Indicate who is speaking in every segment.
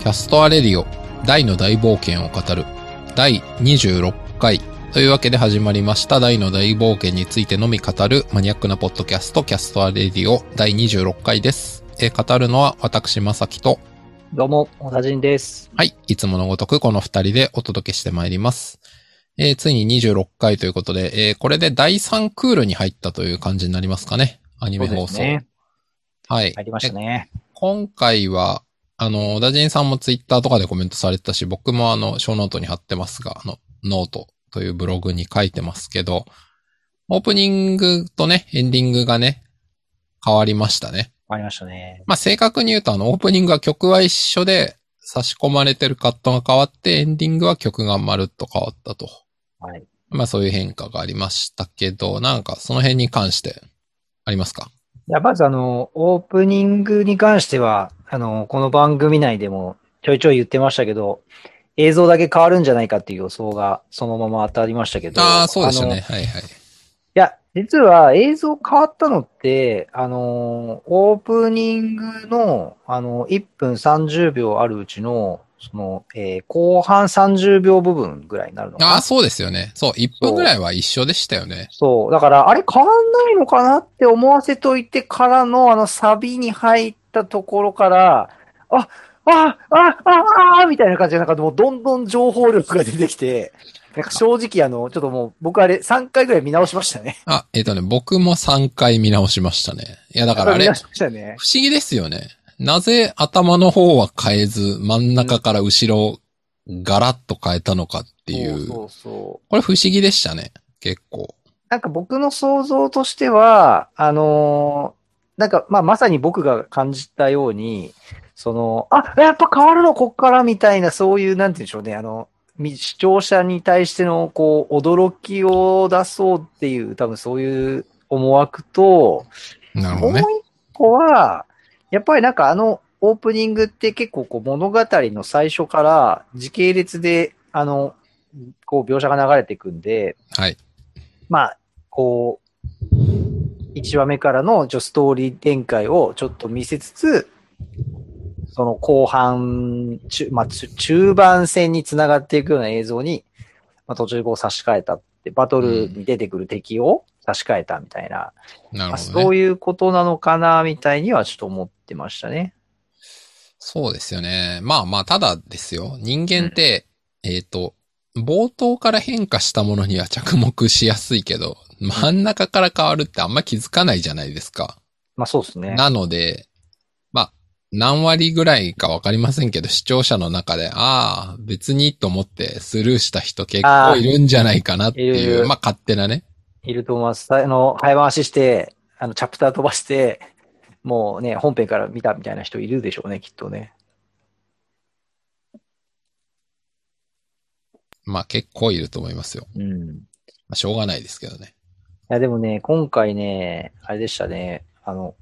Speaker 1: キャストアレディオ大の大冒険を語る第26回というわけで始まりました大の大冒険についてのみ語るマニアックなポッドキャストキャストアレディオ第26回です。えー語るのは私まさきと
Speaker 2: どうも、おさじんです。
Speaker 1: はい。いつものごとくこの二人でお届けしてまいります。えーついに26回ということで、えーこれで第3クールに入ったという感じになりますかね。アニメ
Speaker 2: そう
Speaker 1: 放
Speaker 2: です
Speaker 1: 送。
Speaker 2: ね。
Speaker 1: はい。
Speaker 2: 入りましたね。
Speaker 1: 今回は、あの、ダジンさんもツイッターとかでコメントされてたし、僕もあの、小ノートに貼ってますが、あの、ノートというブログに書いてますけど、オープニングとね、エンディングがね、変わりましたね。
Speaker 2: ありましたね。
Speaker 1: まあ、正確に言うと、あの、オープニングは曲は一緒で、差し込まれてるカットが変わって、エンディングは曲がまるっと変わったと。
Speaker 2: はい。
Speaker 1: まあ、そういう変化がありましたけど、なんか、その辺に関して、ありますか
Speaker 2: いや、まずあの、オープニングに関しては、あの、この番組内でもちょいちょい言ってましたけど、映像だけ変わるんじゃないかっていう予想がそのまま当たりましたけど。
Speaker 1: ああ、そうでした
Speaker 2: あの
Speaker 1: ね。はいはい。
Speaker 2: いや、実は映像変わったのって、あのー、オープニングの、あの、1分30秒あるうちの、その、えー後半30秒部分ぐらいになるのかな
Speaker 1: ああ、そうですよね。そう、1分ぐらいは一緒でしたよね。
Speaker 2: そう。だから、あれ変わんないのかなって思わせといてからの、あの、サビに入ったところから、あ、あ、あ、あ、あ、みたいな感じで、なんかもうどんどん情報力が出てきて、なんか正直あの、ちょっともう僕あれ3回ぐらい見直しましたね。
Speaker 1: あ、えっ、とね、僕も3回見直しましたね。いや、だからあ れ、
Speaker 2: 見
Speaker 1: 不
Speaker 2: 直しましたね。
Speaker 1: 思議ですよね。なぜ頭の方は変えず、真ん中から後ろ、ガラッと変えたのかってい。
Speaker 2: そうそううそう。
Speaker 1: これ不思議でしたね。結構。
Speaker 2: なんか僕の想像としては、あのーなんか、まあ、まさに僕が感じたように、その、あ、やっぱ変わるの、こっから、みたいな、そういう、なんて言うんでしょうね、あの、み視聴者に対しての、こう、驚きを出そうっていう、多分そういう思惑と、
Speaker 1: なるほ
Speaker 2: も
Speaker 1: ど
Speaker 2: う
Speaker 1: ね
Speaker 2: 一。個は、やっぱりなんかあのオープニングって結構こう物語の最初から時系列で、あの、こう描写が流れていくんで、
Speaker 1: はい。
Speaker 2: まあ、こう、1話目からのちょストーリー展開をちょっと見せつつ、その後半、中まあ、中中盤戦につながっていくような映像に、まあ、途中こう差し替えたって、バトルに出てくる敵を差し替えたみたいな、
Speaker 1: なるほど
Speaker 2: あそう
Speaker 1: ね。
Speaker 2: いうことなのかな、みたいにはちょっと思ってましたね。
Speaker 1: そうですよね。まあまあ、ただですよ。人間って、えっ、と、冒頭から変化したものには着目しやすいけど、真ん中から変わるってあんま気づかないじゃないですか。
Speaker 2: まあそうですね。
Speaker 1: なので、まあ、何割ぐらいかわかりませんけど、視聴者の中で、ああ、別にと思ってスルーした人結構いるんじゃないかなって
Speaker 2: あーい
Speaker 1: い、
Speaker 2: るいうる
Speaker 1: まあ勝手なね。
Speaker 2: いると思います。あの、早回しして、あの、チャプター飛ばして、もうね、本編から見たみたいな人いるでしょうね、きっとね。
Speaker 1: まあ結構いると思いますよ。
Speaker 2: うん。
Speaker 1: ま
Speaker 2: い
Speaker 1: あしょうがないですけどね。
Speaker 2: や、でもね、今回ね、あれでしたね、あの、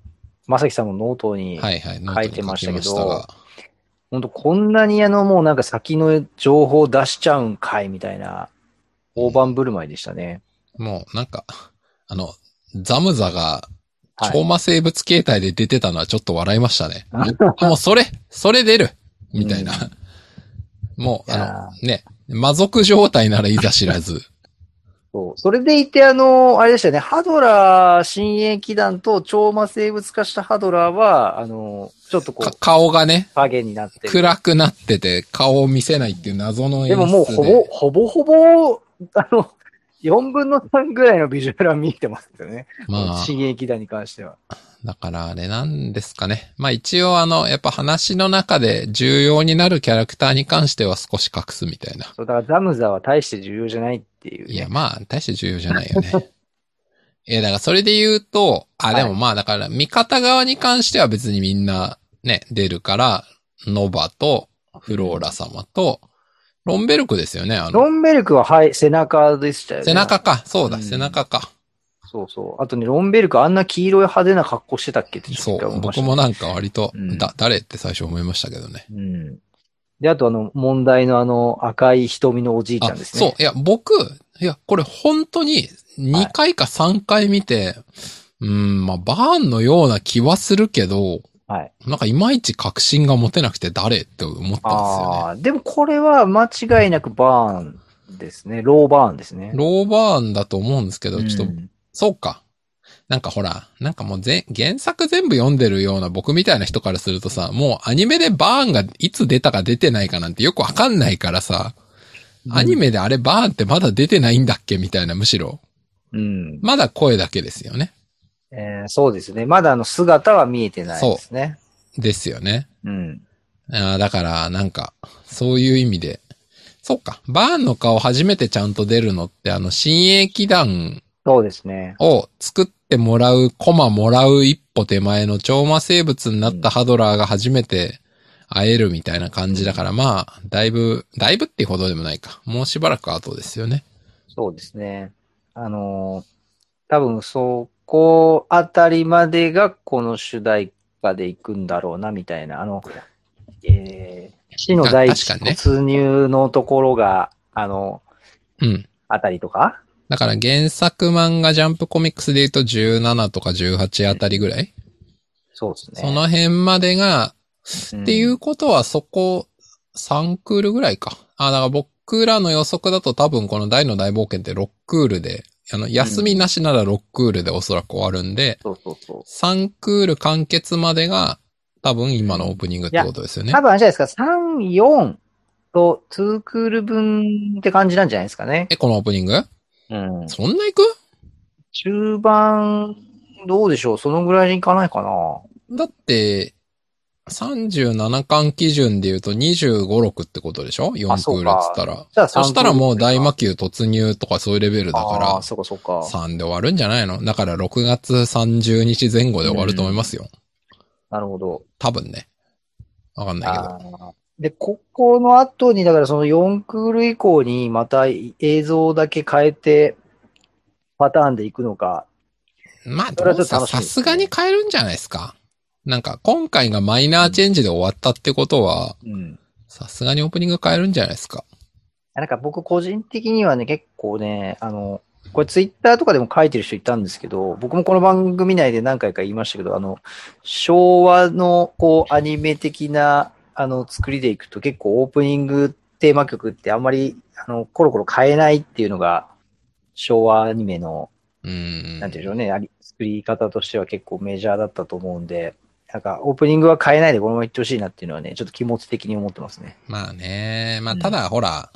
Speaker 2: まさきさんもノートに、
Speaker 1: はいはい。
Speaker 2: 書いてました
Speaker 1: ノートに書き
Speaker 2: けど
Speaker 1: ましたが
Speaker 2: ほんとこんなにあの、もうなんか先の情報出しちゃうんかい、みたいな、大盤振る舞いでしたね。
Speaker 1: もうなんか、あの、ザムザが、
Speaker 2: はい
Speaker 1: 超魔生物形態で出てたのはちょっと笑いました ね。僕もうそれ、それ出るみたいな。もう、
Speaker 2: い
Speaker 1: あ
Speaker 2: や
Speaker 1: の、ね、魔族状態ならいざ知らず。
Speaker 2: そう。それでいて、あの、あれでしたよね、ハドラー新鋭機団と超魔生物化したハドラーは、あの、ちょっとこ
Speaker 1: か
Speaker 2: う、
Speaker 1: 顔がね、
Speaker 2: 影になってる
Speaker 1: 暗くなってて、顔を見せないっていう謎の演出で。
Speaker 2: でももうほぼ、ほぼほぼ、あの、4分の3ぐらいのビジュアルは見てますよね。
Speaker 1: まあ、
Speaker 2: 新劇団に関しては。
Speaker 1: だからあれなんですかね。まあ一応あの、やっぱ話の中で重要になるキャラクターに関しては少し隠すみたいな。
Speaker 2: そう、だからザムザは大して重要じゃないっていう、ね。
Speaker 1: いや、まあ、大して重要じゃないよね。 いや、だからそれで言うと、あ、でもまあ、だから味方側に関しては別にみんなね、出るから、ノバとフローラ様と、ロンベルクですよね、あの
Speaker 2: ロ。ンベルクは、はい、背中でしたよね。
Speaker 1: 背中。か。そうだ、
Speaker 2: うん
Speaker 1: 背中か。
Speaker 2: そうそう。あとね、ロンベルクあんな黄色い派手な格好してたっけってち
Speaker 1: そ
Speaker 2: ょっと一回思
Speaker 1: う。
Speaker 2: いま
Speaker 1: 僕
Speaker 2: した
Speaker 1: もなんか割と、
Speaker 2: うん
Speaker 1: だ、誰って最初思いましたけどね。
Speaker 2: うん。で、あとあの、問題のあの、赤い瞳のおじいちゃんですね。
Speaker 1: そう。いや、僕、いや、これ本当に2回か3回見て、うーん、まあ、バーンのような気はするけど、
Speaker 2: はい。
Speaker 1: なんかいまいち確信が持てなくて誰って思ったんですよ
Speaker 2: ああー、でもこれは間違いなくバーンですね。ローバーンですね
Speaker 1: ね。。ローバーンだと思うんですけど、ちょっ
Speaker 2: う
Speaker 1: と、
Speaker 2: ん
Speaker 1: そうか。なんかほら、なんかもうぜ原作全部読んでるような僕みたいな人からするとさ、もうアニメでバーンがいつ出たか出てないかなんてよくわかんないからさ、アニメであれバーンってまだ出てないんだっけみたいな、むしろ。
Speaker 2: うん。
Speaker 1: まだ声だけですよね。
Speaker 2: えーそうですね。まだあの姿は見えてないですね。
Speaker 1: ですよね。
Speaker 2: うん。
Speaker 1: あーだから、なんか、そういう意味で。そっか。バーンの顔初めてちゃんと出るのって、あの、新鋭機団
Speaker 2: そうですね。
Speaker 1: を作ってもらう、コマもらう一歩手前の超魔生物になったハドラーが初めて会えるみたいな感じだから、まあ、だいぶ、だいぶっていうほどでもないか。もうしばらく後ですよね。
Speaker 2: そうですね。あのー多分そこあたりまでがこの主題歌で行くんだろうな、みたいな。あの、えー、死の第一
Speaker 1: あ確かにね
Speaker 2: 突入のところが、あの、
Speaker 1: うん。
Speaker 2: あたりとか
Speaker 1: だから原作漫画ジャンプコミックスで言うと17とか18あたりぐらい、
Speaker 2: そうですね。
Speaker 1: その辺までが
Speaker 2: うん
Speaker 1: っていうことはそこ3クールぐらいか。あ、だから僕らの予測だと多分この大の大冒険って6クールで、あの、休みなしなら6クールでおそらく終わるんで、
Speaker 2: そうそうそう。
Speaker 1: 3クール完結までが多分今のオープニングってことですよね
Speaker 2: 多。分あれじゃないですか、3、4と2クール分って感じなんじゃないですかね。
Speaker 1: え、このオープニング
Speaker 2: うん。
Speaker 1: そんな行く
Speaker 2: 中盤、どうでしょうそのぐらいにいかないかな。
Speaker 1: だって、37巻基準で言うと25、6ってことでしょ ?4
Speaker 2: あ
Speaker 1: ク
Speaker 2: そ
Speaker 1: ー
Speaker 2: う
Speaker 1: ル
Speaker 2: か
Speaker 1: っつったら。
Speaker 2: じゃあ
Speaker 1: そしたらもう大魔
Speaker 2: 幕
Speaker 1: 球突入とかそういうレベルだから。
Speaker 2: あーそうかそうか。
Speaker 1: 3で終わるんじゃないのだから6月30日前後で終わると思いますよ。
Speaker 2: なるほど。
Speaker 1: 多分ね。わかんないけど。
Speaker 2: あーで、ここの後に、だからその4クール以降にまた映像だけ変えて、パターンでいくのか。
Speaker 1: まあ、
Speaker 2: それはち
Speaker 1: ど
Speaker 2: ょ
Speaker 1: うさ、
Speaker 2: っと楽しみ
Speaker 1: さ
Speaker 2: です
Speaker 1: す
Speaker 2: ね
Speaker 1: がに変えるんじゃないですか。なんか、今回がマイナーチェンジで終わったってことは、
Speaker 2: うん。
Speaker 1: さすがにオープニング変えるんじゃないですか。
Speaker 2: なんか僕個人的にはね、結構ね、あの、これツイッターとかでも書いてる人いたんですけど、僕もこの番組内で何回か言いましたけど、あの、昭和のこうアニメ的なあの作りでいくと結構オープニングテーマ曲ってあんまりあのコロコロ変えないっていうのが昭和アニメの
Speaker 1: うーん。
Speaker 2: なんていうんでしょうね、あり作り方としては結構メジャーだったと思うんで、なんかオープニングは変えないでこのままいってほしいなっていうのはね、ちょっと気持ち的に思ってますね。
Speaker 1: まあね。まあ、
Speaker 2: うん
Speaker 1: ただ、ほら、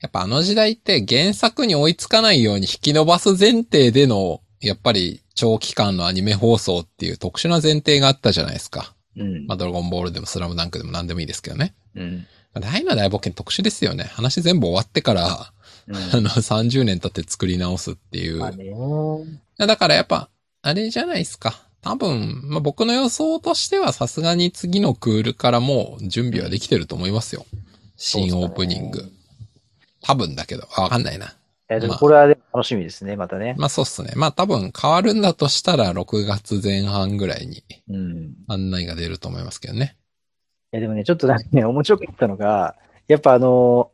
Speaker 1: やっぱあの時代って原作に追いつかないように引き伸ばす前提での、やっぱり長期間のアニメ放送っていう特殊な前提があったじゃないですか。
Speaker 2: うん。
Speaker 1: まあ、ドラゴンボールでもスラムダンクでも何でもいいですけどね。
Speaker 2: うん。
Speaker 1: まあ大の大冒険特殊ですよね。話全部終わってから、
Speaker 2: うん
Speaker 1: あの、30年経って作り直すっていう。
Speaker 2: まあねうん
Speaker 1: だからやっぱ、あれじゃないですか。多分、まあ、僕の予想としてはさすがに次のクールからもう準備はできてると思いますよ。新オープニン
Speaker 2: そう
Speaker 1: グ
Speaker 2: っす。
Speaker 1: 多分だけど、あわかんないな。
Speaker 2: えでもこれはでも楽しみですね、またね。
Speaker 1: まあそうっすね。まあ多分変わるんだとしたら6月前半ぐらいに
Speaker 2: うん。い
Speaker 1: 案内が出ると思いますけどね。
Speaker 2: やでもね、ちょっとなんかね、面白かったのが、やっぱあの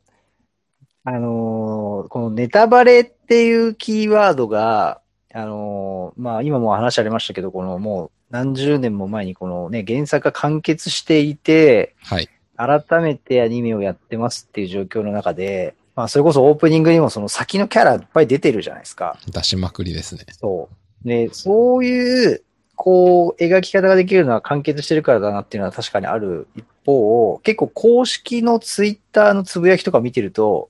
Speaker 2: あのこのネタバレっていうキーワードが、あのまあ今も話ありましたけど、このもう何十年も前にこのね、原作が完結していて、
Speaker 1: はい。
Speaker 2: 改めてアニメをやってますっていう状況の中で、まあ、それこそオープニングにもその先のキャラいっぱい出てるじゃないですか。
Speaker 1: 出しまくりですね。
Speaker 2: そう。ね、そういう、こう、描き方ができるのは完結してるからだなっていうのは確かにある一方、結構公式のツイッターのつぶやきとか見てると、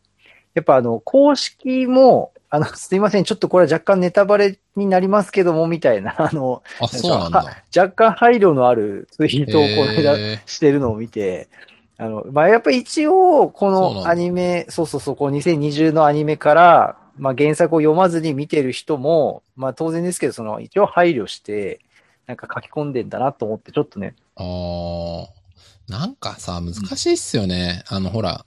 Speaker 2: やっぱあの、公式も、あの、すいません、ちょっとこれは若干ネタバレになりますけども、みたいな、あの、
Speaker 1: あ、そうなんだ。
Speaker 2: 若干配慮のあるツイートをこの間、
Speaker 1: えー
Speaker 2: してるのを見て、あの、まあ、やっぱり一応、
Speaker 1: そ
Speaker 2: こ
Speaker 1: うなん
Speaker 2: の
Speaker 1: だ
Speaker 2: アニメ、そうそうそう、こう2020のアニメから、まあ、原作を読まずに見てる人も、まあ、当然ですけど、その、一応配慮して、なんか書き込んでんだなと思って、ちょっとね、
Speaker 1: あーなんかさ、難しいっすよね。あの、ほら、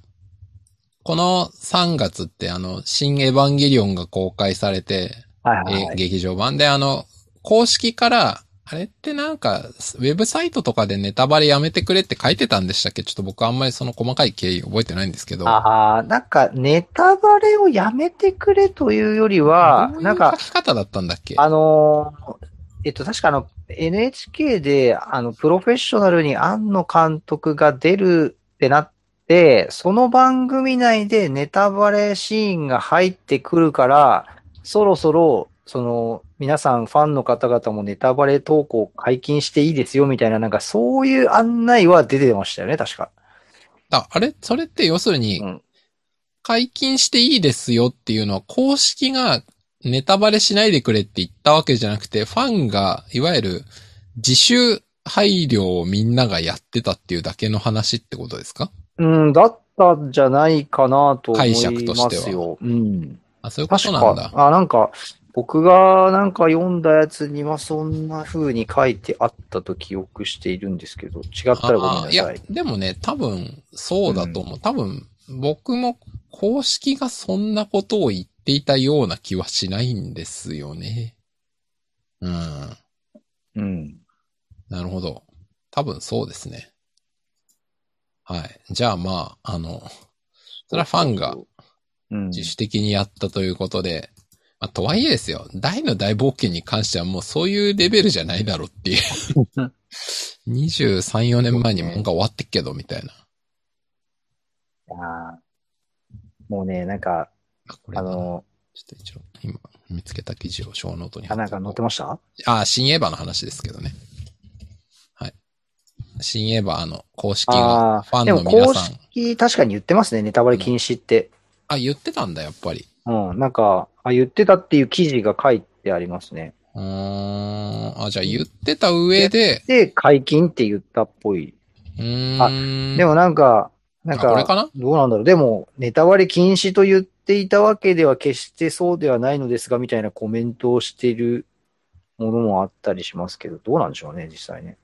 Speaker 1: この3月って、あの、新エヴァンゲリオンが公開されて、
Speaker 2: はい
Speaker 1: え
Speaker 2: はいはい。
Speaker 1: 劇場版で、あの、公式から、あれってなんか、ウェブサイトとかでネタバレやめてくれって書いてたんでしたっけちょっと僕あんまりその細かい経緯覚えてないんですけど。
Speaker 2: ああ、なんか、ネタバレをやめてくれというよりは、
Speaker 1: どうい
Speaker 2: な
Speaker 1: う
Speaker 2: ん
Speaker 1: 書
Speaker 2: か、
Speaker 1: き方だったんだっけ
Speaker 2: あのーえっと、確かあの、NHK で、あの、プロフェッショナルに庵野監督が出るってなって、その番組内でネタバレシーンが入ってくるから、そろそろ、その、皆さんファンの方々もネタバレ投稿解禁していいですよみたいな、なんかそういう案内は出てましたよね、確か。
Speaker 1: ああれそれって要するに
Speaker 2: うん、
Speaker 1: 解禁していいですよっていうのは、公式がネタバレしないでくれって言ったわけじゃなくて、ファンが、いわゆる、自主配慮をみんながやってたっていうだけの話ってことですか
Speaker 2: うん、だったんじゃないかなと思
Speaker 1: 解
Speaker 2: いますよ。
Speaker 1: 釈としては
Speaker 2: うん。
Speaker 1: あ、そういうこ
Speaker 2: 確
Speaker 1: となん
Speaker 2: か
Speaker 1: だ。。
Speaker 2: あ、なんか、僕がなんか読んだやつにはそんな風に書いてあったと記憶しているんですけど、違ったらごめん
Speaker 1: あ
Speaker 2: な
Speaker 1: ーいや
Speaker 2: さい。、
Speaker 1: でもね、多分、そうだと思う。多分、僕も公式がそんなことを言っていたような気はしないんですよね。うん。
Speaker 2: うん。
Speaker 1: なるほど。多分そうですね。はい。じゃあまあ、あの、それはファンが
Speaker 2: うん。
Speaker 1: 自主的にやったということで、まあ、とはいえですよ、大の大冒険に関してはもうそういうレベルじゃないだろうっていう。23、4年前に漫画終わってっけど、みたいな。
Speaker 2: あーもうね、なんか、
Speaker 1: あ、これ
Speaker 2: あ
Speaker 1: だな
Speaker 2: の、
Speaker 1: ちょっと一応、今、見つけた記事を小ノートに貼っ
Speaker 2: あ、なんか載ってました
Speaker 1: あ、新エヴァの話ですけどね。はい。新エヴァの公式
Speaker 2: あ
Speaker 1: が、
Speaker 2: あ
Speaker 1: ファン
Speaker 2: で
Speaker 1: の
Speaker 2: も
Speaker 1: 皆
Speaker 2: 公
Speaker 1: さん、
Speaker 2: 式確かに言ってますね、ネタバレ禁止って。
Speaker 1: あ、言ってたんだ、やっぱり。
Speaker 2: うん、なんか、あ、言ってたっていう記事が書いてありますね。
Speaker 1: うーん。あ、じゃあ言ってた上で、
Speaker 2: で、解禁って言ったっぽい。
Speaker 1: うーん。
Speaker 2: でもなんか、なん
Speaker 1: あこれかな
Speaker 2: どうなんだろう。でも、ネタバレ禁止と言っていたわけでは決してそうではないのですが、みたいなコメントをしているものもあったりしますけど、どうなんでしょうね、実際ね。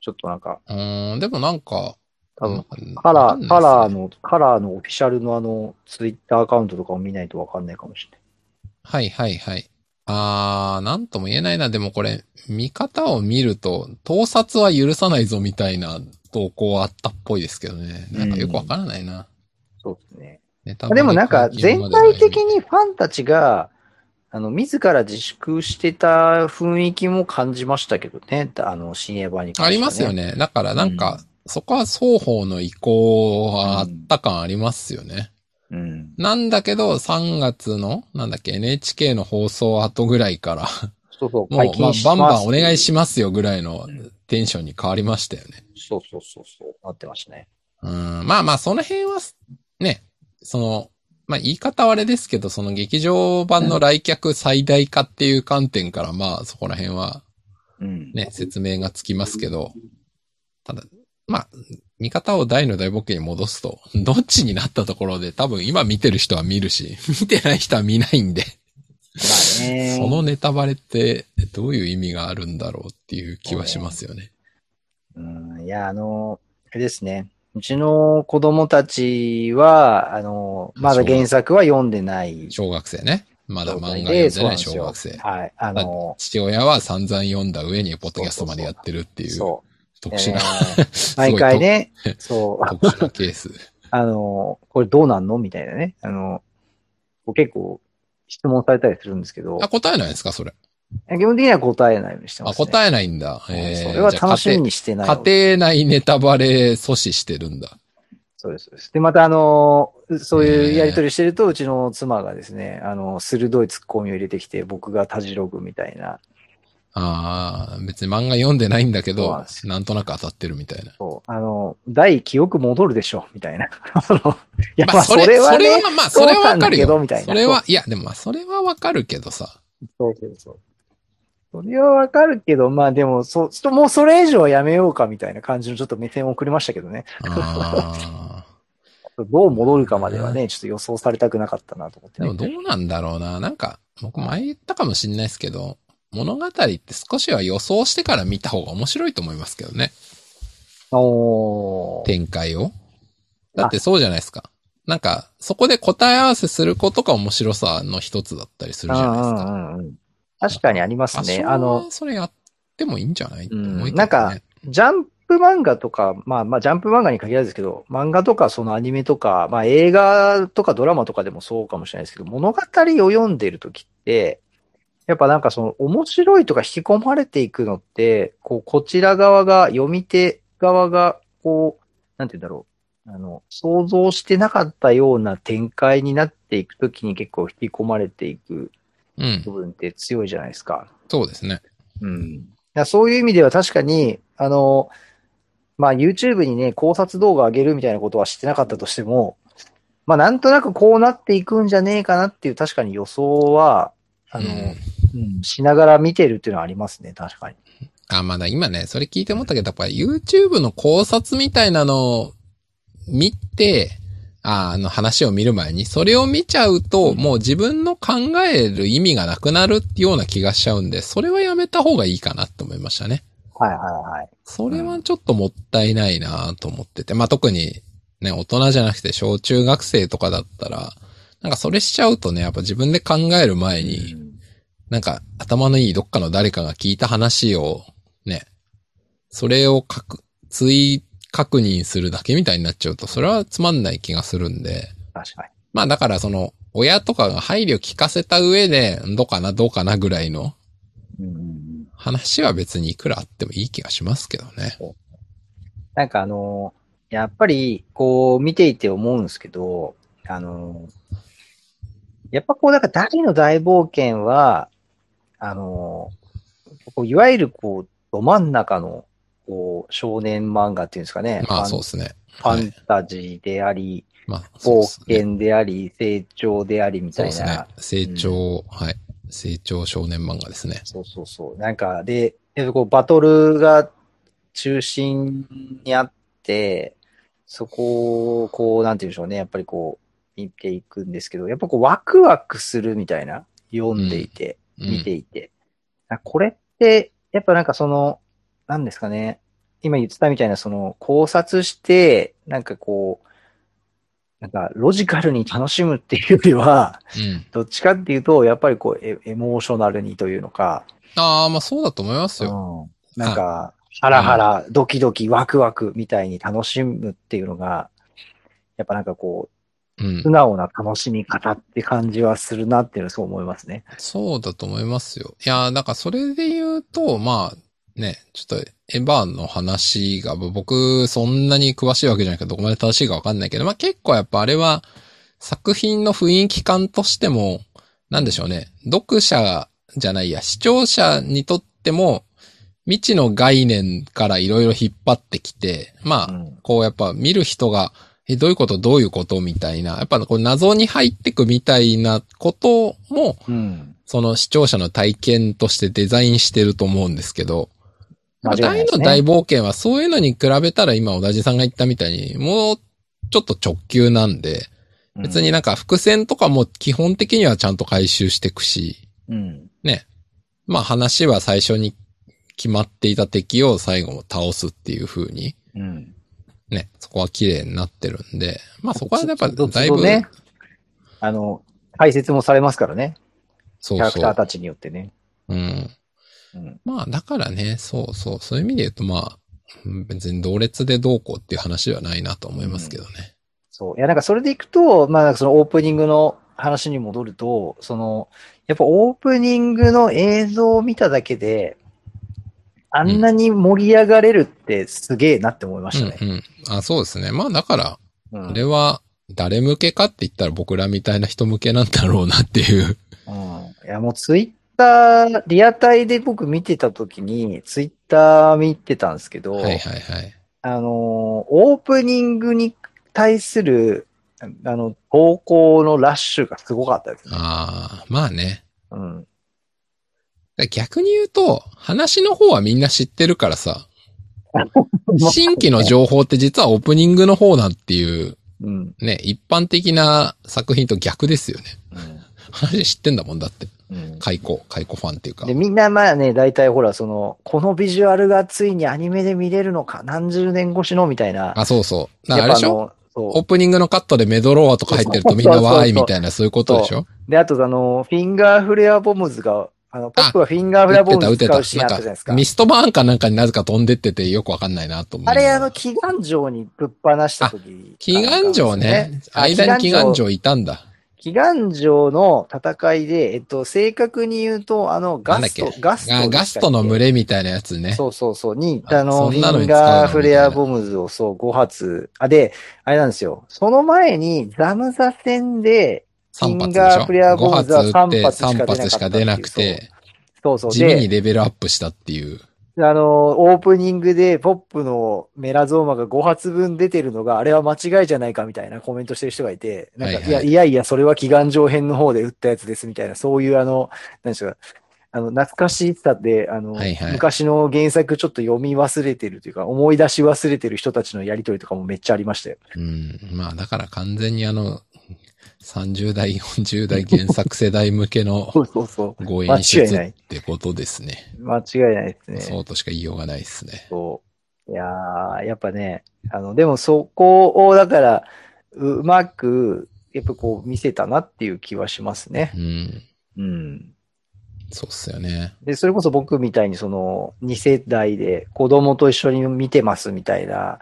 Speaker 2: ちょっとなんか、
Speaker 1: うーん、でもなんか、
Speaker 2: 多分、
Speaker 1: 分
Speaker 2: カラー、カラー。の、カラーのオフィシャルのあの、ツイッターアカウントとかを見ないとわかんないかもしれ
Speaker 1: はいはいはい。あー、なんとも言えないな。でもこれ、見方を見ると、盗撮は許さないぞみたいな投稿あったっぽいですけどね。なんかよくわからないな。
Speaker 2: ない。そうですね。
Speaker 1: ネタバレ
Speaker 2: でもなんか、
Speaker 1: 解禁ま
Speaker 2: 全
Speaker 1: での
Speaker 2: 体的にファンたちが、あの、自ら自粛してた雰囲気も感じましたけどね、あの、新エヴァに関して、
Speaker 1: ありますよ。ね。だからなんか、そこは双方の意向はあった感ありますよね。
Speaker 2: うん。
Speaker 1: なんだけど、3月の、なんだっけ、NHK の放送後ぐらいから、
Speaker 2: そうそ
Speaker 1: もう
Speaker 2: う、解、
Speaker 1: まあ
Speaker 2: 禁し、
Speaker 1: バン
Speaker 2: ま
Speaker 1: バ
Speaker 2: す
Speaker 1: ンお願いしますよぐらいの
Speaker 2: うん
Speaker 1: テンションに変わりましたよね。
Speaker 2: そうそうそうそう、なってましたね。
Speaker 1: うん、まあまあ、その辺は、ね、その、まあ言い方はあれですけど、その劇場版の来客最大化っていう観点から、まあそこら辺は
Speaker 2: うん。
Speaker 1: ね、説明がつきますけど、ただ、まあ、見方を大の大冒険に戻すと、どっちになったところで多分今見てる人は見るし、 見てない人は見ないんで、
Speaker 2: まあね。
Speaker 1: そのネタバレってどういう意味があるんだろうっていう気はしますよね。
Speaker 2: うん、いや、あの、あれですね。うちの子供たちは、あの、まだ原作は読んでない
Speaker 1: 小学生ね。まだ
Speaker 2: 状
Speaker 1: 漫画
Speaker 2: 態
Speaker 1: 読
Speaker 2: で、
Speaker 1: んで
Speaker 2: そうな
Speaker 1: なんい
Speaker 2: です
Speaker 1: 小
Speaker 2: よ
Speaker 1: 学生。
Speaker 2: はい。あの、
Speaker 1: 父親は散々読んだ上にポッドキャストまでやってるっていう
Speaker 2: そ
Speaker 1: 特
Speaker 2: う。
Speaker 1: 殊な、
Speaker 2: えー毎回ね
Speaker 1: すごい、
Speaker 2: そう、あ
Speaker 1: 特殊 なケース。
Speaker 2: あの、これどうなんのみたいなね。あの、結構質問されたりするんですけど
Speaker 1: あ、、答えないんですかそれ。
Speaker 2: 基本的には答えないようにしてま
Speaker 1: あ、
Speaker 2: すね。
Speaker 1: 答えないんだ。
Speaker 2: うん
Speaker 1: えー
Speaker 2: それは
Speaker 1: じゃあ
Speaker 2: 楽しみにしてない。
Speaker 1: 家庭内ネタバレ阻止してるんだ。
Speaker 2: そうです、そうです。で、また、あの、そうい
Speaker 1: ねえ
Speaker 2: うやりとりしてると、うちの妻がですね、あの、鋭い突っ込みを入れてきて、僕がたじろぐみたいな、
Speaker 1: ああ、別に漫画読んでないんだけ
Speaker 2: そう
Speaker 1: ど、
Speaker 2: なん
Speaker 1: な
Speaker 2: です
Speaker 1: んとなく当たってるみたいな。
Speaker 2: そう、あの、第記憶戻るでしょ、みたいな。 そのいや、まあ、そ
Speaker 1: それ
Speaker 2: れは
Speaker 1: それ
Speaker 2: ね、
Speaker 1: は、まあ、それはわかる
Speaker 2: そ
Speaker 1: よ。
Speaker 2: うなんだけどみたいな
Speaker 1: それは、いや、でもまあ、それはわかるけどさ。
Speaker 2: そうそうそう。それはわかるけど、まあでも、そう、ちょっともうそれ以上はやめようかみたいな感じのちょっと目線を送りましたけどね。
Speaker 1: あ
Speaker 2: どう戻るかまではね、ちょっと予想されたくなかったなと思って
Speaker 1: ー
Speaker 2: ね、
Speaker 1: でもどうなんだろうな。なんか、僕前言ったかもしんないですけど、物語って少しは予想してから見た方が面白いと思いますけどね。
Speaker 2: おー
Speaker 1: 展開を。だってそうじゃないですか。なんか、そこで答え合わせすることが面白さの一つだったりするじゃないですか。
Speaker 2: うんうんうんうん確かにありますね。
Speaker 1: あ
Speaker 2: あの、
Speaker 1: の、それやってもいいんじゃないって思い、
Speaker 2: うんなんか、ジャンプ漫画とか、まあまあジャンプ漫画に限らずですけど、漫画とかそのアニメとか、まあ映画とかドラマとかでもそうかもしれないですけど、物語を読んでるときって、やっぱなんかその面白いとか引き込まれていくのって、こう、こちら側が、読み手側が、こう、なんて言うんだろう。あの、想像してなかったような展開になっていくときに結構引き込まれていく
Speaker 1: うん
Speaker 2: 部。分って強いじゃないですか。
Speaker 1: そうですね。
Speaker 2: うん。だからそういう意味では確かに、あの、まあ YouTube にね、考察動画上げるみたいなことはしてなかったとしても、まあなんとなくこうなっていくんじゃねえかなっていう確かに予想は、あの、
Speaker 1: うん
Speaker 2: うんしながら見てるっていうのはありますね、確かに。
Speaker 1: あ、まだ今ね、それ聞いて思ったけど、やっぱ YouTube の考察みたいなのを見て、ああの話を見る前に、それを見ちゃうと、もう自分の考える意味がなくなるような気がしちゃうんで、それはやめた方がいいかなって思いましたね。
Speaker 2: はいはいはい。
Speaker 1: それはちょっともったいないなと思ってて、まあ、特にね、大人じゃなくて小中学生とかだったら、なんかそれしちゃうとね、やっぱ自分で考える前に、なんか頭のいいどっかの誰かが聞いた話をね、それをかく、追確認するだけみたいになっちゃうと、それはつまんない気がするんで、
Speaker 2: 確かに。
Speaker 1: まあだからその、親とかが配慮聞かせた上で、どうかな、どうかなぐらいの
Speaker 2: うんうんうん
Speaker 1: 話は別にいくらあってもいい気がしますけどね。
Speaker 2: なんかあの、やっぱり、こう、見ていて思うんですけど、あの、やっぱこう、なんか大の大冒険は、あの、こういわゆるこう、ど真ん中の、こう、少年漫画っていうんですかね。
Speaker 1: まあ
Speaker 2: ファン
Speaker 1: そうですね。
Speaker 2: ファ
Speaker 1: はい
Speaker 2: ン。タジーであり、
Speaker 1: まあ、そう
Speaker 2: 冒
Speaker 1: ですね。
Speaker 2: 険であり、成長でありみ
Speaker 1: そう
Speaker 2: た
Speaker 1: で
Speaker 2: い
Speaker 1: す
Speaker 2: な
Speaker 1: ね。。成長、はい。成長少年漫画ですね。
Speaker 2: そうそうそう。なんか、で、でこうバトルが中心にあって、そこを、こう、なんて言うんでしょうね。やっぱりこう、見ていくんですけど、やっぱこう、ワクワクするみたいな、読んでいて、
Speaker 1: うん
Speaker 2: 見ていて。あこれって、やっぱなんかその、なんですかね。今言ってたみたいな、その、考察して、なんかこう、なんか、ロジカルに楽しむっていうよりは、
Speaker 1: うん。
Speaker 2: どっちかっていうと、やっぱりこう、エエモーショナルにというのか、
Speaker 1: ああ、まあそうだと思いますよ。
Speaker 2: うん、なんか、ハラハラ、ドキドキ、ワクワクみたいに楽しむっていうのが、やっぱなんかこ
Speaker 1: うん
Speaker 2: う、素。直な楽しみ方って感じはするなっていうのはそう思いますね。
Speaker 1: そうだと思いますよ。いやー、だからそれで言うと、まあ、ね、ちょっと、エヴァの話が、僕、そんなに詳しいわけじゃないから、どこまで正しいかわかんないけど、まあ結構やっぱあれは、作品の雰囲気感としても、なんでしょうね、読者じゃないや、視聴者にとっても、未知の概念からいろいろ引っ張ってきて、まあ
Speaker 2: う、ん。
Speaker 1: こうやっぱ見る人が、え、どういうことどういうことみたいな、やっぱこう謎に入ってくみたいなことも、
Speaker 2: うん。
Speaker 1: その視聴者の体験としてデザインしてると思うんですけど、
Speaker 2: 間違いない
Speaker 1: 大
Speaker 2: です
Speaker 1: の
Speaker 2: ね
Speaker 1: 大冒険はそういうのに比べたら今小田地さんが言ったみたいに、もうちょっと直球なんで、別になんか伏線とかも基本的にはちゃんと回収していくし、
Speaker 2: うん。
Speaker 1: まあ話は最初に決まっていた敵を最後も倒すっていう風に、
Speaker 2: うん。うん。
Speaker 1: ね、そこは綺麗になってるんで、まあそこはやっぱ
Speaker 2: 都度
Speaker 1: だいぶ、
Speaker 2: ね、あの、解説もされますからね。
Speaker 1: そ
Speaker 2: キャ
Speaker 1: う
Speaker 2: ラク
Speaker 1: そ
Speaker 2: ター
Speaker 1: う。
Speaker 2: たちによってね。
Speaker 1: うん。
Speaker 2: うん。
Speaker 1: まあだからね、そうそう、そういう意味で言うとまあ、うん別に同列でどうこうっていう話ではないなと思いますけどね。
Speaker 2: そう。いや、なんかそれでいくと、まあ、なんかそのオープニングの話に戻ると、その、やっぱオープニングの映像を見ただけで、あんなに盛り上がれるってすげえなって思いましたね。
Speaker 1: うんうん。あ、そうですね。まあだから、
Speaker 2: うん。
Speaker 1: あれは誰向けかって言ったら僕らみたいな人向けなんだろうなっていう。
Speaker 2: うんいや、もうツイッター、リアタイで僕見てた時に、ツイッター見てたんですけど、
Speaker 1: はいはいはい。
Speaker 2: あのー、オープニングに対する、あの、投稿のラッシュがすごかったですね。
Speaker 1: ああ、まあね。
Speaker 2: うん。
Speaker 1: 逆に言うと、話の方はみんな知ってるから さ、新規の情報って実はオープニングの方なんていう、
Speaker 2: うん。
Speaker 1: ね、一般的な作品と逆ですよね。
Speaker 2: うん
Speaker 1: 話知ってんだもんだって。
Speaker 2: うん
Speaker 1: 解雇、解雇ファンっていうか
Speaker 2: で、。みんなまあね、大体ほら、その、このビジュアルがついにアニメで見れるのか、何十年越しのみたいな。
Speaker 1: あ、そうそう。だか
Speaker 2: やっ
Speaker 1: らあれ
Speaker 2: ぱ
Speaker 1: でしょ
Speaker 2: のそう
Speaker 1: オープニングのカットでメドローアとか入ってるとみんな
Speaker 2: そうそう
Speaker 1: わーいみたいな、そういうことでしょ
Speaker 2: で、あとあの、フィンガーフレアボムズが、あの、ポップがフィンガーフレ
Speaker 1: 打
Speaker 2: ア
Speaker 1: っ
Speaker 2: ボ
Speaker 1: てた、打
Speaker 2: ム
Speaker 1: って
Speaker 2: ズ使
Speaker 1: た
Speaker 2: うシーンあったじゃないです。か
Speaker 1: ミ。ストバーンかなんかになぜか飛んでっててよくわかんないなと思う。
Speaker 2: あれ、あの、、祈願城にぶっ放した時。
Speaker 1: 祈願城ね。
Speaker 2: あ
Speaker 1: 間に祈願。
Speaker 2: あ祈
Speaker 1: 城いたんだ。
Speaker 2: 祈願城の戦いで、えっと、正確に言うと、あの、ガス
Speaker 1: なんだ
Speaker 2: ト
Speaker 1: っ、け
Speaker 2: ガストでした
Speaker 1: が
Speaker 2: っけ。
Speaker 1: ガストの群れみたいなやつね。
Speaker 2: そうそうそう、に、
Speaker 1: あ
Speaker 2: あの、
Speaker 1: そ
Speaker 2: フ
Speaker 1: んなの
Speaker 2: ィ
Speaker 1: に
Speaker 2: ン
Speaker 1: 使うの
Speaker 2: ガーフレアボムズをそう5発。あ、で、あれなんですよ。その前に、ザムザ戦で、
Speaker 1: 3発
Speaker 2: フィンガーフ
Speaker 1: でし
Speaker 2: レア
Speaker 1: ょ。
Speaker 2: ボ
Speaker 1: 5
Speaker 2: ー
Speaker 1: 発
Speaker 2: ズは
Speaker 1: 撃って
Speaker 2: 3
Speaker 1: 3
Speaker 2: 発
Speaker 1: 発
Speaker 2: し
Speaker 1: し
Speaker 2: か
Speaker 1: か
Speaker 2: 出
Speaker 1: 出
Speaker 2: な
Speaker 1: な
Speaker 2: く
Speaker 1: く
Speaker 2: て
Speaker 1: て、
Speaker 2: そうそう、
Speaker 1: 地味
Speaker 2: で
Speaker 1: に、レベルアップしたっていう。
Speaker 2: あの、オープニングでポップのメラゾーマが5発分出てるのが、あれは間違いじゃないかみたいなコメントしてる人がいて、なんか、
Speaker 1: はいい
Speaker 2: や、
Speaker 1: はい
Speaker 2: いやいや、それは祈願上編の方で打ったやつですみたいな、そういうあの、何でしょう。あの、懐かしさで、あの、
Speaker 1: はいはい
Speaker 2: 昔の原作ちょっと読み忘れてるというか、思い出し忘れてる人たちのやりとりとかもめっちゃありましたよ。
Speaker 1: うん。まあ、だから完全にあの、30代、40代原作世代向けの
Speaker 2: そうそうそう。
Speaker 1: ご
Speaker 2: 間
Speaker 1: 演出
Speaker 2: 違いな
Speaker 1: っ
Speaker 2: い。
Speaker 1: てことですね。
Speaker 2: 間違いないですね。
Speaker 1: そうとしか言いようがないですね。
Speaker 2: そう。いやー、やっぱね、あの、でもそこを、だから、ううまく、やっぱこう見せたなっていう気はしますね。
Speaker 1: うん。
Speaker 2: うん。
Speaker 1: そうっすよね。
Speaker 2: で、それこそ僕みたいにその、2世代で子供と一緒に見てますみたいな、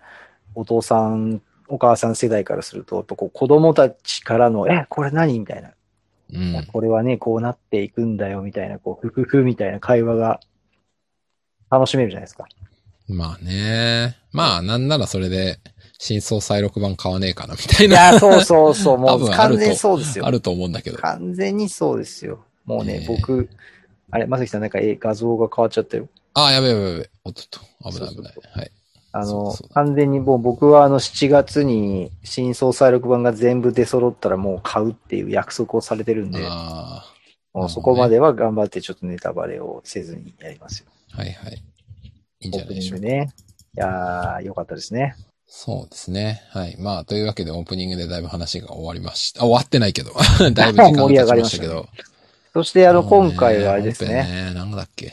Speaker 2: お父さん、お母さん世代からすると、やっぱこう子供たちからの、え、これ何みたいな。
Speaker 1: うん。
Speaker 2: これはね、こうなっていくんだよみたいな、こう、ふふふみたいな会話が楽しめるじゃないですか。
Speaker 1: まあね。まあ、なんならそれで、真相再録版買わねえかな、みたい
Speaker 2: い
Speaker 1: な。
Speaker 2: や、そうそうそう、も
Speaker 1: 多
Speaker 2: う
Speaker 1: 分ある
Speaker 2: 完
Speaker 1: と
Speaker 2: 全にそうです よ
Speaker 1: あ。ると思うんだけど。
Speaker 2: 完全にそうですよ。もうね、
Speaker 1: ねえ
Speaker 2: 僕、あれ、まさきさんなんかえ画像が変わっちゃったよ。
Speaker 1: ああ、やべえやべえやべえ。おっとっと。危ない
Speaker 2: そうそ
Speaker 1: 危
Speaker 2: う
Speaker 1: ない
Speaker 2: そ。
Speaker 1: はい。
Speaker 2: あ
Speaker 1: そう
Speaker 2: の、
Speaker 1: そう
Speaker 2: 完全にもう僕はあの7月に新総再録版が全部出揃ったらもう買うっていう約束をされてるんで、
Speaker 1: あ
Speaker 2: もうそこまでは頑張ってちょっとネタバレをせずにやりますよ。
Speaker 1: あ、はいはい。いいん
Speaker 2: オ
Speaker 1: じゃな
Speaker 2: ープ
Speaker 1: いで
Speaker 2: ニ
Speaker 1: し
Speaker 2: ン
Speaker 1: ょう
Speaker 2: グ
Speaker 1: か。
Speaker 2: ね。いやー、よかったですね。
Speaker 1: そうですね。はい。まあ、というわけでオープニングでだいぶ話が終わりました。あ、終わってないけど。 だいぶ時 間が経ちましたけど。
Speaker 2: そしてあの、
Speaker 1: もうね
Speaker 2: 今回はあれです
Speaker 1: 本
Speaker 2: ね、
Speaker 1: 編ね。なんだっけ。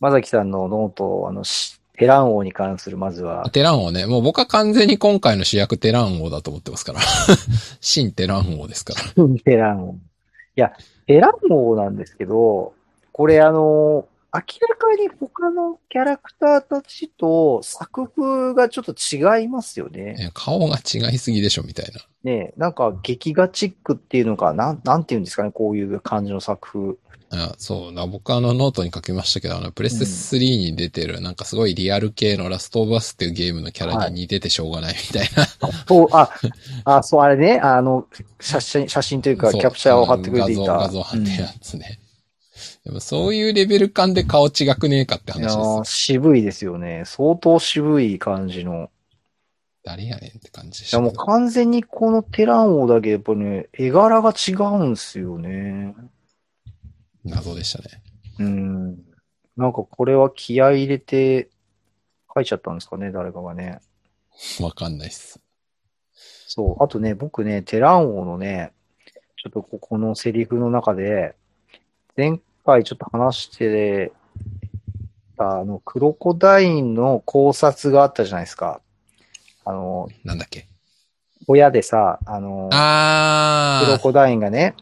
Speaker 2: まさきさんのノート、あの、しテラン王に関するまずは、
Speaker 1: テラン王ね。もう僕は完全に今回の主役テラン王だと思って ますから。新テラン王ですから。
Speaker 2: テラン王。いや、テラン王なんですけど、これあの、明らかに他のキャラクターたちと作風がちょっと違いますよね。
Speaker 1: ね顔が違いすぎでしょ、みたいな。
Speaker 2: ねえなんか劇画チックっていうのか、なん、なんていうんですかね、こういう感じの作
Speaker 1: あそうだ。僕はあのノートに書きましたけど、あの、プレステ3に出てる、なんかすごいリアル系のラストオブアスっていうゲームのキャラに似ててしょうがないみたいな。
Speaker 2: 風。そう、あ、あ、そう、あれね、あの、写真、写真というか、
Speaker 1: そう
Speaker 2: キャプチャーを貼ってくれていた。
Speaker 1: あの画像、画像貼ってるやつね。でもそういうレベル感で顔違くねえかって話
Speaker 2: うんい
Speaker 1: で
Speaker 2: や
Speaker 1: す
Speaker 2: ー
Speaker 1: よ。
Speaker 2: 渋いですよね。相当渋い感じの。
Speaker 1: 誰やねんって感じでし
Speaker 2: いや
Speaker 1: た
Speaker 2: も
Speaker 1: け
Speaker 2: う
Speaker 1: ど。
Speaker 2: 完全にこのテラン王だけやっぱね、絵柄が違うんすよね。
Speaker 1: 謎でしたね。
Speaker 2: うん。なんかこれは気合い入れて書いちゃったんですかね、誰かがね。
Speaker 1: わかんないっす。
Speaker 2: そう。あとね、僕ね、テラン王のね、ちょっとここのセリフの中で、前回ちょっと話してた、あの、クロコダインの考察があったじゃないですか。あの、
Speaker 1: なんだっけ。
Speaker 2: 親でさ、あの、クロ
Speaker 1: あー。
Speaker 2: コダインがね、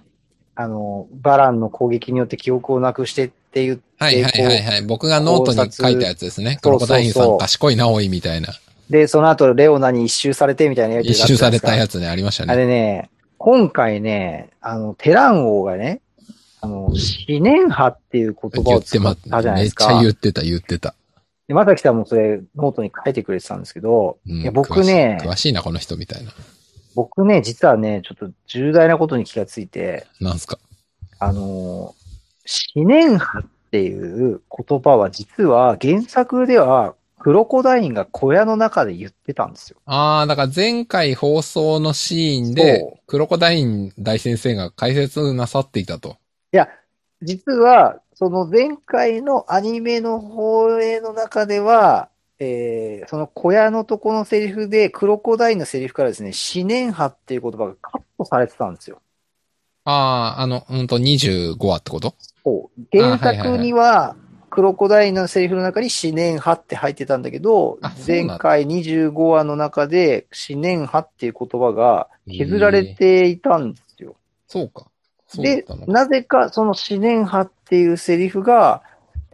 Speaker 2: あの、バランの攻撃によって記憶をなくしてって言って、
Speaker 1: はいはいはい
Speaker 2: こ
Speaker 1: はい。僕がノートに書いたやつですね。クロコダインさ
Speaker 2: そうそ
Speaker 1: ん
Speaker 2: う
Speaker 1: 賢いな、多いみたいな。
Speaker 2: うで、その後、レオナに一周されてみたいなやつ
Speaker 1: 一周されたや
Speaker 2: つ。
Speaker 1: つね、ありました
Speaker 2: あ
Speaker 1: ね。
Speaker 2: れね、今回ね、あの、テラン王がね、あの、思念波っていう言葉
Speaker 1: 言
Speaker 2: を
Speaker 1: って
Speaker 2: 使
Speaker 1: ま
Speaker 2: っ、たじゃな
Speaker 1: め
Speaker 2: いで
Speaker 1: っ
Speaker 2: す
Speaker 1: ちゃ
Speaker 2: か
Speaker 1: 言。ってた、言ってた。
Speaker 2: で、まさきさんもそれ、ノートに書いてくれてたんですけど、
Speaker 1: うん
Speaker 2: いや僕ね
Speaker 1: 詳しい詳しいな、この人みたいな。
Speaker 2: 僕ね、実はね、ちょっと重大なことに気がついて、
Speaker 1: なんすか。
Speaker 2: あのー、思念波っていう言葉は実は原作ではクロコダインが小屋の中で言ってたんですよ。
Speaker 1: あー、だから前回放送のシーンで
Speaker 2: そ、
Speaker 1: クロコダイン大先生が解説なさっていたと。
Speaker 2: いや、実は、その前回のアニメの放映の中では、えー、その小屋のとこのセリフで、クロコダインのセリフからですね、思念波っていう言葉がカットされてたんですよ。
Speaker 1: あー、あの、うんと25話ってこと
Speaker 2: そう原作には、クロコダインのセリフの中に思念波って入ってたんだけど
Speaker 1: あ、そうなん
Speaker 2: 前
Speaker 1: だ
Speaker 2: 回25話の中で思念波っていう言葉が削られていたんですよ。
Speaker 1: そうか。そうだっ
Speaker 2: で
Speaker 1: たの、か。
Speaker 2: なぜかその思念波っていうセリフが、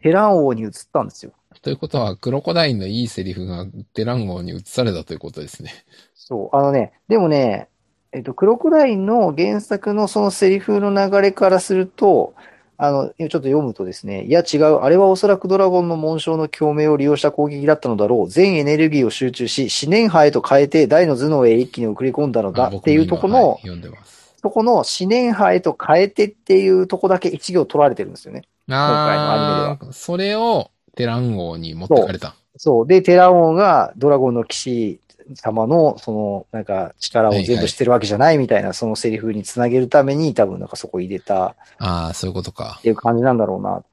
Speaker 2: テラン王に移ったんですよ。
Speaker 1: ということは、クロコダインのいいセリフがテラン号に移されたということですね。
Speaker 2: そう。あのね、でもね、えっと、クロコダインの原作のそのセリフの流れからすると、あの、ちょっと読むとですね、いや違う、あれはおそらくドラゴンの紋章の共鳴を利用した攻撃だったのだろう。全エネルギーを集中し、四年波へと変えて、大の頭脳へ一気に送り込んだの
Speaker 1: あ
Speaker 2: だ
Speaker 1: 僕も
Speaker 2: っていうとこの
Speaker 1: 今はい、読んでます。
Speaker 2: そこの四年波へと変えてっていうとこだけ一行取られてるんですよね。のアニ
Speaker 1: ああ、それをテラン号に持ってかれた。
Speaker 2: そう。で、テラオンがドラゴンの騎士様の、その、なんか、力を全部知ってるわけじゃないみたいな、そのセリフにつなげるために、多分なんかそこ入れた
Speaker 1: ああ、そういうことか
Speaker 2: っ。ていう感じなんだろうな。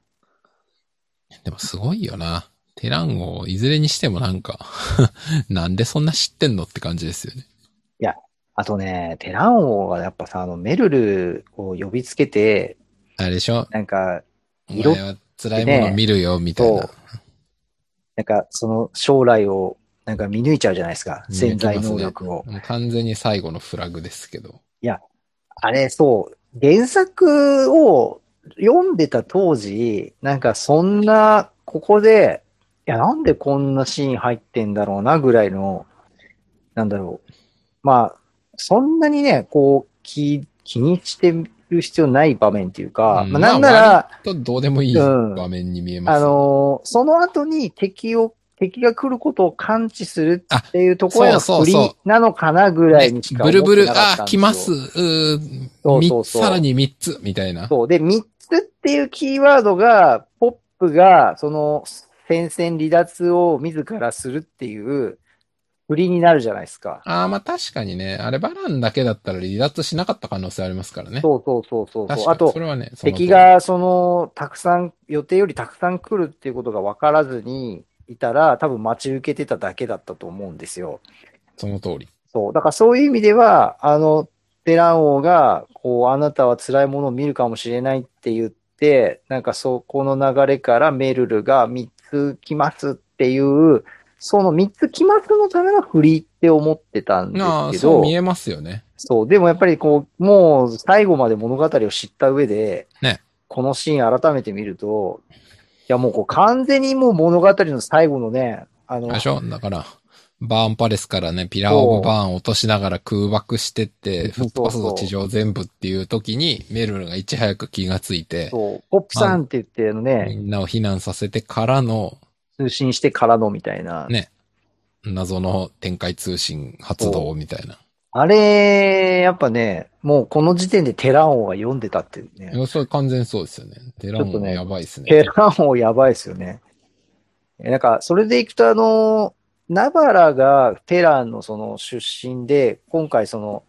Speaker 1: でもすごいよな。テラン号、いずれにしてもなんか、 なんでそんな知ってんのって感じですよね。
Speaker 2: あとね、テラオンがやっぱさ、あの、メルルを呼びつけて、
Speaker 1: あれでしょ
Speaker 2: なんか、
Speaker 1: お
Speaker 2: 色
Speaker 1: 前は辛いものを見るよ、みたいな
Speaker 2: そ。なんか、その将来を、なんか見抜いちゃうじゃないですか。
Speaker 1: 見抜き
Speaker 2: 潜在
Speaker 1: ますね
Speaker 2: 能力を。
Speaker 1: もう完全に最後のフラグですけど。
Speaker 2: あれ、そう、原作を読んでた当時、なんかそんな、ここで、いや、なんでこんなシーン入ってんだろうな、ぐらいの、なんだろう。まあ、そんなにね、こう、気、気にしてる必要ない場面っていうか、
Speaker 1: うん
Speaker 2: まあ、なんなら、、
Speaker 1: 割とどうでもいい
Speaker 2: うん
Speaker 1: 場面に見えます。
Speaker 2: あのーその後に敵を、敵が来ることを感知するっていうところへの
Speaker 1: そう
Speaker 2: 振
Speaker 1: そう
Speaker 2: り
Speaker 1: そう
Speaker 2: なのかなぐらいにしか
Speaker 1: ブ
Speaker 2: 思って
Speaker 1: ルブル、
Speaker 2: なかっ
Speaker 1: あ
Speaker 2: た
Speaker 1: ー、
Speaker 2: んです
Speaker 1: 来
Speaker 2: よ
Speaker 1: ます、うー
Speaker 2: そう
Speaker 1: み
Speaker 2: そうそう
Speaker 1: さらに3つ、みたいな。
Speaker 2: そう。で、3つっていうキーワードが、ポップが、その、戦線離脱を自らするっていう、振りになるじゃないですか。
Speaker 1: ああ、まあ確かにね、あれバランだけだったら離脱しなかった可能性ありますからね。
Speaker 2: そうそうそうそう
Speaker 1: 確
Speaker 2: そう。
Speaker 1: か
Speaker 2: あ
Speaker 1: に。
Speaker 2: と
Speaker 1: そ、れはね、その通り
Speaker 2: 敵、が、その、たくさん、予定よりたくさん来るっていうことが分からずにいたら、多分待ち受けてただけだったと思うんですよ。
Speaker 1: その通り。
Speaker 2: そう。だからそういう意味では、あの、テラン王が、こう、あなたは辛いものを見るかもしれないって言って、なんかそこの流れからメルルが3つ来ますっていう、その3つ来ますのための振りって思ってたんで
Speaker 1: ああ、
Speaker 2: すけ
Speaker 1: そう
Speaker 2: ど、
Speaker 1: 見えますよね。
Speaker 2: そう。でもやっぱりこう、もう最後まで物語を知った上で、
Speaker 1: ね
Speaker 2: このシーン改めて見ると、いやもうこう完全にもう物語の最後のね、あ
Speaker 1: あ
Speaker 2: の
Speaker 1: れで、しょだから、バーンパレスからね、ピラーオブバーン落としながら空爆してって、
Speaker 2: そ
Speaker 1: フ
Speaker 2: う
Speaker 1: ットパスの地上全部っていう時に、メルルがいち早く気がついて、
Speaker 2: そう、ポップさんって言って、あのね、
Speaker 1: みんなを避難させてからの
Speaker 2: 通信してからのみたいな。
Speaker 1: ね謎の展開通信発動みたいな。
Speaker 2: あれ、やっぱね、もうこの時点でテラオンは読んでたっていう
Speaker 1: い
Speaker 2: ね。
Speaker 1: やそれ完全にそうですよね。テラ
Speaker 2: ちょっと
Speaker 1: ン
Speaker 2: ね
Speaker 1: やばいですね。
Speaker 2: テラオンやばいですよね。えなんか、それでいくとあの、ナバラがテランのその出身で、今回その、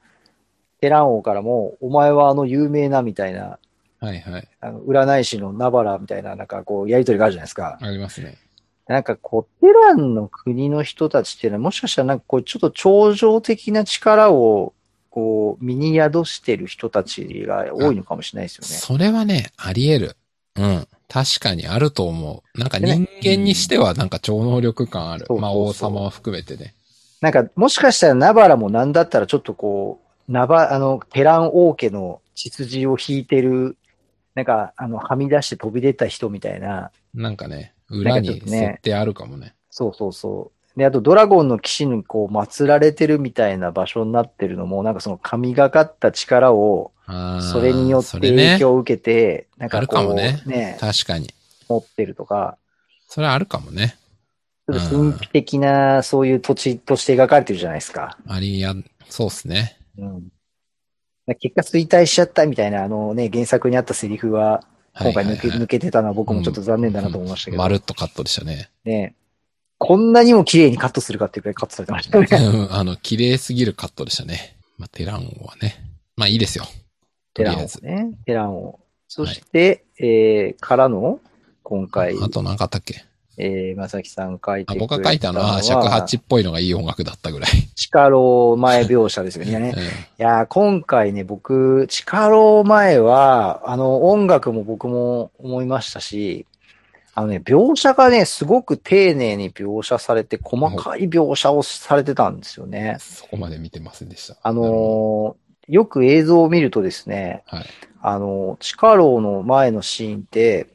Speaker 2: テラン王からも、お前はあの有名なみたいな、
Speaker 1: はいはい。
Speaker 2: あの占い師のナバラみたいな、なんかこう、やりとりがあるじゃないですか。
Speaker 1: ありますね。
Speaker 2: なんかこう、テランの国の人たちっていうのは、もしかしたらなんかこう、ちょっと超常的な力を、こう、身に宿してる人たちが多いのかもしれないですよね。
Speaker 1: それはね、あり得る。うん。確かにあると思う。なんか人間にしてはなんか超能力感ある。
Speaker 2: そうそうそう
Speaker 1: まあ王様は含めてね。
Speaker 2: なんか、もしかしたらナバラもなんだったらちょっとこう、ナバ、あの、テラン王家の血筋を引いてる、なんか、あの、はみ出して飛び出た人みたいな、
Speaker 1: なんかね、裏
Speaker 2: なん
Speaker 1: に
Speaker 2: かちょっとね
Speaker 1: 設定あるかもね。
Speaker 2: そうそうそう。で、あと、ドラゴンの騎士にこう、祀られてるみたいな場所になってるのも、なんかその神がかった力を、
Speaker 1: あー
Speaker 2: それによって
Speaker 1: それね
Speaker 2: 影響を受けて、なんかこ
Speaker 1: あるかも
Speaker 2: う、
Speaker 1: ね
Speaker 2: ね
Speaker 1: 確かに。
Speaker 2: 持ってるとか、
Speaker 1: それはあるかもね。
Speaker 2: ちょっと神秘的なそういう土地として描かれてるじゃないですか。
Speaker 1: ありや、そうっすね。
Speaker 2: うん、結果衰退しちゃったみたいな、あのね、原作にあったセリフは、
Speaker 1: はい
Speaker 2: 今
Speaker 1: は
Speaker 2: 回
Speaker 1: いはい
Speaker 2: 抜け,、抜けてたのは僕もちょっと残念だなと思いましたけど、
Speaker 1: まるっとカットでしたね。
Speaker 2: ね、こんなにも綺麗にカットするかっていうくらいカットさ れてましたね。
Speaker 1: うんあの、綺麗すぎるカットでしたね。まあ、テラン王はね。まあいいですよ。と
Speaker 2: テ
Speaker 1: り
Speaker 2: ラ
Speaker 1: あ
Speaker 2: ン
Speaker 1: え
Speaker 2: を
Speaker 1: ず。
Speaker 2: ね。テランを。そして、えー、からの、今回、
Speaker 1: あと何かあったっけ
Speaker 2: えー、まさきさん書いて
Speaker 1: あ
Speaker 2: くれたのは、
Speaker 1: 僕が書いたのは、尺八っぽいのがいい音楽だったぐらい。
Speaker 2: 力を前描写ですよね。
Speaker 1: うん
Speaker 2: いやー、今回ね、僕、チカロ前は、あの、音楽も僕も思いましたし、あのね、描写がね、すごく丁寧に描写されて、細かい描写をされてたんですよね。
Speaker 1: そこまで見てませんでした。
Speaker 2: あ
Speaker 1: なるほ
Speaker 2: のーよく映像を見るとですね、
Speaker 1: どはい。
Speaker 2: あの、チカロの前のシーンって、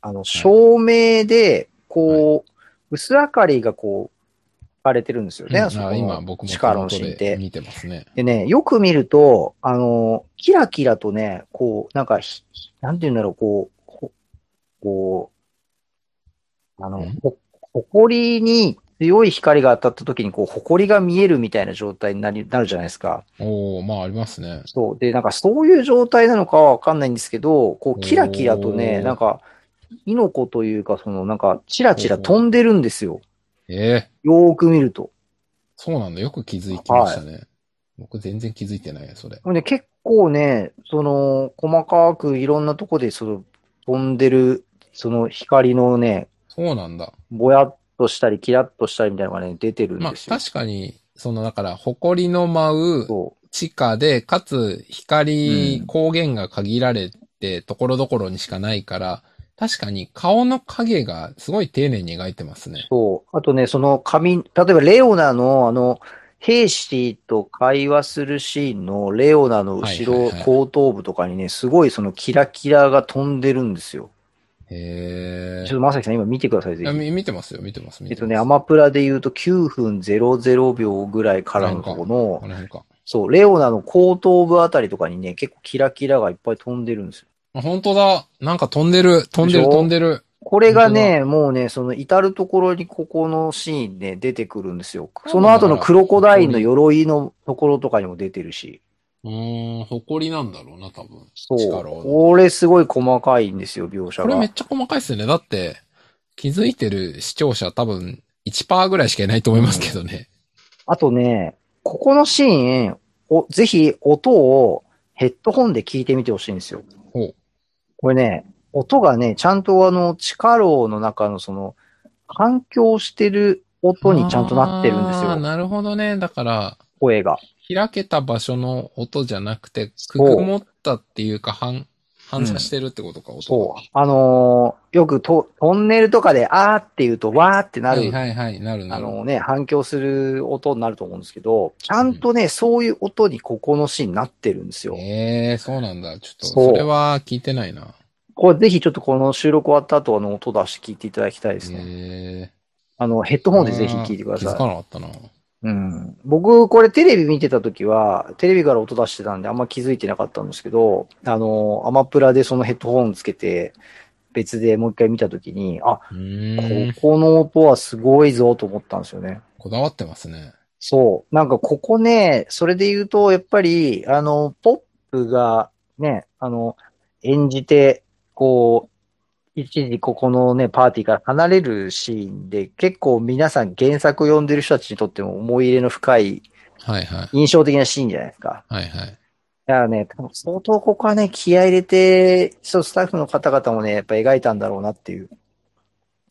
Speaker 2: あの、照明で、こう、薄明かりがこう、かれてるんですよね。
Speaker 1: うん
Speaker 2: そこ
Speaker 1: あ
Speaker 2: の
Speaker 1: 今僕も
Speaker 2: チ
Speaker 1: 手
Speaker 2: カロの
Speaker 1: 元
Speaker 2: シーンっ
Speaker 1: で
Speaker 2: て。
Speaker 1: 見てますね。
Speaker 2: でね、よく見ると、あの、キラキラとね、こう、なんかひ、なんて言うんだろう、こう、ほこう、あの
Speaker 1: ん、
Speaker 2: ほ、埃に強い光が当たった時に、こう、埃が見えるみたいな状態になり、なるじゃないですか。
Speaker 1: おおまあありますね。
Speaker 2: そう。で、なんかそういう状態なのかはわかんないんですけど、こ
Speaker 1: お
Speaker 2: う、
Speaker 1: ー
Speaker 2: キラキラとね、なんか、火の粉というか、その、なんか、チラチラ飛んでるんですよ。
Speaker 1: ええ
Speaker 2: よーく見ると。
Speaker 1: そうなんだ。よく気づきましたね。僕全然気づいてない、それ。
Speaker 2: で結構ね、その、細かくいろんなとこで、その、飛んでる、その光のね、
Speaker 1: そうなんだ。
Speaker 2: ぼやっとしたり、キラッとしたりみたいなのがね、出てるん
Speaker 1: まあ
Speaker 2: ですよ。
Speaker 1: 確かに、そのだから、埃の舞う
Speaker 2: そ
Speaker 1: 地下で、かつ光、
Speaker 2: うん
Speaker 1: 光源が限られて、ところどころにしかないから、確かに顔の影がすごい丁寧に描いてます
Speaker 2: う、
Speaker 1: ね。
Speaker 2: そう。あとね、その紙、例えばレオナの、あの、兵士と会話するシーンのレオナの後
Speaker 1: はい
Speaker 2: ろ
Speaker 1: はいはい
Speaker 2: 後頭部とかにね、すごいそのキラキラが飛んでるんですよ。
Speaker 1: へ
Speaker 2: ちょっ
Speaker 1: え
Speaker 2: とまさきさん今見てください、ぜひ。
Speaker 1: 見てますよ、見てます。見
Speaker 2: えってと
Speaker 1: ます
Speaker 2: ね、アマプラで言うと9分00秒ぐらいからのとこの
Speaker 1: こ、の辺か。
Speaker 2: そう、レオナの後頭部あたりとかにね、結構キラキラがいっぱい飛んでるんですよ。
Speaker 1: あ本当だ。なんか飛んでる。飛んでる、
Speaker 2: でしょ
Speaker 1: 飛んでる。
Speaker 2: これがね、もうね、その至るところにここのシーンね、出てくるんですよ。その後のクロコダインの鎧のところとかにも出てるし。
Speaker 1: うーん、誇りなんだろうな、多分。
Speaker 2: そう。
Speaker 1: 力を。
Speaker 2: これすごい細かいんですよ、描写
Speaker 1: これめ
Speaker 2: が
Speaker 1: っ。ちゃ細かいっすよね。だって、気づいてる視聴者多分1%ぐらいしかいないと思いますけどね。
Speaker 2: あとね、ここのシーン、おぜひ音をヘッドホンで聞いてみてほしいんですよ。
Speaker 1: ほう。
Speaker 2: これね、音がね、ちゃんとあの、地下牢の中のその、環境してる音にちゃんとなってるんです
Speaker 1: あー
Speaker 2: よ、
Speaker 1: なるほどね。だから、
Speaker 2: 声が。
Speaker 1: 開けた場所の音じゃなくて、く
Speaker 2: う
Speaker 1: ぐもったっていうか、反、反射してるってことか、音
Speaker 2: そ
Speaker 1: が。
Speaker 2: う。あのーよくとトンネルとかで、あーって言うと、わーってなる、
Speaker 1: はいはいはい、なるな
Speaker 2: あ
Speaker 1: る。
Speaker 2: のね、反響する音になると思うんですけど、ちゃんとね、そういう音にここのシーンなってるんですよ。
Speaker 1: ええそうなんだ。ちょっと、
Speaker 2: そう
Speaker 1: それは聞いてないな。
Speaker 2: これぜひちょっとこの収録終わった後、あの、音出して聞いていただきたいですね。
Speaker 1: ええ
Speaker 2: あの、ヘッドホンでぜひ聞いてくだ
Speaker 1: 気づ
Speaker 2: さ
Speaker 1: か
Speaker 2: い。
Speaker 1: なかったな。
Speaker 2: うん。僕、これテレビ見てた時は、テレビから音出してたんで、あんま気づいてなかったんですけど、あの、アマプラでそのヘッドホンつけて、別でもう一回見た時に、あ、
Speaker 1: うーん
Speaker 2: こ。この音はすごいぞと思ったんですよね。
Speaker 1: こだわってますね。
Speaker 2: そう。なんかここね、それで言うと、やっぱり、あの、ポップがね、あの、演じて、こう、一時ここのね、パーティーから離れるシーンで、結構皆さん原作を読んでる人たちにとっても思い入れの深い
Speaker 1: はいはい。
Speaker 2: 印象的なシーンじゃないですか。
Speaker 1: はいはい。
Speaker 2: だからね、多分相当ここはね、気合い入れて、そう、スタッフの方々もね、やっぱ描いたんだろうなっていう、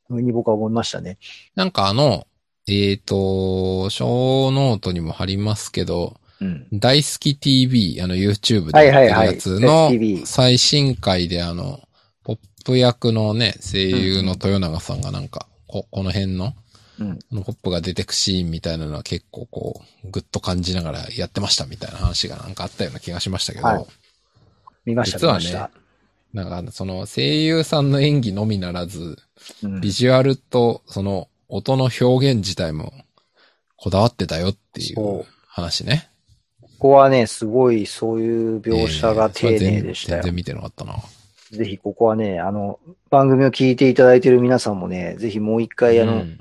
Speaker 2: ふうに僕は思いましたね。
Speaker 1: なんかあの、えっ、と、小ノートにも貼りますけど、
Speaker 2: うん。
Speaker 1: 大好き TV、あの YouTube で
Speaker 2: はい
Speaker 1: や
Speaker 2: は
Speaker 1: っ
Speaker 2: い
Speaker 1: て
Speaker 2: は
Speaker 1: る
Speaker 2: い。
Speaker 1: やつの
Speaker 2: STV
Speaker 1: 最新回であの、ポップ役のね、声優の豊永さんがなんか、ここの辺の、
Speaker 2: うん
Speaker 1: あのポップが出てくシーンみたいなのは結構こう、ぐっと感じながらやってましたみたいな話がなんかあったような気がしましたけど、
Speaker 2: はい見ました、
Speaker 1: 実
Speaker 2: 見
Speaker 1: はね
Speaker 2: ました。
Speaker 1: なんかその声優さんの演技のみならず、
Speaker 2: うん
Speaker 1: ビジュアルとその音の表現自体もこだわってたよってい
Speaker 2: そう
Speaker 1: う話ね。
Speaker 2: ここはね、すごいそういう描写が丁寧でした
Speaker 1: えーそれは全全然
Speaker 2: よ。
Speaker 1: 見てなかったな。
Speaker 2: ぜひここはね、あの、番組を聞いていただいている皆さんもね、ぜひもう一回、あの、
Speaker 1: うん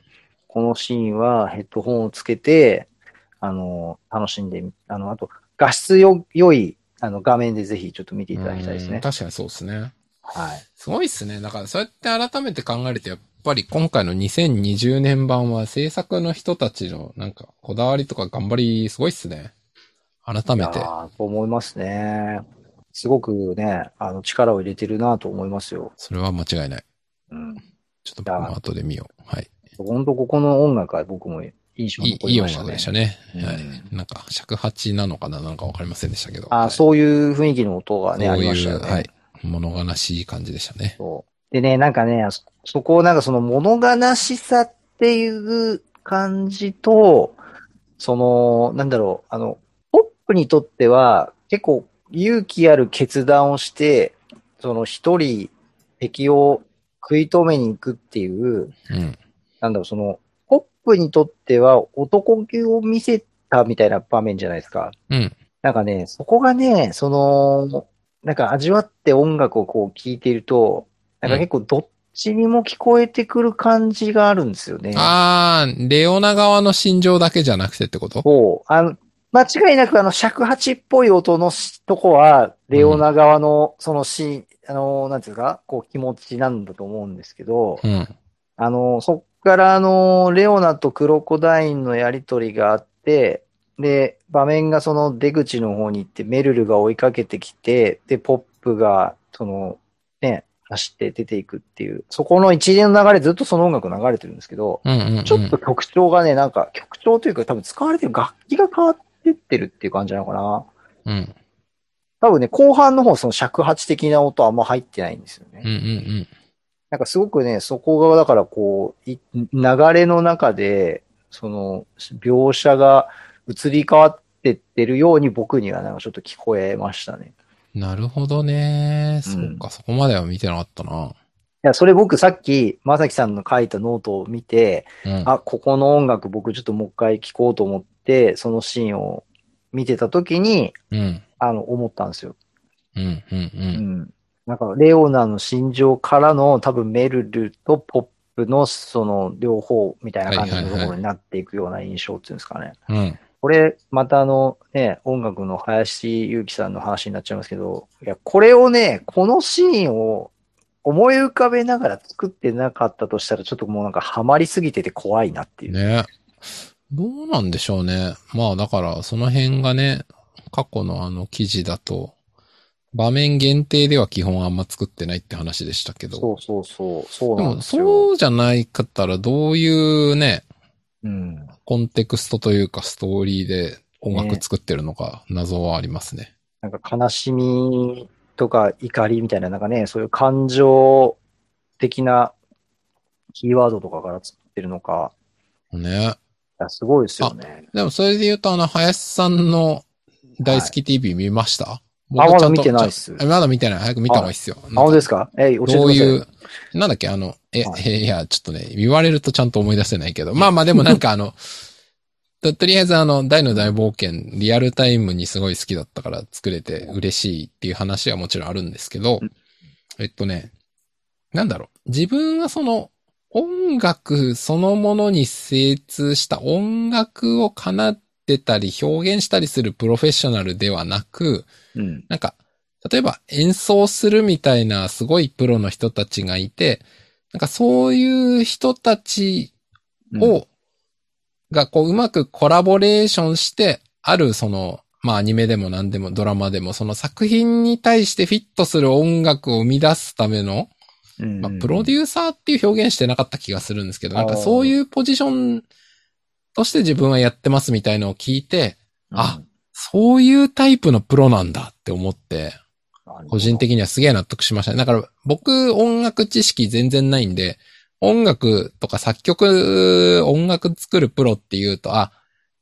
Speaker 2: このシーンはヘッドホンをつけて、あの、楽しんでみ、あの、あと、画質よ、良い、あの、画面でぜひちょっと見ていただきたいです
Speaker 1: うん
Speaker 2: ね。
Speaker 1: 確かにそうですね。
Speaker 2: はい。
Speaker 1: すごいっすね。だからそうやって改めて考えると、やっぱり今回の2020年版は制作の人たちのなんかこだわりとか頑張りすごいっすね。改
Speaker 2: い
Speaker 1: め
Speaker 2: や
Speaker 1: て。
Speaker 2: ーと思いますね。すごくね、あの、力を入れてるなと思いますよ。
Speaker 1: それは間違いない。
Speaker 2: うん。
Speaker 1: ちょっと僕も後で見よう。はい。
Speaker 2: 本当ここの音楽は僕も印象に
Speaker 1: い
Speaker 2: 残
Speaker 1: い、い
Speaker 2: り
Speaker 1: い
Speaker 2: ま
Speaker 1: 音
Speaker 2: した
Speaker 1: 楽
Speaker 2: ね
Speaker 1: でし。たね。
Speaker 2: うん
Speaker 1: はい。なんか尺八なのかななんかわかりませんでしたけど。
Speaker 2: あー
Speaker 1: う
Speaker 2: そういう雰囲気の音がね、
Speaker 1: そ
Speaker 2: あ
Speaker 1: う
Speaker 2: り
Speaker 1: い
Speaker 2: ました
Speaker 1: う、
Speaker 2: よね。
Speaker 1: はい。物悲しい感じでしたね。
Speaker 2: そう。でね、なんかね、そそこをなんかその物悲しさっていう感じと、その、なんだろう、あの、ポップにとっては結構勇気ある決断をして、その一人敵を食い止めに行くっていう、
Speaker 1: うん。
Speaker 2: なんだろう、その、ポップにとっては男気を見せたみたいな場面じゃないですか。
Speaker 1: うん。
Speaker 2: なんかね、そこがね、その、なんか味わって音楽をこう聴いていると、なんか結構どっちにも聞こえてくる感じがあるんですよね。
Speaker 1: あー、レオナ側の心情だけじゃなくてってこと
Speaker 2: そう。あの、間違いなくあの尺八っぽい音のしとこは、レオナ側のそのシーン、あの、なんていうんですか、こう気持ちなんだと思うんですけど、
Speaker 1: うん。
Speaker 2: あの、そっからあの、レオナとクロコダインのやりとりがあって、で、場面がその出口の方に行って、メルルが追いかけてきて、で、ポップが、その、ね、走って出ていくっていう、そこの一連の流れずっとその音楽流れてるんですけど、
Speaker 1: うんうん、うん。
Speaker 2: ちょっと曲調がね、なんか曲調というか多分使われてる楽器が変わってってるっていう感じなのかな。
Speaker 1: うん。
Speaker 2: 多分ね、後半の方その尺八的な音あんま入ってないんですよね。
Speaker 1: うんうんうん。
Speaker 2: なんかすごくね、そこがだからこう、い流れの中で、その描写が移り変わってってるように僕にはなんかちょっと聞こえましたね。
Speaker 1: なるほどね。
Speaker 2: うん
Speaker 1: そうか、そこまでは見てなかったな。
Speaker 2: いや、それ僕さっき、まさきさんの書いたノートを見て、
Speaker 1: うん。
Speaker 2: あ、ここの音楽僕ちょっともう一回聴こうと思って、そのシーンを見てた時に、
Speaker 1: うん。
Speaker 2: あの、思ったんですよ。
Speaker 1: うんうんう。
Speaker 2: うんん。なんか、レオナの心情からの、多分メルルとポップの、その、両方みたいな感じのところになっていくような印象っていうんですかね。
Speaker 1: うん。
Speaker 2: これ、またあの、ね、音楽の林祐樹さんの話になっちゃいますけど、いや、これをね、このシーンを思い浮かべながら作ってなかったとしたら、ちょっともうなんかハマりすぎてて怖いなっていう。
Speaker 1: ね。どうなんでしょうね。まあだから、その辺がね、過去のあの記事だと、場面限定では基本あんま作ってないって話でしたけど。
Speaker 2: そうそうそう、そう
Speaker 1: で
Speaker 2: なん
Speaker 1: も、
Speaker 2: ですよ。
Speaker 1: そうじゃないかったら、どういうね、
Speaker 2: うん。
Speaker 1: コンテクストというか、ストーリーで音楽作ってるのか、謎はありますね。
Speaker 2: なんか悲しみとか怒りみたいな、なんかね、そういう感情的なキーワードとかから作ってるのか、
Speaker 1: ね。
Speaker 2: いやすごいですよね。
Speaker 1: でも、それで言うと、あの、林さんの大好き TV 見ました、
Speaker 2: あ、
Speaker 1: 僕
Speaker 2: ま
Speaker 1: ちゃ
Speaker 2: だ
Speaker 1: ん
Speaker 2: 見
Speaker 1: と
Speaker 2: てないっす。
Speaker 1: えまだ見てない。早く見た方がいいっすよ。
Speaker 2: あ、
Speaker 1: なん
Speaker 2: 本
Speaker 1: か
Speaker 2: 当ですかえ、教えてくだ
Speaker 1: ど
Speaker 2: さ
Speaker 1: う
Speaker 2: い。
Speaker 1: いう、なんだっけ、あの、え、
Speaker 2: はい
Speaker 1: い、や、ちょっとね、言われるとちゃんと思い出せないけど、まあまあでもなんかあ の、ととりあえずあの、大の大冒険、リアルタイムにすごい好きだったから作れて嬉しいっていう話はもちろんあるんですけど
Speaker 2: うん、
Speaker 1: えっとね、なんだろう、自分はその、音楽そのものに精通した音楽を奏でたり表現したりするプロフェッショナルではなく、
Speaker 2: うん。
Speaker 1: なんか、例えば演奏するみたいなすごいプロの人たちがいて、なんかそういう人たちを、がこううまくコラボレーションして、あるその、まあアニメでも何でもドラマでもその作品に対してフィットする音楽を生み出すための、
Speaker 2: うん、
Speaker 1: まあプロデ
Speaker 2: ュ
Speaker 1: ューサーっていう表現してなかった気がするんですけど、なんか
Speaker 2: あー
Speaker 1: そういうポジションとして自分はやってますみたいのを聞いて、あ、そういうタイプのプロなんだって思って、個人的にはすげえ納得しましたね。だから僕音楽知識全然ないんで、音楽とか作曲、音楽作るプロっていうと、あ、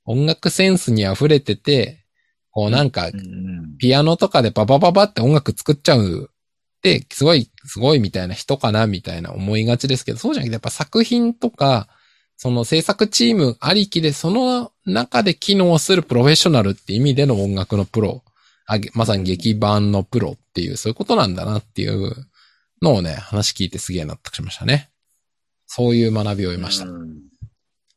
Speaker 1: 音楽センスに溢れてて、こうなんか
Speaker 2: うんうん
Speaker 1: ピアノとかでババババって音楽作っちゃうって、すごい、すごいみたいな人かなみたいな思いがちですけど、そうじゃなくてやっぱ作品とか、その制作チームありきで、その中で機能するプロフェッショナルって意味での音楽のプロ、あげまさに劇版のプロっていう、そういうことなんだなっていうのをね、話聞いてすげえ納得しましたね。そういう学びを得ました。
Speaker 2: うん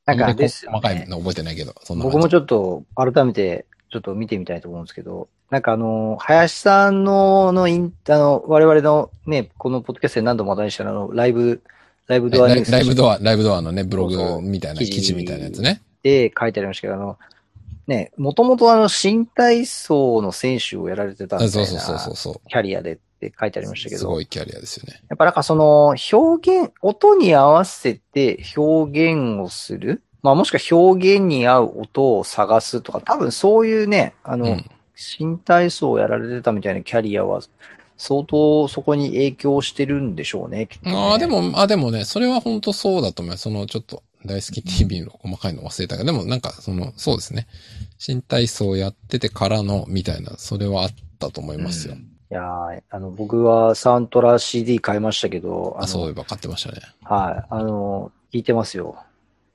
Speaker 2: なんかですよ、
Speaker 1: 細か
Speaker 2: ね
Speaker 1: い。の覚えてないけど、そんな感じ
Speaker 2: 僕もちょっと改めてちょっと見てみたいと思うんですけど、なんかあの、林さんの、のイン、あの、我々のね、このポッドキャストで何度も話題にしたあの、ライブ、ライブドア
Speaker 1: ラ
Speaker 2: ニュー
Speaker 1: イ
Speaker 2: ス
Speaker 1: ライブドア、ライブドアのね、ブロ
Speaker 2: そうそう
Speaker 1: グみたいな、
Speaker 2: 記事
Speaker 1: 記事みたいなやつね。
Speaker 2: で書いてありましたけど、あの、ね、もともとあの、新体操の選手をやられてたみたい
Speaker 1: あ
Speaker 2: な
Speaker 1: そうそうそうそうそう。
Speaker 2: キャリアでって書いてありましたけ
Speaker 1: す
Speaker 2: ど、
Speaker 1: ご
Speaker 2: や
Speaker 1: いキャリアですよね。
Speaker 2: っぱなんかその、表現、音に合わせて表現をする、まあもしくは表現に合う音を探すとか、多分そういうね、あの、
Speaker 1: うん。
Speaker 2: 新体操をやられてたみたいなキャリアは、相当そこに影響してるんでしょうね、きっとね
Speaker 1: ああ、で。も、あ、でもね、それは本当そうだと思います。その、ちょっと、大好き TV の細かいの忘れたけど、でもなんか、その、そうですね。新体操やっててからの、みたいな、それはあったと思いますよ。
Speaker 2: うんいやーあの、僕はサントラ CD 買いましたけど、
Speaker 1: あ、そういえ
Speaker 2: う
Speaker 1: ば買ってましたね。
Speaker 2: はい、あの、聞いてますよ。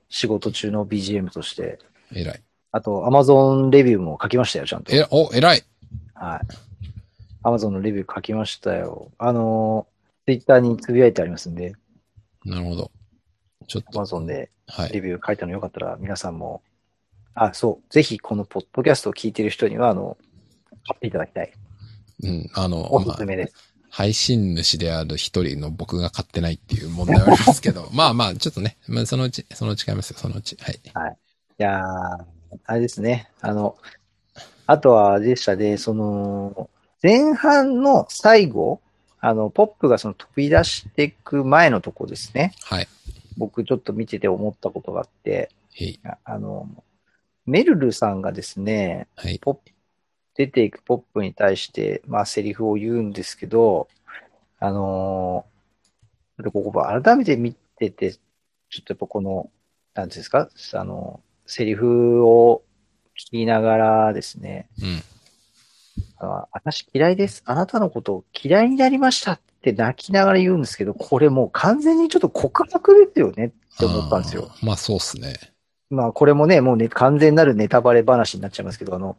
Speaker 2: 仕事中の BGM として。
Speaker 1: 偉い。
Speaker 2: あと、Amazon レビューも書きましたよ、ちゃんと。
Speaker 1: え、お、偉い。
Speaker 2: はい。Amazon のレビュー書きましたよ。あの、Twitter につぶやいてありますんで、
Speaker 1: なるほど。ちょっと。
Speaker 2: Amazon で
Speaker 1: は
Speaker 2: レ
Speaker 1: い。
Speaker 2: ビュー書いたのよかったら、皆さんも、あ、そう、ぜひこのポッドキャストを聞いてる人には、あの、買っていただきたい。
Speaker 1: うん、あの、
Speaker 2: お
Speaker 1: ますあ
Speaker 2: すめです。
Speaker 1: 配信主である一人の僕が買ってないっていう問題はありますけど、 まあまあ、ちょっとね、まあそのうち、そのうち買いますよ、そのうち。はい。
Speaker 2: いやー、あれですね。あの、あとは、でしたで、その、前半の最後、あの、ポップがその飛び出していく前のとこですね。
Speaker 1: はい。
Speaker 2: 僕ちょっと見てて思ったことがあって、
Speaker 1: へい。
Speaker 2: ああの、メルルさんがですね、
Speaker 1: はい。
Speaker 2: 出ていくポップに対して、まあ、セリフを言うんですけど、あのーちょっとここ改めて見てて、ちょっとやっぱこの、なんていうんですか、あの、セリフを聞きながらですね、
Speaker 1: うん。
Speaker 2: あの私嫌いです。あなたのことを嫌いになりましたって泣きながら言うんですけど、これもう完全にちょっと告白ですよねって思ったんですよ。
Speaker 1: あー。まあそうっすね。
Speaker 2: まあ、これもね、もうね、完全なるネタバレ話になっちゃいますけど、あの、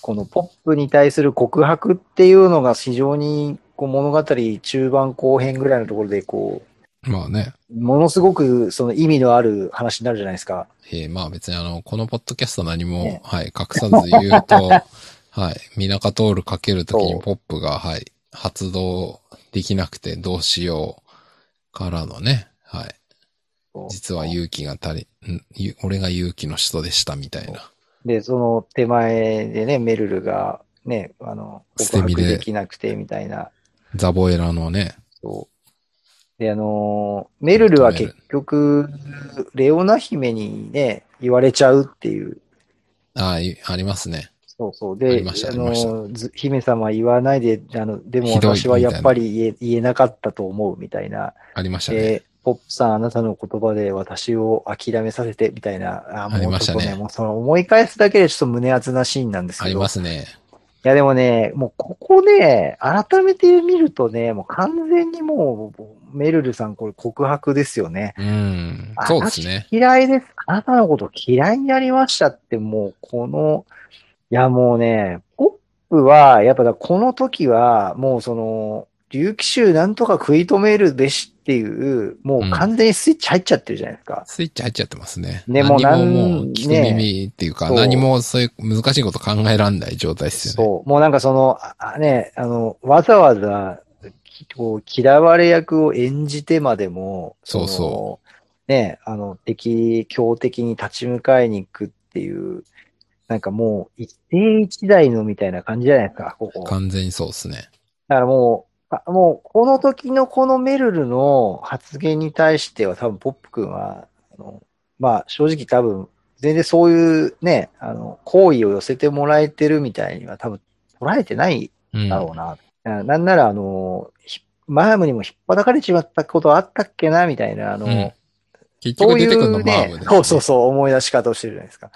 Speaker 2: このポップに対する告白っていうのが非常に、こう、物語中盤後編ぐらいのところで、こ
Speaker 1: まあね。
Speaker 2: う、ものすごく、その意味のある話になるじゃないですか。
Speaker 1: えーまあ別にあの、このポッドキャスト何も、
Speaker 2: ね
Speaker 1: はい、隠さず言うと、 はい、ミナカトールかけるとき
Speaker 2: そ
Speaker 1: に
Speaker 2: う
Speaker 1: ポップが、はい、発動できなくてどうしようからのね、はい、実は勇気が足り、んゆ俺が勇気の人でしたみたいな。
Speaker 2: で、その手前でね、メルルが、ね、あの、
Speaker 1: 捨て
Speaker 2: 告
Speaker 1: 身
Speaker 2: 白
Speaker 1: で
Speaker 2: できなくて、みたいな。
Speaker 1: ザボエラのね、
Speaker 2: そう。で、あのーメルルは結局、レオナ姫にね、言われちゃうっていう。
Speaker 1: ああ、いありますね。
Speaker 2: そうそう。
Speaker 1: あ
Speaker 2: で、
Speaker 1: りました
Speaker 2: あ
Speaker 1: ありました
Speaker 2: の、ず姫様言わないで、あの、でも
Speaker 1: ひどい
Speaker 2: 私はやっぱり言え言えなかったと思うみたいな。
Speaker 1: ありましたね。
Speaker 2: で、ポップさん、あなたの言葉で私を諦めさせてみたいな。あ
Speaker 1: ありましたね
Speaker 2: もうちょっともうその思い返すだけでちょっと胸熱なシーンなんです
Speaker 1: あ
Speaker 2: け
Speaker 1: り
Speaker 2: ど。
Speaker 1: ま
Speaker 2: い
Speaker 1: すね。
Speaker 2: や、でもね、もうここね、改めて見るとね、もう完全にもう、メルルさんこれ告白ですよね。
Speaker 1: うん
Speaker 2: あ。
Speaker 1: そうですね。
Speaker 2: 嫌いです。あなたのこと嫌いになりましたって、もう、この、いや、もうね、ポップは、やっぱだこの時は、もうその、竜騎衆なんとか食い止めるべしっていう、もう完全にスイッチ入っちゃってるじゃないですか。
Speaker 1: スイッチ入っちゃってますね。
Speaker 2: ねもう
Speaker 1: 何も
Speaker 2: なん
Speaker 1: もう聞く耳っていうか、
Speaker 2: ね
Speaker 1: 何もそういう難しいこと考えらんない状態ですよね。
Speaker 2: そう。もうなんかその、あね、あの、わざわざ、きこう嫌われ役を演じてまでも、
Speaker 1: そうそう
Speaker 2: う。ね、あの、敵、強敵に立ち向かいに行くっていう、なんかもう、一世一代のみたいな感じじゃないですか、ここ。だか
Speaker 1: 完全にそうですね。
Speaker 2: らもう、あもう、この時のこのメルルの発言に対しては、多分、ポップ君は、あのまあ、正直多分、全然そういうね、あの、好意を寄せてもらえてるみたいには、多分、捉えてない
Speaker 1: うん。
Speaker 2: だろうな。あなんなら、あの、ひマームにも引っ張かれちまったことあったっけな、みたいな、あの、
Speaker 1: うん結
Speaker 2: そ
Speaker 1: 局
Speaker 2: うい
Speaker 1: 出てくるの
Speaker 2: う
Speaker 1: マーブ
Speaker 2: ね
Speaker 1: です、ね
Speaker 2: そうそうそう、思い出し方をしてるじゃないですか。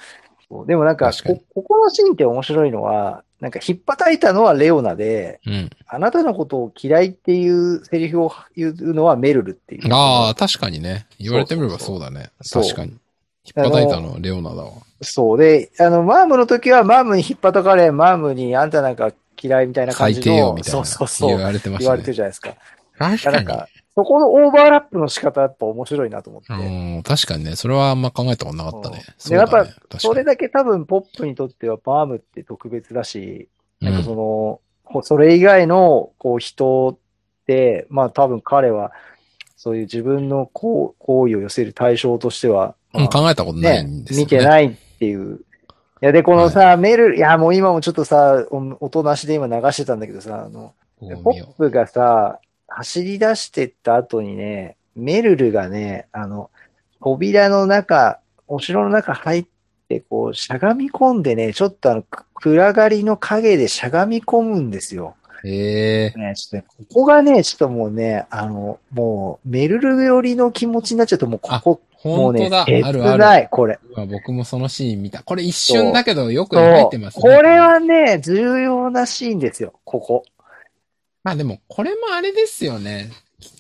Speaker 2: そうでもなんか
Speaker 1: 確かに
Speaker 2: こ、ここのシーンって面白いのは、なんか、引っ叩いたのはレオナで、
Speaker 1: うん。
Speaker 2: あなたのことを嫌いっていうセリフを言うのはメルルっていう。
Speaker 1: ああ、確かにね。言われてみればそうだね。
Speaker 2: そうそ
Speaker 1: 確
Speaker 2: うそう
Speaker 1: かに。引っ叩いたの、レオナだわ。
Speaker 2: そう。で、あの、マームの時は、マームに引っ叩かれ、マームにあんたなんか嫌いみたいな感
Speaker 1: 最
Speaker 2: じ
Speaker 1: 低
Speaker 2: の。
Speaker 1: よ、みたいな。
Speaker 2: そうそうそう。
Speaker 1: 言われてまし
Speaker 2: 言
Speaker 1: た
Speaker 2: われてる
Speaker 1: ね。
Speaker 2: じゃないですか。
Speaker 1: 確
Speaker 2: いや
Speaker 1: か
Speaker 2: なん
Speaker 1: に。
Speaker 2: か、そこのオーバーラップの仕方やっぱ面白いなと思って。
Speaker 1: うん、確かにね。それはあんま考えたことなかったね。
Speaker 2: うん
Speaker 1: そうだね。
Speaker 2: でやっ
Speaker 1: 確かに
Speaker 2: それだけ多分ポップにとってはバームって特別だし、なんか
Speaker 1: う
Speaker 2: そ
Speaker 1: ん
Speaker 2: の、こそれ以外のこう人って、まあ多分彼はそういう自分のこう行為を寄せる対象としては、
Speaker 1: うん、
Speaker 2: まあ
Speaker 1: 考えたことないんですよ、ね。
Speaker 2: 見てないっていう。いや、で、このさ、メール、いや、もう今もちょっとさ、お音なしで今流してたんだけどさ、あの、でポ
Speaker 1: ゴミ
Speaker 2: ッ
Speaker 1: を。
Speaker 2: プがさ、走り出してった後にね、メルルがね、あの、扉の中、お城の中入って、こう、しゃがみ込んでね、ちょっとあの、く暗がりの影でしゃがみ込むんですよ。
Speaker 1: ええ
Speaker 2: ね、ちょっとね、ここがね、ちょっともうね、あの、もう、メルル寄りの気持ちになっちゃうと、もうここ、もう
Speaker 1: 本
Speaker 2: ね
Speaker 1: 当だ。、
Speaker 2: 切
Speaker 1: あるあ
Speaker 2: な
Speaker 1: る。
Speaker 2: い、これ。
Speaker 1: うわ僕もそのシーン見た。これ一瞬だけどよく描いてます
Speaker 2: こ
Speaker 1: ね。
Speaker 2: れ。はね、重要なシーンですよ、ここ。
Speaker 1: まあでも、これもあれですよね。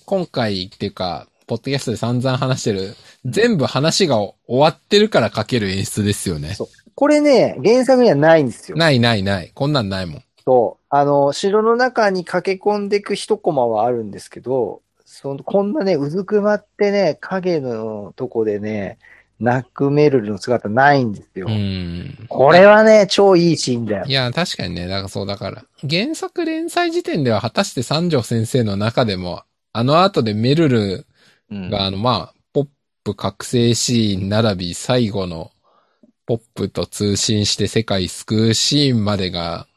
Speaker 1: 今回っていうか、ポッドキャストで散々話してる、全部話が終わってるから書ける演出ですよね。
Speaker 2: これね、原作にはないんですよ。
Speaker 1: ないないない。こんなんないもん。
Speaker 2: そう。あの、城の中に駆け込んでいく一コマはあるんですけど、その、こんなね、うずくまってね、影のとこでね、泣くメルルの姿ないんですよ。
Speaker 1: うん。
Speaker 2: これはね、超いいシーンだよ
Speaker 1: い。や、確かにね、だからそうだから、原作連載時点では果たして三条先生の中でも、あの後でメルル
Speaker 2: うん
Speaker 1: が、あの、まあ、ポップ覚醒シーン並び最後の、ポップと通信して世界救うシーンまでが、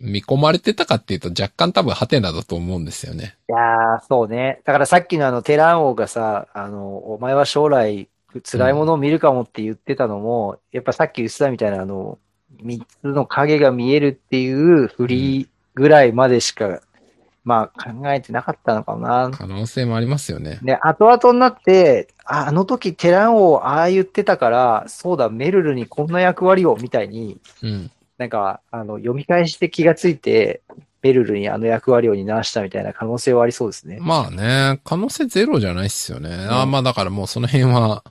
Speaker 1: 見込まれてたかっていうと若干多分ハテナだと思うんですよね。
Speaker 2: いやー、そうね。だからさっきのあの、テラン王がさ、あの、お前は将来、辛いものを見るかもって言ってたのも、やっぱさっき言ってたみたいな、あの、三つの影が見えるっていう振りぐらいまでしか、まあ考えてなかったのかな。
Speaker 1: 可能性もありますよね。
Speaker 2: ね、後々になって、あ、あの時テラン王ああ言ってたから、そうだ、メルルにこんな役割を、みたいに、
Speaker 1: うん。
Speaker 2: なんか、あの、読み返して気がついて、メルルにあの役割を担したみたいな可能性はありそうですね。
Speaker 1: まあね、可能性ゼロじゃないっすよね。あまあだからもうその辺は、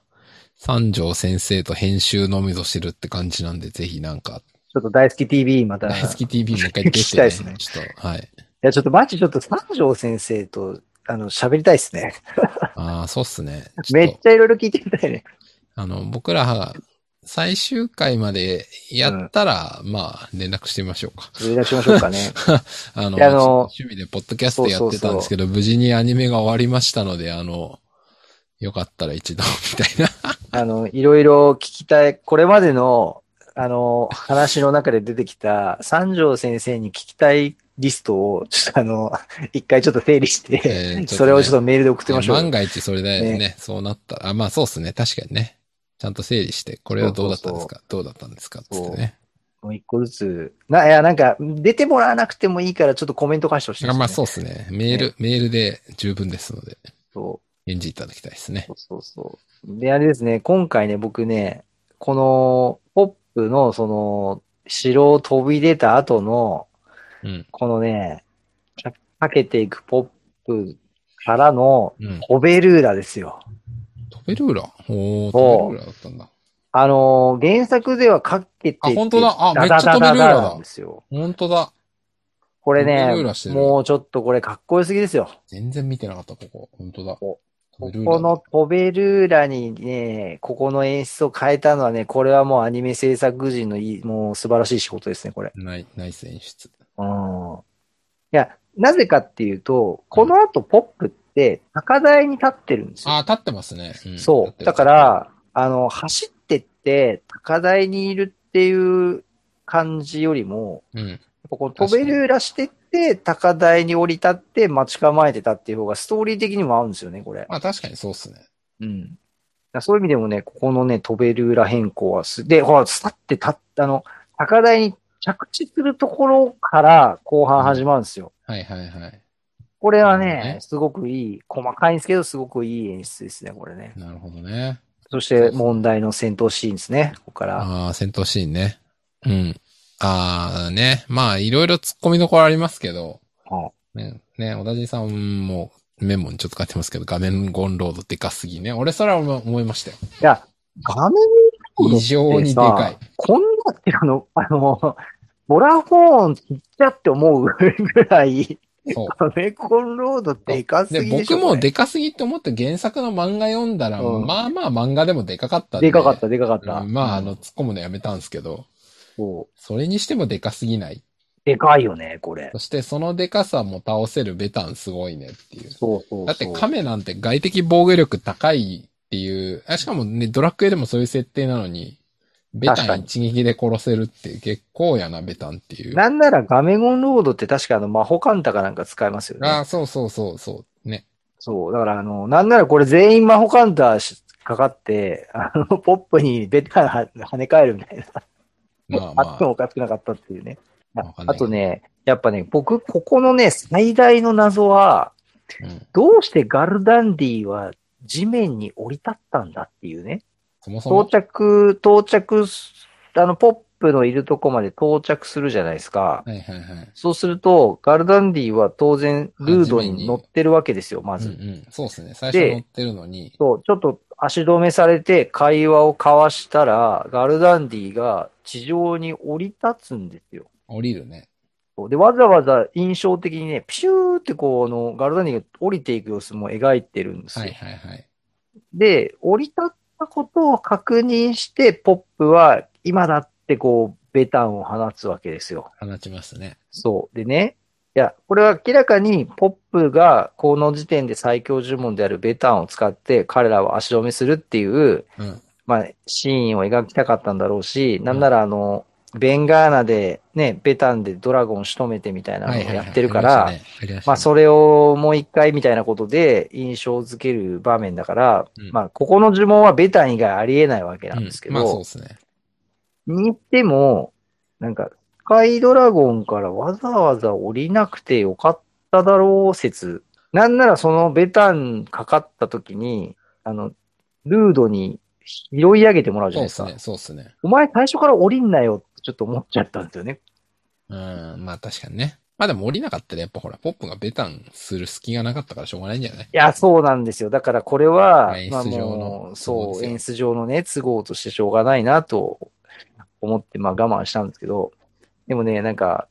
Speaker 1: 三条先生と編集のみぞ知るって感じなんで、ぜひなんか、
Speaker 2: ちょっと大好き TV また。
Speaker 1: 大好
Speaker 2: い
Speaker 1: き TV もう一回出
Speaker 2: 聞き
Speaker 1: て、
Speaker 2: たいっすね
Speaker 1: ちょっと、はい。
Speaker 2: や、ちょっとマジちょっと三条先生と、あの、喋りたいですね。
Speaker 1: ああ、そうっす ね。ちょ
Speaker 2: め
Speaker 1: っと
Speaker 2: っちゃいろいろ聞いてみたいね。
Speaker 1: あの、僕らが最終回までやったら、まあ、連絡してみましょうか。
Speaker 2: 連絡しましょ うかね。
Speaker 1: あの、
Speaker 2: いやあの
Speaker 1: 趣味でポッドキャストやってたんですけど、無事にアニメが終わりましたので、あの、よかったら一度、 みたいな。
Speaker 2: あの、いろいろ聞きたい、これまでの、あの、話の中で出てきた三条先生に聞きたいリストを、ちょっとあの、 一回ちょっと整理して、
Speaker 1: えーちょっとね
Speaker 2: それをちょっとメールで送ってみましょう。
Speaker 1: 万が一それだよね。
Speaker 2: ね
Speaker 1: そうなったら、あまあそうっすね。確かにね。ちゃんと整理して、これはどうだったんですかどうだったんですかっつってね。
Speaker 2: もう一個ずつ。な、いや、なんか、出てもらわなくてもいいから、ちょっとコメント返してほしいです、ね。
Speaker 1: まあそうっすね。メール、メールで十分ですので、
Speaker 2: そう。
Speaker 1: 返事いただきたいですね。
Speaker 2: そうそうそう。で、あれですね、今回ね、僕ね、この、ポップの、その、城を飛び出た後の、
Speaker 1: うん。
Speaker 2: このね、かかけていくポップからの、
Speaker 1: うん。
Speaker 2: ホベルーラですよ。
Speaker 1: 飛べる裏おー、
Speaker 2: そ
Speaker 1: 飛
Speaker 2: う
Speaker 1: べる裏だったんだ。
Speaker 2: あのー原作ではかけていって
Speaker 1: あ本当だあめっちゃ
Speaker 2: ダダダダ
Speaker 1: 飛べるようだ
Speaker 2: なんですよ。
Speaker 1: 本当だ。
Speaker 2: これ
Speaker 1: 飛べ
Speaker 2: ね
Speaker 1: るようだして、る
Speaker 2: もうちょっとこれかっこよすぎですよ。
Speaker 1: 全然見てなかった、ここ。本当だ。
Speaker 2: お
Speaker 1: 飛べ
Speaker 2: こ
Speaker 1: る裏
Speaker 2: この飛べるーラにね、ここの演出を変えたのはね、これはもうアニメ制作人のいい、もう素晴らしい仕事ですね、これ。
Speaker 1: ない、ナイス演出。
Speaker 2: うんいや、なぜかっていうと、この後ポップって高台に立ってるんですよ。
Speaker 1: ああ、立ってますね。うん立
Speaker 2: そ
Speaker 1: って
Speaker 2: う。
Speaker 1: る
Speaker 2: だから、あの、走ってって高台にいるっていう感じよりも、
Speaker 1: うん。
Speaker 2: やっぱこう飛べるらしてって高台に降り立って待ち構えてたっていう方がストーリー的にも合うんですよね、これ。
Speaker 1: まあ確かにそうっすね。
Speaker 2: うん。だからそういう意味でもね、ここのね、飛べる裏変更はす、で、ほら、スタって立った、あの、高台に着地するところから後半始まるんですよ。
Speaker 1: はいはいはい。
Speaker 2: これは
Speaker 1: なるほどね
Speaker 2: ね、すごくいい、細かいんですけど、すごくいい演出ですね、これね。
Speaker 1: なるほどね。
Speaker 2: そして、問題の戦闘シーンですね、ここから。
Speaker 1: ああ、戦闘シーンね。うん。ああ、ね。まあ、いろいろ突っ込みどころありますけど、
Speaker 2: は
Speaker 1: ね、ね、小田尻さんもメモにちょっと書いてますけど、画面ゴンロードでかすぎね。俺、それは思いましたよ。
Speaker 2: いや、画面ゴン
Speaker 1: 異
Speaker 2: ロードってさ
Speaker 1: 常にでかい。
Speaker 2: こんなってあの、あの、ボラフォーンちっちゃって思うぐらい、
Speaker 1: そう。
Speaker 2: アメコンロードでかす
Speaker 1: で、
Speaker 2: ぎでし
Speaker 1: 僕
Speaker 2: ょ
Speaker 1: も
Speaker 2: これ
Speaker 1: でかすぎって思って原作の漫画読んだら、
Speaker 2: うん
Speaker 1: まあまあ漫画でもでかかったん
Speaker 2: でかかった、でかかった。
Speaker 1: うんまあ、あ
Speaker 2: う
Speaker 1: の、
Speaker 2: ん、
Speaker 1: 突っ込むのやめたんですけど、
Speaker 2: そう
Speaker 1: それにしてもでかすぎない。
Speaker 2: でかいよね、これ
Speaker 1: そ。して、そのでかさも倒せるベタンすごいねっていう。
Speaker 2: そうそうそう。
Speaker 1: だって亀なんて外的防御力高いっていう、あしかもね、ドラクエでもそういう設定なのに、ベ
Speaker 2: 確
Speaker 1: タ
Speaker 2: か
Speaker 1: ン
Speaker 2: に
Speaker 1: 一撃で殺せるって結構やな、ベタンっていう。
Speaker 2: なんなら画面ゴンロードって確かあの、魔法カンタかなんか使えますよね。
Speaker 1: ああ、そうそうそうそう。ね。
Speaker 2: そう、だからあの、なんならこれ全員魔法カウンターしかかって、あの、ポップにベタな跳ね返るみたいな、
Speaker 1: まあ
Speaker 2: あって
Speaker 1: ま
Speaker 2: もおかしくなかったっていうね。
Speaker 1: わ
Speaker 2: あ
Speaker 1: かんない
Speaker 2: あとね、やっぱね、僕、ここのね、最大の謎
Speaker 1: あ。
Speaker 2: は、
Speaker 1: うん
Speaker 2: どうしてガルダンディは地面に降り立ったんだっていうね。
Speaker 1: そもそ
Speaker 2: 到
Speaker 1: も、
Speaker 2: 着、到着、あの、ポップのいるとこまで到着するじゃないですか。
Speaker 1: はいはいはい。
Speaker 2: そうすると、ガルダンディは当然、ルードに乗ってるわけですよ、ま
Speaker 1: うん
Speaker 2: ず。
Speaker 1: うん。そうですね。最初乗ってるのに。
Speaker 2: そう、ちょっと足止めされて会話を交わしたら、ガルダンディが地上に降り立つんですよ。
Speaker 1: 降りるね。
Speaker 2: そうで、わざわざ印象的にね、ピシューってこう、あの、ガルダンディが降りていく様子も描いてるんですよ。
Speaker 1: はいはいはい。
Speaker 2: で、降り立ったことを確認して、ポップは今だってこう、ベタンを放つわけですよ。
Speaker 1: 放ちますね。
Speaker 2: そう。でね、いや、これは明らかにポップがこの時点で最強呪文であるベタンを使って彼らを足止めするっていう、
Speaker 1: うん。
Speaker 2: まあ、シーンを描きたかったんだろうし、なんならあの、ベンガーナでね、ベタンでドラゴン仕留めてみたいなのを
Speaker 1: はいはいはい。
Speaker 2: やってるから、
Speaker 1: ありましたね、ありましたね
Speaker 2: まあ、それをもう一回みたいなことで印象づける場面だから、
Speaker 1: うん
Speaker 2: まあ、ここの呪文はベタン以外ありえないわけなんですけど、
Speaker 1: うんまあそうですね。
Speaker 2: にしても、なんか、スカイドラゴンからわざわざ降りなくてよかっただろう説。なんならそのベタンかかった時に、あの、ルードに拾い上げてもらうじゃ
Speaker 1: そう
Speaker 2: ない
Speaker 1: で
Speaker 2: です
Speaker 1: す
Speaker 2: か。
Speaker 1: ね。そうですね。
Speaker 2: お前最初から降りんなよってちょっと思っちゃったんですよね。
Speaker 1: うん。まあ確かにね。まあでも降りなかったらやっぱほら、ポップがベタンする隙がなかったからしょうがないんじゃない
Speaker 2: いや、そうなんですよ。だからこれは、
Speaker 1: 演
Speaker 2: まあ
Speaker 1: 出上の
Speaker 2: もう、
Speaker 1: そうで
Speaker 2: そう、
Speaker 1: すよ
Speaker 2: 演出上のね、都合としてしょうがないなと思って、まあ我慢したんですけど、でもね、なんか、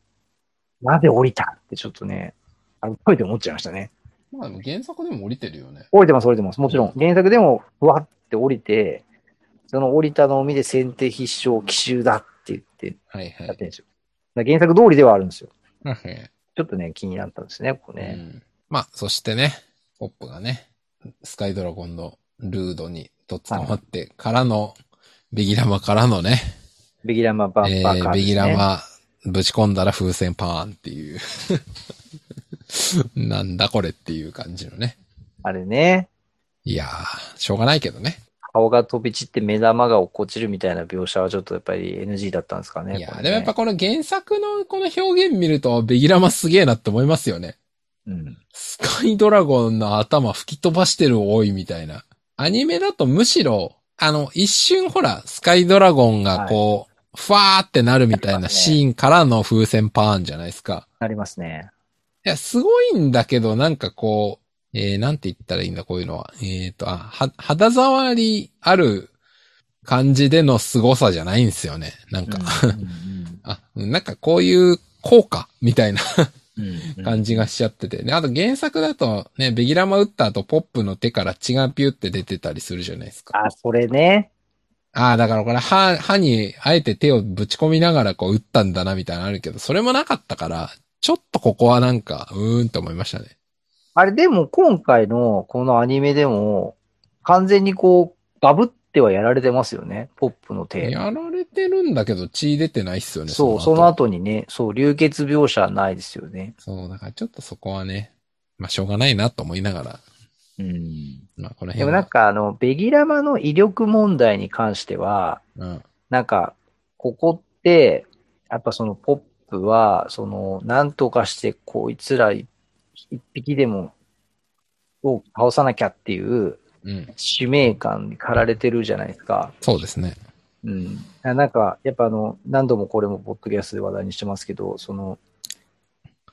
Speaker 2: なぜ降りたってちょっとね、改めて思っちゃいましたね。
Speaker 1: まあでも原作でも降りてるよね。
Speaker 2: 降りてます、降りてます。もちろん、原作でも、ふわって降りて、その降りたのを見て先手必勝、奇襲だって言って
Speaker 1: はいはい
Speaker 2: やってるんですよ。だから原作通りではあるんですよ。
Speaker 1: はいはい。
Speaker 2: ちょっとね、気になったんですね、ここ
Speaker 1: う
Speaker 2: ね。
Speaker 1: ん。まあ、そしてね、ポップがね、スカイドラゴンのルードにとっ捕まってからの、ベギラマからのね、
Speaker 2: ベギラマバン
Speaker 1: え
Speaker 2: バーカ
Speaker 1: ー
Speaker 2: ーで
Speaker 1: ベ
Speaker 2: すね。
Speaker 1: ギラマぶち込んだら風船パーンっていう、 なんだこれっていう感じのね。
Speaker 2: あれね。
Speaker 1: いやー、しょうがないけどね。
Speaker 2: 顔が飛び散って目玉が落っこちるみたいな描写はちょっとやっぱり NG だったんですかね。
Speaker 1: いや
Speaker 2: こ
Speaker 1: ー、
Speaker 2: れ
Speaker 1: で
Speaker 2: ね
Speaker 1: もやっぱ、この原作のこの表現見ると、ベギラマすげえなって思いますよね。
Speaker 2: うん。
Speaker 1: スカイドラゴンの頭吹き飛ばしてる多いみたいな。アニメだとむしろ、あの、一瞬ほら、スカイドラゴンがこう、ふわーってなるみたいなシーンからの風船パーンじゃないですか。
Speaker 2: なりますね。
Speaker 1: いや、すごいんだけど、なんかこう、えー、なんて言ったらいいんだ、こういうのは。えーと、あ、は、肌触りある感じでの凄さじゃないんですよね。なんか、
Speaker 2: うん
Speaker 1: あ、なんかこういう効果みたい な
Speaker 2: うん
Speaker 1: 感じがしちゃってて。で、あと原作だとね、ベギラマ打った後ポップの手から血がピュって出てたりするじゃないですか。
Speaker 2: あ、それね。
Speaker 1: ああ、だからこれ歯、歯にあえて手をぶち込みながらこう打ったんだなみたいなのあるけど、それもなかったから、ちょっとここはなんか、うーんと思いましたね。
Speaker 2: あれでも今回のこのアニメでも完全にこうガブってはやられてますよね。ポップの手。
Speaker 1: やられてるんだけど血出てないっすよね。
Speaker 2: そう、その。後にね、そう、流血描写はないですよね。
Speaker 1: そう、だからちょっとそこはね、まあしょうがないなと思いながら、
Speaker 2: うん。
Speaker 1: まあこの
Speaker 2: で
Speaker 1: 辺
Speaker 2: も
Speaker 1: は。
Speaker 2: なんかあの、ベギラマの威力問題に関しては、
Speaker 1: うん。
Speaker 2: なんか、ここって、やっぱそのポップは、その、なんとかして、こいつら一一匹でも、を倒さなきゃっていう
Speaker 1: うん。
Speaker 2: 使命感に駆られてるじゃないですか。
Speaker 1: そうですね。
Speaker 2: うん。あなんか、やっぱあの、何度もこれもポッドキャストで話題にしてますけど、その、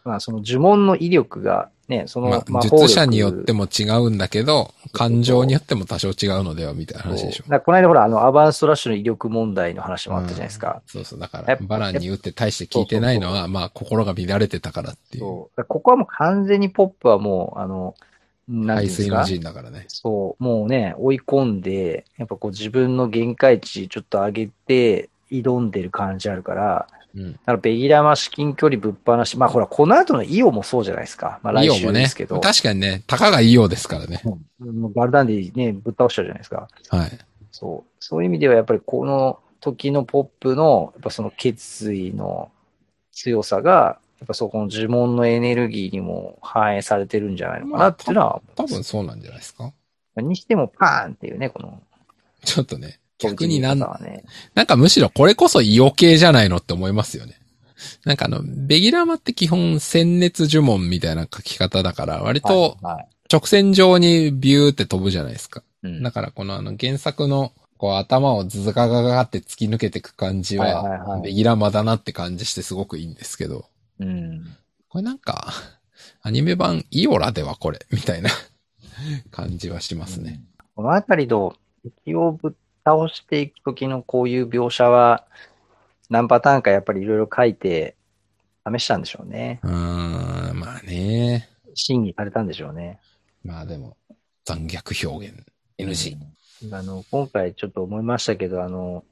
Speaker 2: まあその呪文の威力が、ね、そ
Speaker 1: ま
Speaker 2: の
Speaker 1: あ、
Speaker 2: 魔法力、
Speaker 1: 術者によっても違うんだけど、感情によっても多少違うのでは、みたいな
Speaker 2: そう、
Speaker 1: 話でしょ。
Speaker 2: だからこの間ほら、あの、アバンストラッシュの威力問題の話もあったじゃないですか。
Speaker 1: そうそう、だか
Speaker 2: や
Speaker 1: ら
Speaker 2: っ、ぱ
Speaker 1: バランに打って大して効いてないのは、まあ、心が乱れてたからっていう。
Speaker 2: そう。だからここはもう完全にポップはもう、あの、なんて
Speaker 1: 排
Speaker 2: いうんです
Speaker 1: 水の
Speaker 2: か
Speaker 1: 陣だからね。
Speaker 2: そう、もうね、追い込んで、やっぱこう自分の限界値ちょっと上げて、挑んでる感じあるから、
Speaker 1: うん。
Speaker 2: だからベギラマ至近距離ぶっ放し、まあほら、この後のイオもそうじゃないですか。まあ
Speaker 1: イ
Speaker 2: 来
Speaker 1: オも
Speaker 2: 週で
Speaker 1: ね、
Speaker 2: すけど。
Speaker 1: 確かにね、たかがイオですからね。
Speaker 2: うんもうガルダンディね、ぶっ倒しちゃうじゃないですか。
Speaker 1: はい。
Speaker 2: そう。そういう意味ではやっぱりこの時のポップの、やっぱその決意の強さが、やっぱそこの呪文のエネルギーにも反映されてるんじゃないのかなっていうのは、
Speaker 1: 多分そうなんじゃないですか。
Speaker 2: にしてもパーンっていうね、この、
Speaker 1: ちょっとね、逆になん、
Speaker 2: はね。
Speaker 1: なんかむしろこれこそイオ系じゃないのって思いますよね。なんかあの、ベギラマって基本、鮮熱呪文みたいな書き方だから、割と
Speaker 2: はいはい
Speaker 1: 直線上にビューって飛ぶじゃないですか。
Speaker 2: うん
Speaker 1: だからこのあの原作のここう頭をズズガガガガって突き抜けていく感じ
Speaker 2: はいはいは
Speaker 1: は、
Speaker 2: い
Speaker 1: レギュラマだなって感じしてすごくいいんですけど、
Speaker 2: うん。
Speaker 1: これなんか、アニメ版イオラではこれ、みたいな感じはしますね。
Speaker 2: このあたりの敵をぶっ倒していくときのこういう描写は、何パターンかやっぱりいろいろ書いて、試したんでしょうね。
Speaker 1: うーん、まあね。
Speaker 2: 審議されたんでしょうね。
Speaker 1: まあでも、残虐表現 NG。
Speaker 2: あの、今回ちょっと思いましたけど、あの、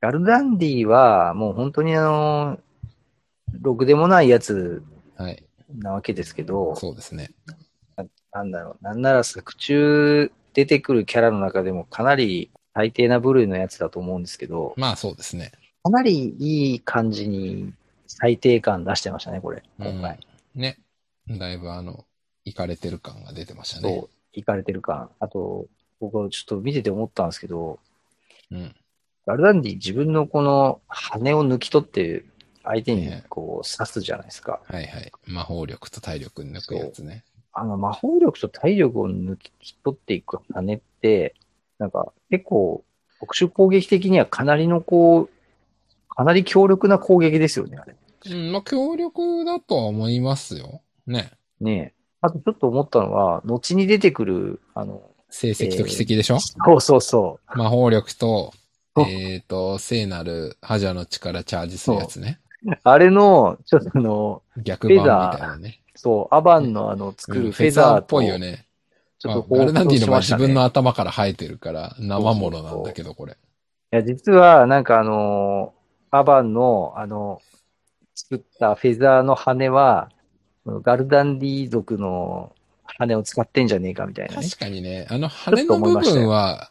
Speaker 2: ガルダンディはもう本当にあの、ろくでもないやつ
Speaker 1: はい。
Speaker 2: なわけですけど、
Speaker 1: そうですね。
Speaker 2: なんだろう、なんなら作中出てくるキャラの中でもかなり大抵な部類のやつだと思うんですけど、
Speaker 1: まあそうですね。
Speaker 2: かなりいい感じに最低感出してましたね、これ、今回。
Speaker 1: うん。ね。だいぶあの、いかれてる感が出てましたね
Speaker 2: そ。う、いかれてる感。あと、僕はちょっと見てて思ったんですけど、
Speaker 1: うん。
Speaker 2: ガルダンディ自分のこの羽を抜き取って相手に
Speaker 1: ええ
Speaker 2: こう刺すじゃないですか。
Speaker 1: はいはい。魔法力と体力抜くやつね。
Speaker 2: あの魔法力と体力を抜き取っていく羽って、なんか結構特殊攻撃的にはかなりのこう、かなり強力な攻撃ですよね、あれ。
Speaker 1: うん、まあ強力だとは思いますよ。ね。
Speaker 2: ねえ。あとちょっと思ったのは、後に出てくる、あの、
Speaker 1: 成績と奇跡でしょ、
Speaker 2: そうそうそう。
Speaker 1: 魔法力と、
Speaker 2: そう
Speaker 1: えっ、と、聖なる覇者の力チャージするやつね。
Speaker 2: あれの、ちょっとあの、
Speaker 1: 逆版みたいなね。
Speaker 2: そう、アバンのあの、作
Speaker 1: うん
Speaker 2: る
Speaker 1: フ
Speaker 2: フ
Speaker 1: ェ
Speaker 2: ェ
Speaker 1: ザー
Speaker 2: ザー
Speaker 1: っ
Speaker 2: と
Speaker 1: ぽいよ。ね。
Speaker 2: ちょっと
Speaker 1: まあ、ガルダンディの場合自分
Speaker 2: の
Speaker 1: の頭から生えてるから、生ものなんだけど、これ。
Speaker 2: いや、実は、なんかあのーアバンの、あの、作ったフェザーの羽は、ガルダンディ族の羽を使ってんじゃねえかみたいなね。
Speaker 1: 確かにね、あの
Speaker 2: ょっ
Speaker 1: 羽
Speaker 2: と
Speaker 1: の
Speaker 2: 思い
Speaker 1: 部
Speaker 2: ましたよ
Speaker 1: 分は、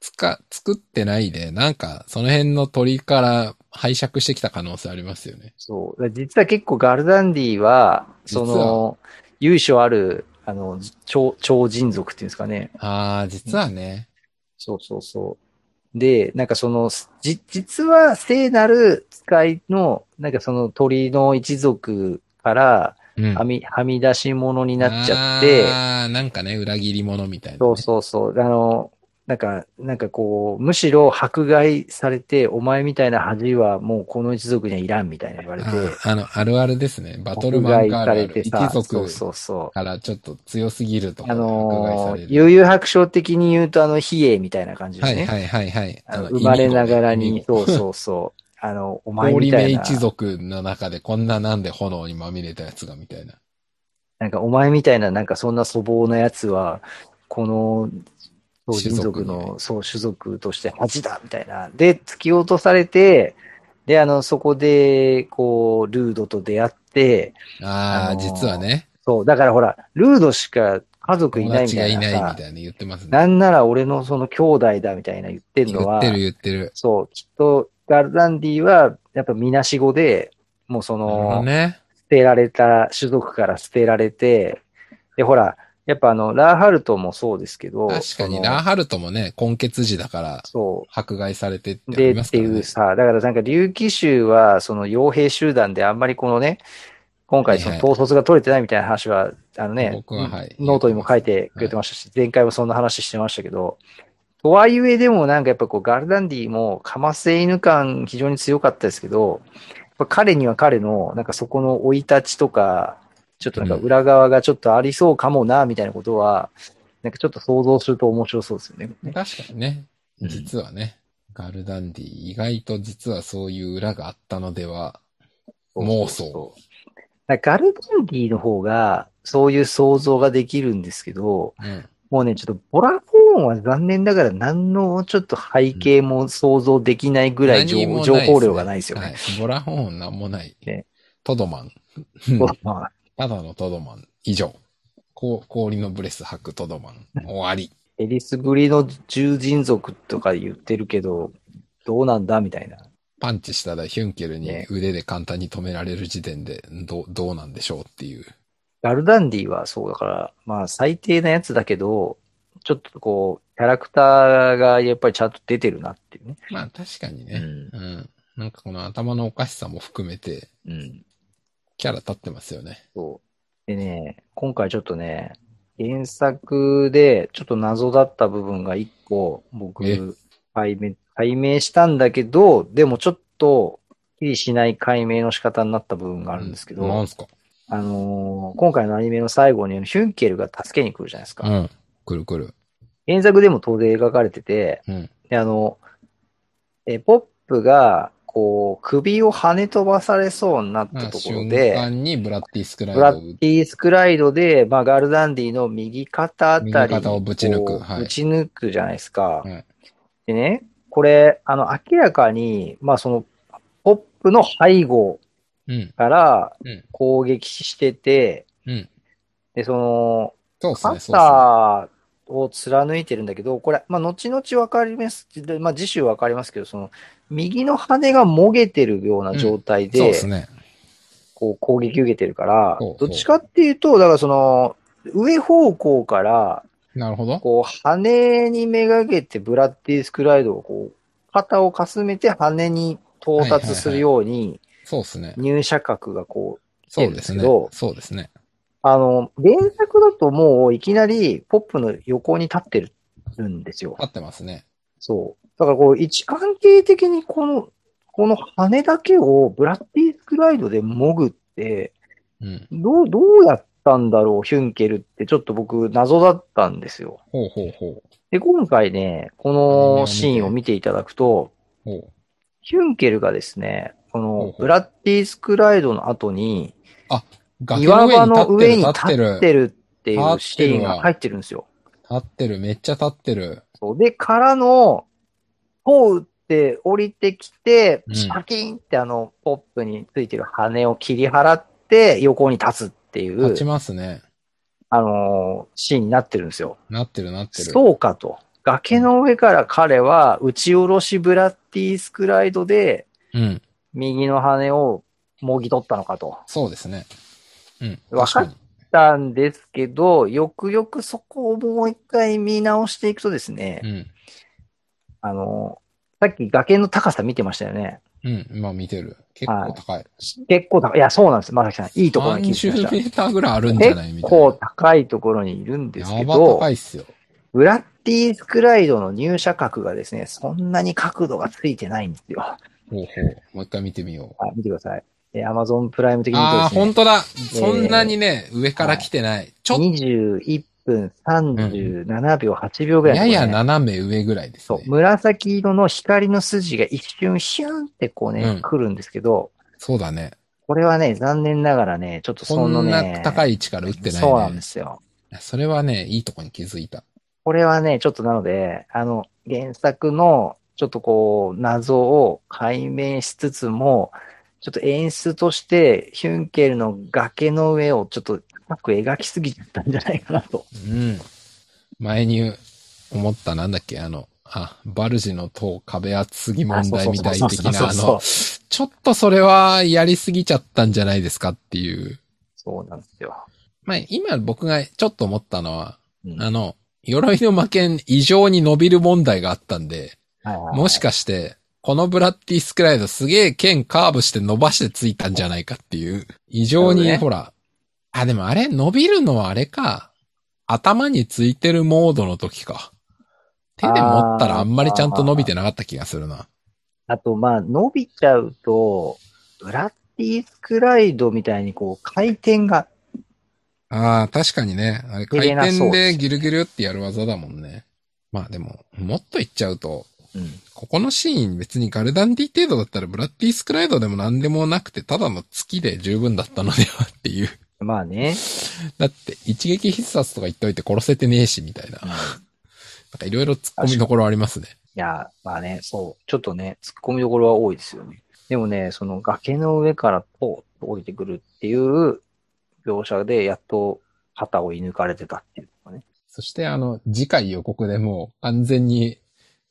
Speaker 1: つか、作ってないで、なんか、その辺の鳥から拝借してきた可能性ありますよね。
Speaker 2: そう。だから実は結構ガルダンディは、そ
Speaker 1: 実は
Speaker 2: の、由緒ある、あの、超、超人族っていうんですかね。
Speaker 1: ああ、実はね。
Speaker 2: そうそうそう。で、なんかその、じ、実は聖なる使いの、なんかその鳥の一族から、
Speaker 1: うん
Speaker 2: はみ、はみ出し物になっちゃって、
Speaker 1: ああ、なんかね、裏切り者みたいなね、
Speaker 2: そうそうそう。あの、なんか、なんかこう、むしろ迫害されて、お前みたいな恥はもうこの一族にはいらんみたいな言われて、
Speaker 1: あーあの、あるあるですね。バトル
Speaker 2: 迫
Speaker 1: マン
Speaker 2: 害
Speaker 1: カー
Speaker 2: さ
Speaker 1: ある
Speaker 2: れ
Speaker 1: ある
Speaker 2: て
Speaker 1: 一
Speaker 2: さ、そ
Speaker 1: 族
Speaker 2: うそうそ
Speaker 1: からちょっと強すぎると
Speaker 2: う。
Speaker 1: か、
Speaker 2: あ
Speaker 1: 迫害
Speaker 2: の
Speaker 1: され
Speaker 2: ー、
Speaker 1: る。
Speaker 2: 悠々白書的に言うと、あの、比叡みたいな感じで
Speaker 1: は
Speaker 2: す
Speaker 1: い
Speaker 2: ね。
Speaker 1: はいはいはい。
Speaker 2: あの
Speaker 1: あの
Speaker 2: 生まれながら
Speaker 1: イニ
Speaker 2: に、
Speaker 1: ゴ
Speaker 2: そうそうそう。あの、お前み
Speaker 1: 氷
Speaker 2: た
Speaker 1: 目
Speaker 2: いな、
Speaker 1: 一族の中でこんななんで炎にまみれたやつがみたいな。
Speaker 2: なんかお前みたいな、なんかそんな粗暴なやつは、この、そう
Speaker 1: 種
Speaker 2: 人
Speaker 1: 族
Speaker 2: 族
Speaker 1: にね
Speaker 2: の、そう、種族として恥だみたいな。で、突き落とされて、で、あの、そこで、こう、ルードと出会って、
Speaker 1: ああ、
Speaker 2: あのー
Speaker 1: 実はね、
Speaker 2: そう、だからほら、ルードしか家族い
Speaker 1: 友
Speaker 2: ないみ
Speaker 1: 達
Speaker 2: た
Speaker 1: が
Speaker 2: い
Speaker 1: い
Speaker 2: な
Speaker 1: ないみ
Speaker 2: さ
Speaker 1: たいに言ってますね。
Speaker 2: なんなら俺のその兄弟だみたいな言ってん
Speaker 1: 言
Speaker 2: のは、
Speaker 1: ってる言ってる。
Speaker 2: そう、きっと、ガルダンディは、やっぱみなしごで、もうそ
Speaker 1: なるほ
Speaker 2: の、
Speaker 1: どね。
Speaker 2: 捨てられた、種族から捨てられて、で、ほら、やっぱあの、ラーハルトもそうですけど、
Speaker 1: 確か
Speaker 2: そ
Speaker 1: に、
Speaker 2: の
Speaker 1: ラーハルトもね、根血児だから、
Speaker 2: そ
Speaker 1: 迫害されてって
Speaker 2: う。
Speaker 1: あり
Speaker 2: で、
Speaker 1: ま
Speaker 2: っ
Speaker 1: すか
Speaker 2: て
Speaker 1: ら
Speaker 2: い
Speaker 1: ね
Speaker 2: う。さ、だからなんか、竜騎衆は、その、傭兵集団であんまりこのね、今回その
Speaker 1: はいは
Speaker 2: 統率が取れてないみたいな話は、あのね、
Speaker 1: 僕ははい
Speaker 2: ノートにも書いてくれてましたし、前回もそんな話してましたけど、とはいえでもなんかやっぱこう、ガルダンディも、かませ犬感非常に強かったですけど、やっぱ彼には彼の、なんかそこの生い立ちとか、ちょっとなんか裏側がちょっとありそうかもな、みたいなことは、なんかちょっと想像すると面白そうですよね。
Speaker 1: 確かにね。
Speaker 2: うん
Speaker 1: 実はね、ガルダンディ、意外と実はそういう裏があったのでは、妄想。
Speaker 2: だからガルダンディの方が、そういう想像ができるんですけど、
Speaker 1: うん。
Speaker 2: もうね、ちょっとボラコーンは残念ながら何のちょっと背景も想像できないぐらい情,、
Speaker 1: 何もない
Speaker 2: 情
Speaker 1: ですね
Speaker 2: 報量がないですよ
Speaker 1: はい
Speaker 2: ね。。
Speaker 1: ボラホーンなんもない
Speaker 2: ね。
Speaker 1: トドマン。
Speaker 2: まあ
Speaker 1: ただのトドマン。以上。こう氷のブレス履くトドマン。終わり。
Speaker 2: エリスグリの獣人族とか言ってるけど、どうなんだみたいな。
Speaker 1: パンチしたらヒュンケルに
Speaker 2: ね
Speaker 1: 腕で簡単に止められる時点で、どう、どうなんでしょうっていう。
Speaker 2: ガルダンディはそうだから、まあ最低なやつだけど、ちょっとこう、キャラクターがやっぱりちゃんと出てるなっていうね。
Speaker 1: まあ確かに
Speaker 2: う
Speaker 1: ね。
Speaker 2: ん
Speaker 1: う。ん。なんかこの頭のおかしさも含めて、
Speaker 2: うん。
Speaker 1: キャラ立ってますよね。
Speaker 2: そう。でね、今回ちょっとね、原作でちょっと謎だった部分が一構僕
Speaker 1: え、
Speaker 2: 解明、解明したんだけど、でもちょっと、きりしない解明の仕方になった部分があるんですけど、
Speaker 1: なんすか
Speaker 2: あのー今回のアニメの最後にヒュンケルが助けに来るじゃないですか。
Speaker 1: うん。くるくる。
Speaker 2: 原作でも当然描かれてて、
Speaker 1: うん。
Speaker 2: で、あの、え、ポップが、こう、首を跳ね飛ばされそうになったところ
Speaker 1: 瞬
Speaker 2: で、
Speaker 1: 間にブラッディスクライ
Speaker 2: ブラ
Speaker 1: ドを
Speaker 2: ッディ・スクライドで、まあ、ガルダンディの右肩あたりに
Speaker 1: 右肩をぶち抜く
Speaker 2: こう
Speaker 1: はい
Speaker 2: ぶち抜くじゃないですか。
Speaker 1: はい
Speaker 2: でね、これ、あの、明らかに、まあ、その、ポップの背後
Speaker 1: うん。
Speaker 2: から
Speaker 1: うん
Speaker 2: 攻撃してて、
Speaker 1: うん。
Speaker 2: で、その、
Speaker 1: そうっすね、そうっすね。
Speaker 2: 肩を貫いてるんだけど、これ、まあ、後々わかります、でまあ、次週わかりますけど、その、右の羽がもげてるような状態で、
Speaker 1: そうっすね。
Speaker 2: こう攻撃受けてるから
Speaker 1: ほうほ、う
Speaker 2: どっちかっていうと、だからその、上方向から、
Speaker 1: なるほど。
Speaker 2: こう、羽にめがけてブラッディ・スクライドをこう、肩をかすめて羽に到達するように、
Speaker 1: そうっすね。
Speaker 2: 入射角がこう、
Speaker 1: そうですね
Speaker 2: けど。
Speaker 1: そうですね。
Speaker 2: あの、原作だともういきなりポップの横に立ってるんですよ
Speaker 1: 合。ってますね。
Speaker 2: そう。だからこう、位置関係的にこの、この羽だけをブラッディ・スクライドで潜って、
Speaker 1: うん。
Speaker 2: どう、どうやったんだろう、ヒュンケルって、ちょっと僕、謎だったんですよ。
Speaker 1: ほうほうほう。
Speaker 2: で、今回ね、このシーンを見ていただくと、
Speaker 1: ほう。
Speaker 2: ヒュンケルがですね、こ
Speaker 1: ほうほ
Speaker 2: の
Speaker 1: う、
Speaker 2: ブラッディ・スクライドの後に、
Speaker 1: 崖
Speaker 2: 岩場の
Speaker 1: の上
Speaker 2: 上
Speaker 1: に
Speaker 2: に
Speaker 1: 立
Speaker 2: 立
Speaker 1: ってる、
Speaker 2: っ
Speaker 1: 立ってる。
Speaker 2: てるっていうシーン
Speaker 1: 立ってるわ
Speaker 2: が入ってるんですよ。
Speaker 1: 立ってる、めっちゃ立ってる。
Speaker 2: そうで、からの、こう打って降りてきて
Speaker 1: う、ん
Speaker 2: シャキーンってあの、ポップについてる羽を切り払って、横に立つってい
Speaker 1: 立ち
Speaker 2: う、
Speaker 1: ますね。
Speaker 2: あのーシーンになってるんですよ。
Speaker 1: なってる、なってる。
Speaker 2: そうかと。崖の上から彼は打ち下ろしブラッディスクライドで
Speaker 1: うん。
Speaker 2: 右の羽をもぎ取ったのかと。
Speaker 1: そうですね。うん。
Speaker 2: わかっ
Speaker 1: 確に
Speaker 2: たんですけど、よくよくそこをもう一回見直していくとですね、
Speaker 1: うん。
Speaker 2: あの、さっき崖の高さ見てましたよね。
Speaker 1: うん。まあ見てる。結構高い。
Speaker 2: 結構高い。いや、そうなんです。まさきさん、いいところに気づき
Speaker 1: 30
Speaker 2: ました。
Speaker 1: メーターぐらいあるんじゃない
Speaker 2: 結
Speaker 1: みたい
Speaker 2: 構
Speaker 1: な。
Speaker 2: 高いところにいるんですけ
Speaker 1: やば高
Speaker 2: ど
Speaker 1: い、っすよ。
Speaker 2: ブラッディスクライドの入射角がですね、そんなに角度がついてないんですよ。
Speaker 1: ほうほう。もう一回見てみよう。
Speaker 2: はい、見てください。えー、Amazon プライム的に
Speaker 1: ああ、
Speaker 2: と
Speaker 1: 本当だ。そんなにね、上から来てない。ちょっと、
Speaker 2: ですね、21分37秒、8秒ぐらいの
Speaker 1: や
Speaker 2: ところね、
Speaker 1: や斜め上ぐらいです
Speaker 2: そう
Speaker 1: ね、。
Speaker 2: 紫色の光の筋が一瞬ヒュンってこうね、
Speaker 1: うん
Speaker 2: 来るんですけど、
Speaker 1: そうだね。こ
Speaker 2: これはね、残念ながらね、ちょっとその
Speaker 1: ん
Speaker 2: ね、
Speaker 1: な高い位置から打ってないね。
Speaker 2: そうなんですよ。
Speaker 1: それはね、いいとこに気づいた。
Speaker 2: これはね、ちょっとなので、あの、原作の、ちょっとこう、謎を解明しつつも、ちょっと演出として、ヒュンケルの崖の上をちょっとうまく描きすぎちゃったんじゃないかなと。
Speaker 1: うん。前に思った、なんだっけ、あの、あ、バルジの塔壁厚ぎ問題みたい的な、あの、ちょっとそれはやりすぎちゃったんじゃないですかっていう。
Speaker 2: そうなんですよ。
Speaker 1: まあ、今僕がちょっと思ったのは、
Speaker 2: うん
Speaker 1: あの、鎧の魔剣異常に伸びる問題があったんで、もしかして、このブラッディスクライドすげえ剣カーブして伸ばしてついたんじゃないかっていう。異常に、
Speaker 2: なるほ
Speaker 1: ほら。あ、でもあれ、伸びるのはあれか。頭についてるモードの時か。手で持ったらあんまりちゃんと伸びてなかった気がするな。
Speaker 2: あと、まあ、伸びちゃうと、ブラッディスクライドみたいにこう、回転が、
Speaker 1: ああ、確かにね。あれ、
Speaker 2: 入
Speaker 1: 回
Speaker 2: れなそうです
Speaker 1: 転でギルギルってやる技だもんね。まあでも、もっといっちゃうと、
Speaker 2: うん
Speaker 1: ここのシーン別にガルダンディ程度だったらブラッディスクライドでも何でもなくて、ただの月で十分だったのではっていう。
Speaker 2: まあね、
Speaker 1: だって、一撃必殺とか言っといて殺せてねえし、みたいな。
Speaker 2: うん
Speaker 1: なんかいろいろ突っ込みどころありますね。
Speaker 2: いや、まあね、そう、ちょっとね、突っ込みどころは多いですよね。でもね、その崖の上からポーッと降りてくるっていう描写で、やっと肩を射抜かれてたっていうのがね。
Speaker 1: そして、あの、次回予告でもう完全に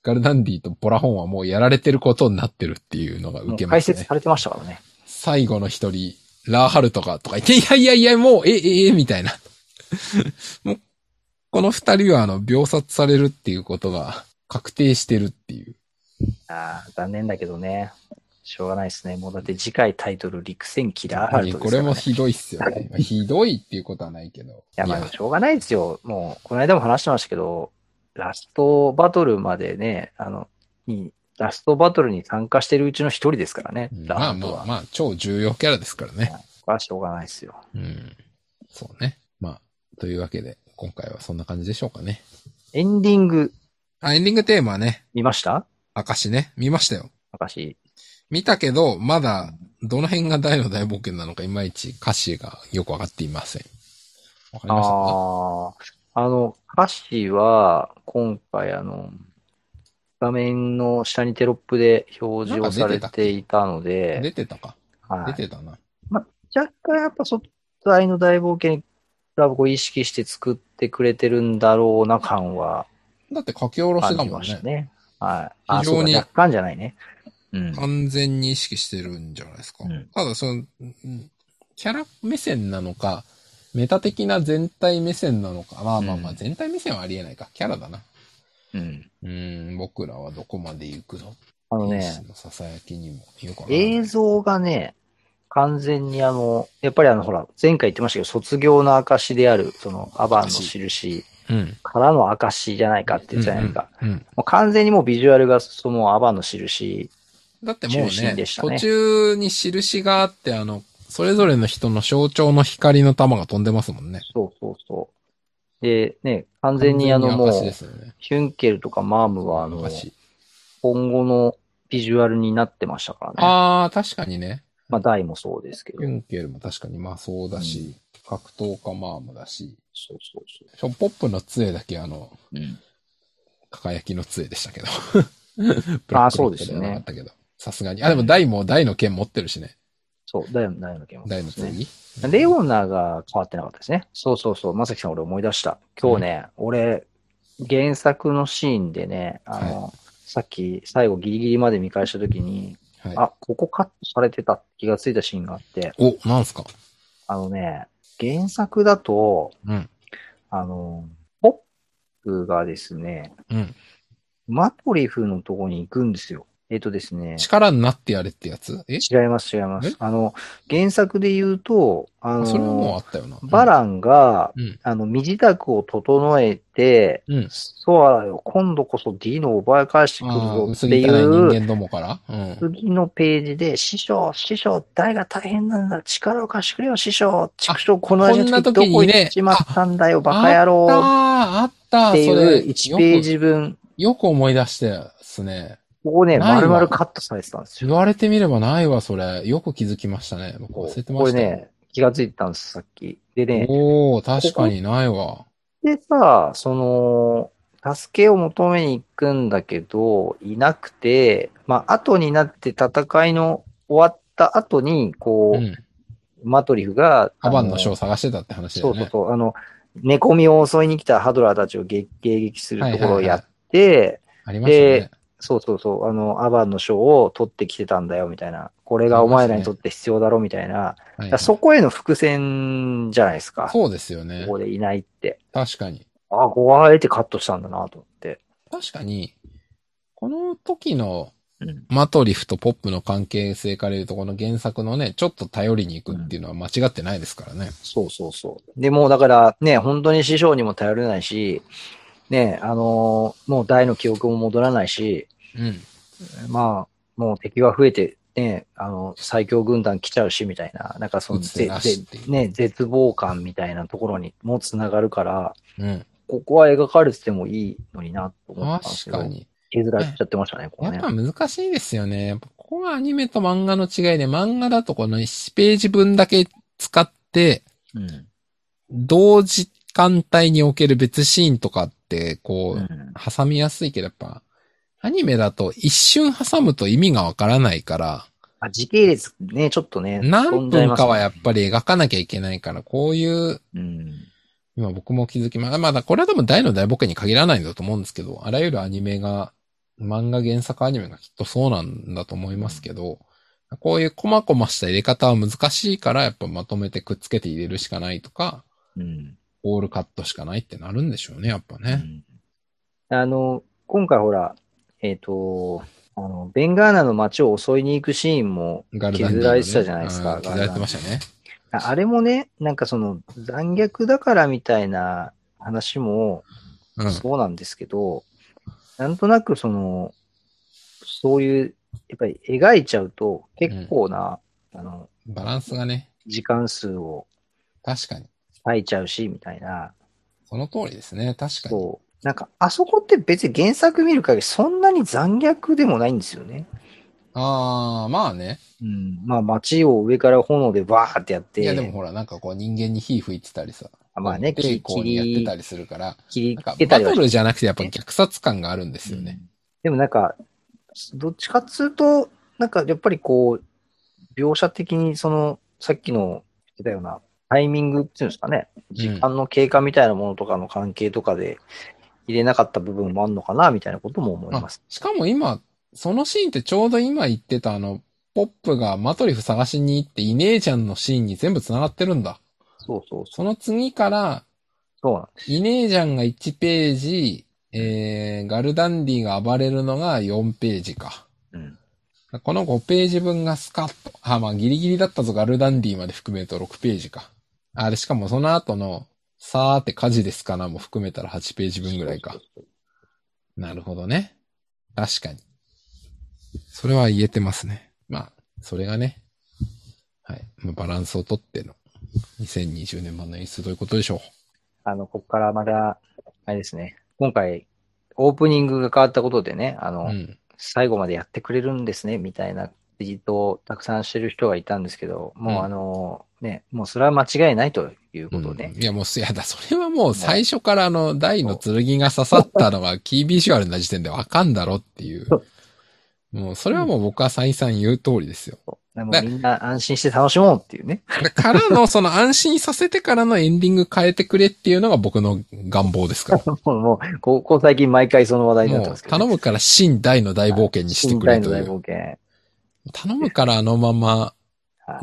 Speaker 1: ガルダンディとボラホンはもうやられてることになってるっていうのが受
Speaker 2: も
Speaker 1: け
Speaker 2: う
Speaker 1: ま
Speaker 2: 解
Speaker 1: す
Speaker 2: 説
Speaker 1: ね。
Speaker 2: されてましたからね。
Speaker 1: 最後の一人、ラーハルとかとか言って、いやいやいや、もう、え、え、え、みたいな。 もう、この二人はあの、秒殺されるっていうことが確定してるっていう。
Speaker 2: ああ、残念だけどね。しょうがないですね。もうだって次回タイトル、陸戦キラーハルトで
Speaker 1: こ
Speaker 2: すか
Speaker 1: れ
Speaker 2: ら、ね。
Speaker 1: もひどいっすよ ね。ひどいっていうことはないけど。
Speaker 2: いや、まあ、しょうがないですよ。もう、この間も話してましたけど、ラストバトルまでね、あの、に、ラストバトルに参加してるうちの一人ですからね。ラ
Speaker 1: まあ
Speaker 2: ウンド
Speaker 1: ま
Speaker 2: は
Speaker 1: あまあ、超重要キャラですからね。
Speaker 2: これはしょうがないですよ。
Speaker 1: うん。そうね。まあ、というわけで、今回はそんな感じでしょうかね。
Speaker 2: エンディング
Speaker 1: あ、エンディングテーマはね、
Speaker 2: 見ました
Speaker 1: 証ね、見ましたよ。
Speaker 2: 私。
Speaker 1: 見たけど、まだ、どの辺が大の大冒険なのか、いまいち歌詞がよくわかっていません。わかりましたか
Speaker 2: ああー。あの、歌詞は、今回あの、画面の下にテロップで表示をされていたの
Speaker 1: 出
Speaker 2: で、
Speaker 1: てたか
Speaker 2: は
Speaker 1: 出
Speaker 2: い
Speaker 1: てたな。
Speaker 2: 若干やっぱそっ愛の大冒険に比べこう意識して作ってくれてるんだろうな感は
Speaker 1: だって書き下ろし
Speaker 2: 感
Speaker 1: だ
Speaker 2: じ
Speaker 1: もん
Speaker 2: まし
Speaker 1: ね
Speaker 2: た。ね。はい。あ、
Speaker 1: 非常に
Speaker 2: そうだ若干じゃないね。うん。
Speaker 1: 完全に意識してるんじゃないですか。
Speaker 2: うん
Speaker 1: ただ、その、うんキャラ目線なのか、メタ的な全体目線なのか、まあまあまあ、
Speaker 2: うん
Speaker 1: 全体目線はありえないか、キャラだな。
Speaker 2: うん。
Speaker 1: うん、僕らはどこまで行くの
Speaker 2: あの
Speaker 1: 天
Speaker 2: ね、
Speaker 1: 使のささやきにもよくわからない
Speaker 2: 映像がね、完全にあの、やっぱりあの、ほら、前回言ってましたけど、卒業の証である、その、アバンの印
Speaker 1: うん。
Speaker 2: からの証じゃないかって言ってたじゃないか。
Speaker 1: うん。うん
Speaker 2: もう完全にもうビジュアルが、その、アバンの印。
Speaker 1: だってもう
Speaker 2: 中心
Speaker 1: ね
Speaker 2: でしたね
Speaker 1: 途中に印があって、あの、それぞれの人の象徴の光の玉が飛んでますもんね。
Speaker 2: そうそうそう。で、ね、完全にあの、も
Speaker 1: 完全に証
Speaker 2: う
Speaker 1: で、すよね。
Speaker 2: ヒュンケルとかマームは、あの、
Speaker 1: 証
Speaker 2: 今後のビジュアルになってましたからね。
Speaker 1: あー、確かにね。
Speaker 2: まあ、大もそうですけど。
Speaker 1: ユンケルも確かにまあそうだし、格闘家マームだし、
Speaker 2: そうそうそ
Speaker 1: ションポップの杖だけあの、
Speaker 2: う。うん。
Speaker 1: 輝きの杖でした けど。
Speaker 2: あーそうです
Speaker 1: ブラックロッ
Speaker 2: ね
Speaker 1: クはなかったけど。さすがに。あ、でも大も大の剣持ってるしね。
Speaker 2: そう、大の、大の件もそう
Speaker 1: 大
Speaker 2: で
Speaker 1: の
Speaker 2: すね。
Speaker 1: 剣。
Speaker 2: レオナが変わってなかったですね。そうそうそう。まさきさん、俺思い出した。今日ね、俺、原作のシーンでね、あの、さっき最後ギリギリまで見返したときに、
Speaker 1: はい。
Speaker 2: あ、ここカットされてたって気がついたシーンがあって、
Speaker 1: お、なんすか
Speaker 2: あのね、原作だと、
Speaker 1: うん。
Speaker 2: あの、ポップがですね、
Speaker 1: うん。
Speaker 2: マトリフのとこに行くんですよ。えっ、とですね、
Speaker 1: 力になってやれってやつえ
Speaker 2: 違います、違いま
Speaker 1: え
Speaker 2: す。あの、原作で言うと、あ
Speaker 1: あそれはもうあ
Speaker 2: の、
Speaker 1: ったよな。
Speaker 2: バランが、
Speaker 1: うん。
Speaker 2: あの、身支度を整えて、
Speaker 1: うん。
Speaker 2: ソアラよ、今度こそディーノを奪い返してくる
Speaker 1: あ
Speaker 2: ぞ
Speaker 1: あ、
Speaker 2: っ
Speaker 1: 薄
Speaker 2: て
Speaker 1: 汚い
Speaker 2: い
Speaker 1: 人
Speaker 2: う、
Speaker 1: 間どもから。うん。
Speaker 2: 次のページで、師匠、師匠、大が大変なんだ、力を貸してくれよ、師匠、畜生、この間の時ど
Speaker 1: こ
Speaker 2: こ
Speaker 1: んな時にね
Speaker 2: 行っちまったんだよ、バカ野郎
Speaker 1: あった、あ
Speaker 2: っ
Speaker 1: ってた、
Speaker 2: い
Speaker 1: そうれ。
Speaker 2: 1ページ分、
Speaker 1: よく、よく思い出してですね。
Speaker 2: ここね、
Speaker 1: ないわ
Speaker 2: 丸々カットされてたんです
Speaker 1: 言
Speaker 2: よ。
Speaker 1: われてみればないわ、それ。よく気づきましたね。僕忘れてま
Speaker 2: これ
Speaker 1: した。
Speaker 2: ね、気がついてたんです、さっき。でね、
Speaker 1: おお確かにないわ。
Speaker 2: でさ、その、助けを求めに行くんだけど、いなくて、まあ、後になって戦いの終わった後に、こ
Speaker 1: う
Speaker 2: う、
Speaker 1: ん。
Speaker 2: マトリフが、
Speaker 1: アバンの
Speaker 2: あ
Speaker 1: 書を探してたって話だ
Speaker 2: そ
Speaker 1: よ
Speaker 2: うそう
Speaker 1: ね。
Speaker 2: そう、あの、猫みを襲いに来たハドラーたちをげ迎撃するところをやって、
Speaker 1: ありましたね。
Speaker 2: そうそうそう、あの、アバンの書を取ってきてたんだよ、みたいな。これがお前らにとって必要だろ、みたいな。
Speaker 1: はい
Speaker 2: だからそこへの伏線じゃないですか。
Speaker 1: そうですよね
Speaker 2: こ。こでいないって。
Speaker 1: 確かに。
Speaker 2: ああ、ここはあえてカットしたんだな、と思って。
Speaker 1: 確かに、この時の
Speaker 2: うん
Speaker 1: マトリフとポップの関係性から言うと、この原作のね、ちょっと頼りに行くっていうのは間違ってないですからね。
Speaker 2: そうそうそう。でもうだからね、本当に師匠にも頼れないし、ね、あのーもう大の記憶も戻らないし、
Speaker 1: うん。
Speaker 2: まあ、もう敵は増えて、ね、あの、最強軍団来ちゃうし、みたいな、なんかその、
Speaker 1: 打つ手
Speaker 2: ぜ
Speaker 1: なしってい
Speaker 2: ぜ
Speaker 1: う
Speaker 2: ね、絶望感みたいなところにもつながるから、
Speaker 1: うん。
Speaker 2: ここは描かれててもいいのにな、と思ったんです
Speaker 1: 確
Speaker 2: けど
Speaker 1: か、に。
Speaker 2: 削られちゃってましたね、こ
Speaker 1: や
Speaker 2: こ
Speaker 1: っ
Speaker 2: ね
Speaker 1: ぱ。難しいですよね。やっぱここはアニメと漫画の違いで、漫画だとこの1ページ分だけ使って、
Speaker 2: うん。
Speaker 1: 同時間帯における別シーンとかって、こう、
Speaker 2: うん
Speaker 1: 挟みやすいけど、やっぱ、アニメだと一瞬挟むと意味がわからないから、
Speaker 2: あ、時系列ね、ちょっとね、飛
Speaker 1: 何
Speaker 2: んじゃい
Speaker 1: 分
Speaker 2: ます
Speaker 1: か
Speaker 2: ね
Speaker 1: はやっぱり描かなきゃいけないから、こういう、
Speaker 2: うん。
Speaker 1: 今僕も気づきました。まだこれは多分大の大冒険に限らないんだと思うんですけど、あらゆるアニメが、漫画原作アニメがきっとそうなんだと思いますけど、こういう細々した入れ方は難しいから、やっぱまとめてくっつけて入れるしかないとか、
Speaker 2: うん。
Speaker 1: オールカットしかないってなるんでしょうね、やっぱね。
Speaker 2: あの、今回ほら、えっ、と、あの、ベンガーナの街を襲いに行くシーンも、
Speaker 1: ガルダンディ
Speaker 2: 削られてたじゃないですか
Speaker 1: うん削られてましたね。
Speaker 2: ああれもね、なんかその残虐だからみたいな話も、
Speaker 1: うん。
Speaker 2: そうなんですけど、なんとなくその、そういう、やっぱり描いちゃうと結構な、あの、
Speaker 1: バランスがね、
Speaker 2: 時間数を
Speaker 1: 確かに。
Speaker 2: 割いちゃうし、みたいな。
Speaker 1: その通りですね。確かに。
Speaker 2: そう。なんか、あそこって別に原作見る限りそんなに残虐でもないんですよね。
Speaker 1: ああ、まあね。
Speaker 2: うん。まあ、街を上から炎でバーってやって、
Speaker 1: いやでもほら、なんかこう人間に火吹いてたりさ。
Speaker 2: あまあね、
Speaker 1: 抵
Speaker 2: 切
Speaker 1: 抗
Speaker 2: 切
Speaker 1: にやって
Speaker 2: り
Speaker 1: た、りするから、
Speaker 2: 切
Speaker 1: な
Speaker 2: り
Speaker 1: んか
Speaker 2: つけ
Speaker 1: バ
Speaker 2: たり
Speaker 1: ト
Speaker 2: は
Speaker 1: ルじゃなくてやっぱ虐殺感があるんですよね。
Speaker 2: うんでもなんか、どっちかっつうと、なんかやっぱりこう、描写的にその、さっきの言ってたようなタイミングっていうんですかね、時間の経過みたいなものとかの関係とかで入れなかった部分もあるのかな、みたいなことも思います。
Speaker 1: しかも今、そのシーンってちょうど今言ってたあの、ポップがマトリフ探しに行ってイネーちゃんのシーンに全部繋がってるんだ。
Speaker 2: そうそうそう。
Speaker 1: その次から、
Speaker 2: そうなんです。
Speaker 1: イネージャンが1ページ、えー、ガルダンディが暴れるのが4ページか。
Speaker 2: うん。
Speaker 1: この5ページ分がスカッと。あ、まあギリギリだったぞ、ガルダンディまで含めると6ページか。あれ、しかもその後の、さーって火事ですかなも含めたら8ページ分ぐらいか
Speaker 2: そう。そう
Speaker 1: なるほどね。確かに。それは言えてますね。まあ、それがね。はい。まあバランスをとっての2020年版の演出ということでしょう。
Speaker 2: あの、こっからまだ、あれですね、今回、オープニングが変わったことでね、あの、
Speaker 1: うん。
Speaker 2: 最後までやってくれるんですね、みたいなツイートをたくさんしてる人がいたんですけど、
Speaker 1: う
Speaker 2: も
Speaker 1: ん
Speaker 2: うあの、ね、もうそれは間違いないということね。
Speaker 1: うんいや、もう、いやだ、それはもう最初からあの、大の剣が刺さったの がキービジュアルな時点でわかんだろっていう
Speaker 2: そう。
Speaker 1: もう、それはもう僕は再三言う通りですよ。
Speaker 2: でも
Speaker 1: ね
Speaker 2: みんな安心して楽しもうっていうね。
Speaker 1: だからの、その安心させてからのエンディング変えてくれっていうのが僕の願望ですから。
Speaker 2: もう、もうこここ最近毎回その話題になって
Speaker 1: も
Speaker 2: ま
Speaker 1: う
Speaker 2: すけど、
Speaker 1: 頼むから新大の大冒険にしてくれとい
Speaker 2: 新体
Speaker 1: う。
Speaker 2: の大冒険。
Speaker 1: 頼むからあのまま、
Speaker 2: はい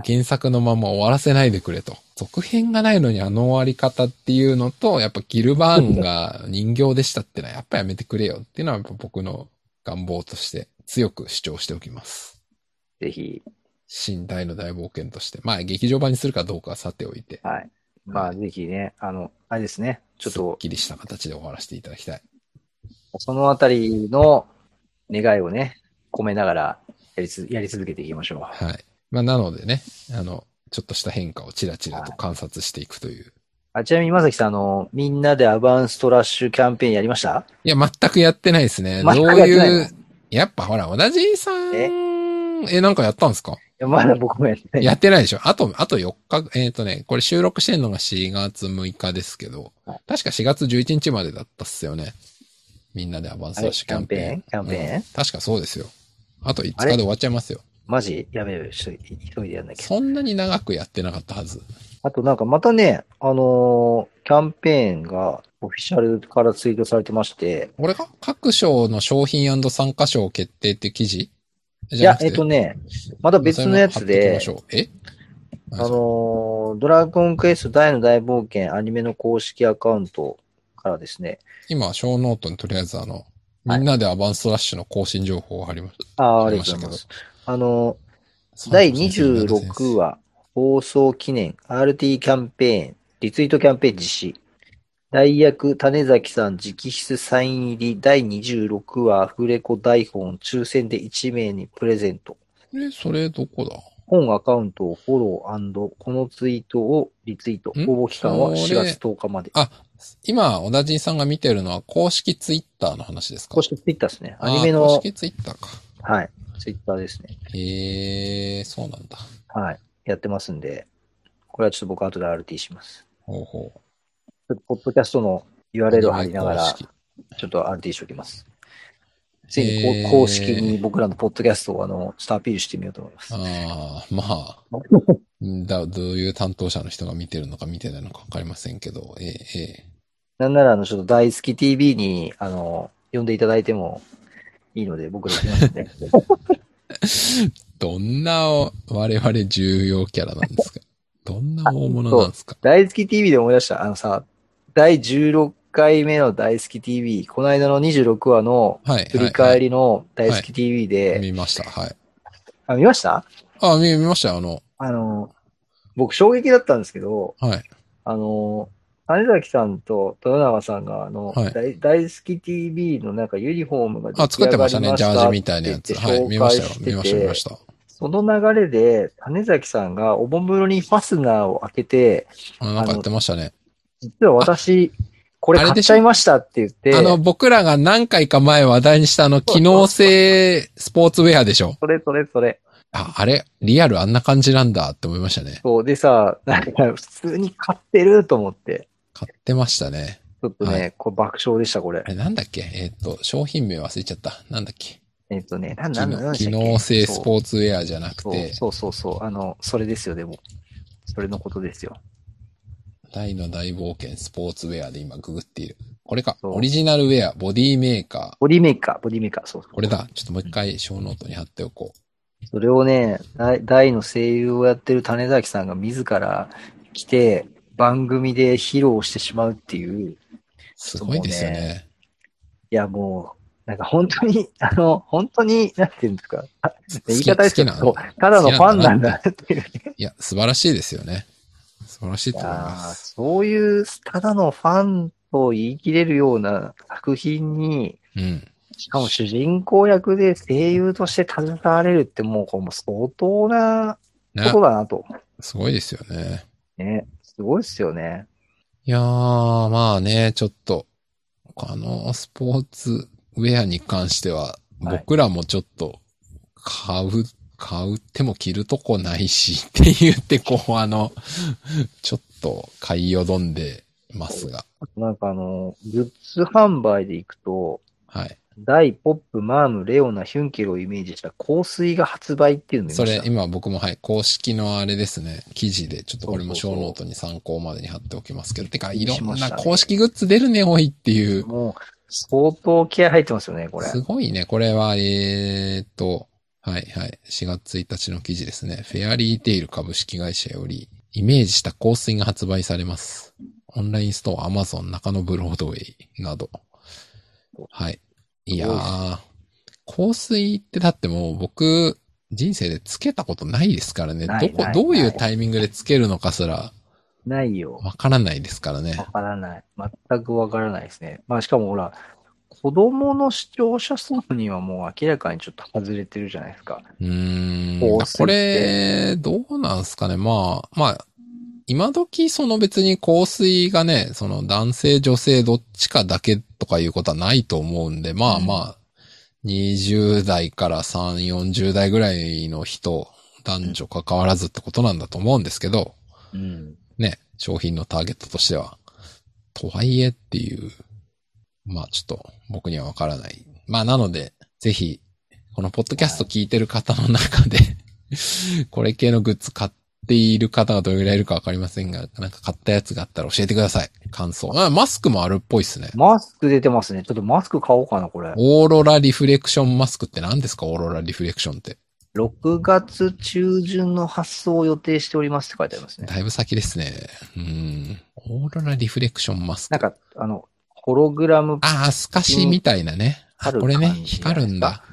Speaker 1: 原作のまま終わらせないでくれと。続編がないのにあの終わり方っていうのと、やっぱギルバーンが人形でしたってのはやっぱやめてくれよっていうのはやっぱ僕の願望として強く主張しておきます。
Speaker 2: ぜひ、
Speaker 1: 新大の大冒険として。まあ劇場版にするかどうかはさておいて。
Speaker 2: はい。まあ、ぜひね、あの、あれですね、ちょっ
Speaker 1: すっ
Speaker 2: と、
Speaker 1: きりした形で終わらせていただきたい。
Speaker 2: そのあたりの願いをね、込めながらやりつやり続けていきましょう。
Speaker 1: はい。まあなのでね、あの、ちょっとした変化をチラチラと観察していくという。
Speaker 2: あちなみに、まさきさん、あの、みんなでアバンストラッシュキャンペーンやりました
Speaker 1: いや、全くやってないですね。どう
Speaker 2: 全くやってないの
Speaker 1: いう、やっぱほら、小田爺さん、え、なんかやったんですか
Speaker 2: いやまだ僕もやってない。
Speaker 1: やってないでしょあと、あと4日、えっ、とね、これ収録してるのが4月6日ですけど、
Speaker 2: はい
Speaker 1: 確か4月11日までだったっすよね。みんなでアバンスラッシュキャンペーン。
Speaker 2: あれキャンペーンキャンペーン
Speaker 1: うん確かそうですよ。あと5日
Speaker 2: あれ
Speaker 1: で終わっちゃいますよ。
Speaker 2: マジやめようよ。ちょっと急いでやんなきゃ。
Speaker 1: そんなに長くやってなかったはず。
Speaker 2: あとなんかまたね、あのーキャンペーンがオフィシャルからツイートされてまして、
Speaker 1: 俺が各賞の商品参加賞決定って記事
Speaker 2: い
Speaker 1: じゃな
Speaker 2: や
Speaker 1: く、て
Speaker 2: えっとね、また別のやつで、
Speaker 1: それも貼っておきましょうえ
Speaker 2: あのードラゴンクエスト大の大冒険アニメの公式アカウントからですね、
Speaker 1: 今、小ノートにとりあえずあの、
Speaker 2: は
Speaker 1: み
Speaker 2: い
Speaker 1: んなでアバンスラッシュの更新情報を貼りまし
Speaker 2: あー
Speaker 1: あ
Speaker 2: あ
Speaker 1: り
Speaker 2: り
Speaker 1: まし
Speaker 2: がと
Speaker 1: たけど
Speaker 2: うございます。あのー
Speaker 1: た。
Speaker 2: 第26話、放送記念 RT キャンペーン、リツイートキャンペーン実施。代役、種崎さん直筆サイン入り第26話アフレコ台本抽選で1名にプレゼント。
Speaker 1: え、それどこだ
Speaker 2: 本アカウントをフォローこのツイートをリツイート。
Speaker 1: ん
Speaker 2: 応募期間は
Speaker 1: そ
Speaker 2: 4
Speaker 1: れ
Speaker 2: 月10日まで。
Speaker 1: あ、今、小田人さんが見てるのは公式ツイッターの話ですか
Speaker 2: 公式ツイッターですね。
Speaker 1: あ
Speaker 2: アニメ
Speaker 1: 公
Speaker 2: の、
Speaker 1: 式ツイッターか。
Speaker 2: はい、ツイッターですね。
Speaker 1: へえー、そうなんだ。
Speaker 2: はい、やってますんで、これはちょっと僕後で RT します。
Speaker 1: ほうほ
Speaker 2: ちょっとポッドキャストの
Speaker 1: う。
Speaker 2: URL を貼りなが
Speaker 1: アニメ
Speaker 2: ら
Speaker 1: 公、式
Speaker 2: ちょっと RT しておきます。つい
Speaker 1: え
Speaker 2: に
Speaker 1: ー
Speaker 2: こう公式に僕らのポッドキャストをあの、スターピールしてみようと思います。
Speaker 1: ああ、ま あ。だ、どういう担当者の人が見てるのか見てないのかわかりませんけど、ええええ
Speaker 2: なんならあの、ちょっと大好き TV に、あの、呼んでいただいてもいいので、僕ら来ます ね。
Speaker 1: どんなお我々重要キャラなんです かどんな大物なんですか
Speaker 2: 大好き TV で思い出した。あのさ、第16回目の大好き TV、この間の26話の
Speaker 1: はい。
Speaker 2: 振り返
Speaker 1: り、
Speaker 2: りの大好き TV で、
Speaker 1: 見ました。はい。
Speaker 2: あ、見ました
Speaker 1: あ、見、見ましたよあの、
Speaker 2: あの、僕衝撃だったんですけど、
Speaker 1: はい。
Speaker 2: あの、金崎さんと豊永さんが、あの、
Speaker 1: はい
Speaker 2: 大大好き TV のなんかユニフォームが
Speaker 1: あ、作ってましたね。ジャージみたいなやつ。
Speaker 2: 出来
Speaker 1: はい。
Speaker 2: 上がり
Speaker 1: 見
Speaker 2: ま
Speaker 1: ま
Speaker 2: し
Speaker 1: したた
Speaker 2: って
Speaker 1: よ。
Speaker 2: 言
Speaker 1: 見
Speaker 2: って
Speaker 1: ま
Speaker 2: 紹介
Speaker 1: し
Speaker 2: して
Speaker 1: た、見ました。
Speaker 2: てその流れで、金崎さんがおもむろにファスナーを開けて、
Speaker 1: あなんかやってましたね。
Speaker 2: 実は私、これ
Speaker 1: あれ
Speaker 2: 買っ
Speaker 1: でし
Speaker 2: ち
Speaker 1: ょ
Speaker 2: ゃいましたって言って、
Speaker 1: あの、僕らが何回か前話題にしたあの、機能性スポーツウェアでしょ。
Speaker 2: それそれそれ。
Speaker 1: あ、あれ、リアルあんな感じなんだって思いましたね。
Speaker 2: そう、でさ、なんか普通に買ってると思って、
Speaker 1: 買ってましたね。
Speaker 2: ちょっとね、
Speaker 1: は
Speaker 2: これ爆笑でした、これ
Speaker 1: あ。れなんだっけえっ、と、商品名忘れちゃった。なんだっけ
Speaker 2: えっとね、なん
Speaker 1: 機
Speaker 2: なんなん
Speaker 1: 能
Speaker 2: でし
Speaker 1: 機
Speaker 2: たっけ
Speaker 1: 能性ス
Speaker 2: ー
Speaker 1: ポーツウェアじゃなく
Speaker 2: そう
Speaker 1: て、
Speaker 2: そうそうそう、あの、それですよ、でも。それのことですよ。
Speaker 1: 大の大冒険スポーツウェアで今ググっている。これか。
Speaker 2: そう
Speaker 1: オリジナルウェア、ボディメーカ
Speaker 2: ボディメーカー、ボディメーカー、そうそう
Speaker 1: ー。これだ。ちょっともう一回小ノートに貼っておこ。
Speaker 2: それをね、大大の声優をやってる種崎さんが自ら来て、番組で披露してしまうっていう、いう
Speaker 1: すごいですよ
Speaker 2: そう
Speaker 1: ね。
Speaker 2: やもう、なんか本当に、あの、本当に、なんていうんですか、あ言い方ですけど、
Speaker 1: 好き
Speaker 2: そうただのファンなんだなっていうね。
Speaker 1: いや、素晴らしいですよね。素晴らしいと
Speaker 2: い
Speaker 1: 思い
Speaker 2: や
Speaker 1: ま
Speaker 2: ー
Speaker 1: す。
Speaker 2: そういう、ただのファンと言い切れるような作品に、
Speaker 1: うん。
Speaker 2: しかも主人公役で声優として携われるってもう、これもう相当な
Speaker 1: ね
Speaker 2: ことだなと。
Speaker 1: すごいですよね。
Speaker 2: ね、すごいですよね。
Speaker 1: いやー、まあね、ちょっと、あの、スポーツウェアに関しては、
Speaker 2: はい
Speaker 1: 僕らもちょっと、買う、買うっても着るとこないし、 って言って、こう、あの、ちょっと買いよどんでますが、
Speaker 2: なんかあの、グッズ販売で行くと、
Speaker 1: はい。
Speaker 2: 大ポップ、マーム、レオナ、ヒュンケルをイメージした香水が発売っていうのを見
Speaker 1: そ
Speaker 2: まし
Speaker 1: れ
Speaker 2: た。、
Speaker 1: 今僕もはい、公式のあれですね、記事で、ちょっとこれも
Speaker 2: そ
Speaker 1: 小
Speaker 2: うそうそう
Speaker 1: ノートに参考までに貼っておきますけど、てか、い
Speaker 2: びっくり
Speaker 1: ろ
Speaker 2: し
Speaker 1: ん
Speaker 2: ました
Speaker 1: な
Speaker 2: ね
Speaker 1: 公式グッズ出るね、多いっていう。
Speaker 2: もう、相当気合入ってますよね、これ。
Speaker 1: すごいね。これは、えーっと、はいはい。4月1日の記事ですね。フェアリーテイル株式会社より、イメージした香水が発売されます。オンラインストア、アマゾン、中野ブロードウェイなど。はい。いやー、香水ってだってもう僕、人生でつけたことないですからね。
Speaker 2: ない
Speaker 1: どこ
Speaker 2: な、い
Speaker 1: どういうタイミングでつけるのかすら、
Speaker 2: ないよ。
Speaker 1: わからないですからね
Speaker 2: わ。からない。全くわからないですね。まあ、しかもほら、子供の視聴者層にはもう明らかにちょっと外れてるじゃないですか。
Speaker 1: うーん。
Speaker 2: 香水
Speaker 1: これ、どうなんすかね。まあ、まあ、今時その別に香水がね、その男性女性どっちかだけとかいうことはないと思うんで、まあ
Speaker 2: うん
Speaker 1: まあ、20代から3、40代ぐらいの人、男女関わらずってことなんだと思うんですけど、
Speaker 2: うん。
Speaker 1: ね、商品のターゲットとしては。とはいえっていう、まあちょっと僕にはわからない。まあなので、ぜひ、このポッドキャスト聞いてる方の中で、 これ系のグッズ買っている方がどれぐらいいるかわかりませんが、なんか買ったやつがあったら教えてください。感想。あマスクもあるっぽいですね。
Speaker 2: マスク出てますね。ちょっとマスク買おうかな、これ。
Speaker 1: オーロラリフレクションマスクって何ですかオーロラリフレクションって。
Speaker 2: 6月中旬の発送を予定しておりますって書いてありますね。
Speaker 1: だいぶ先ですね。うん。オーロラリフレクションマスク
Speaker 2: なん。か、あの、ホログラム、
Speaker 1: ああ、透かしみたいなね。あこれね、光るんだ。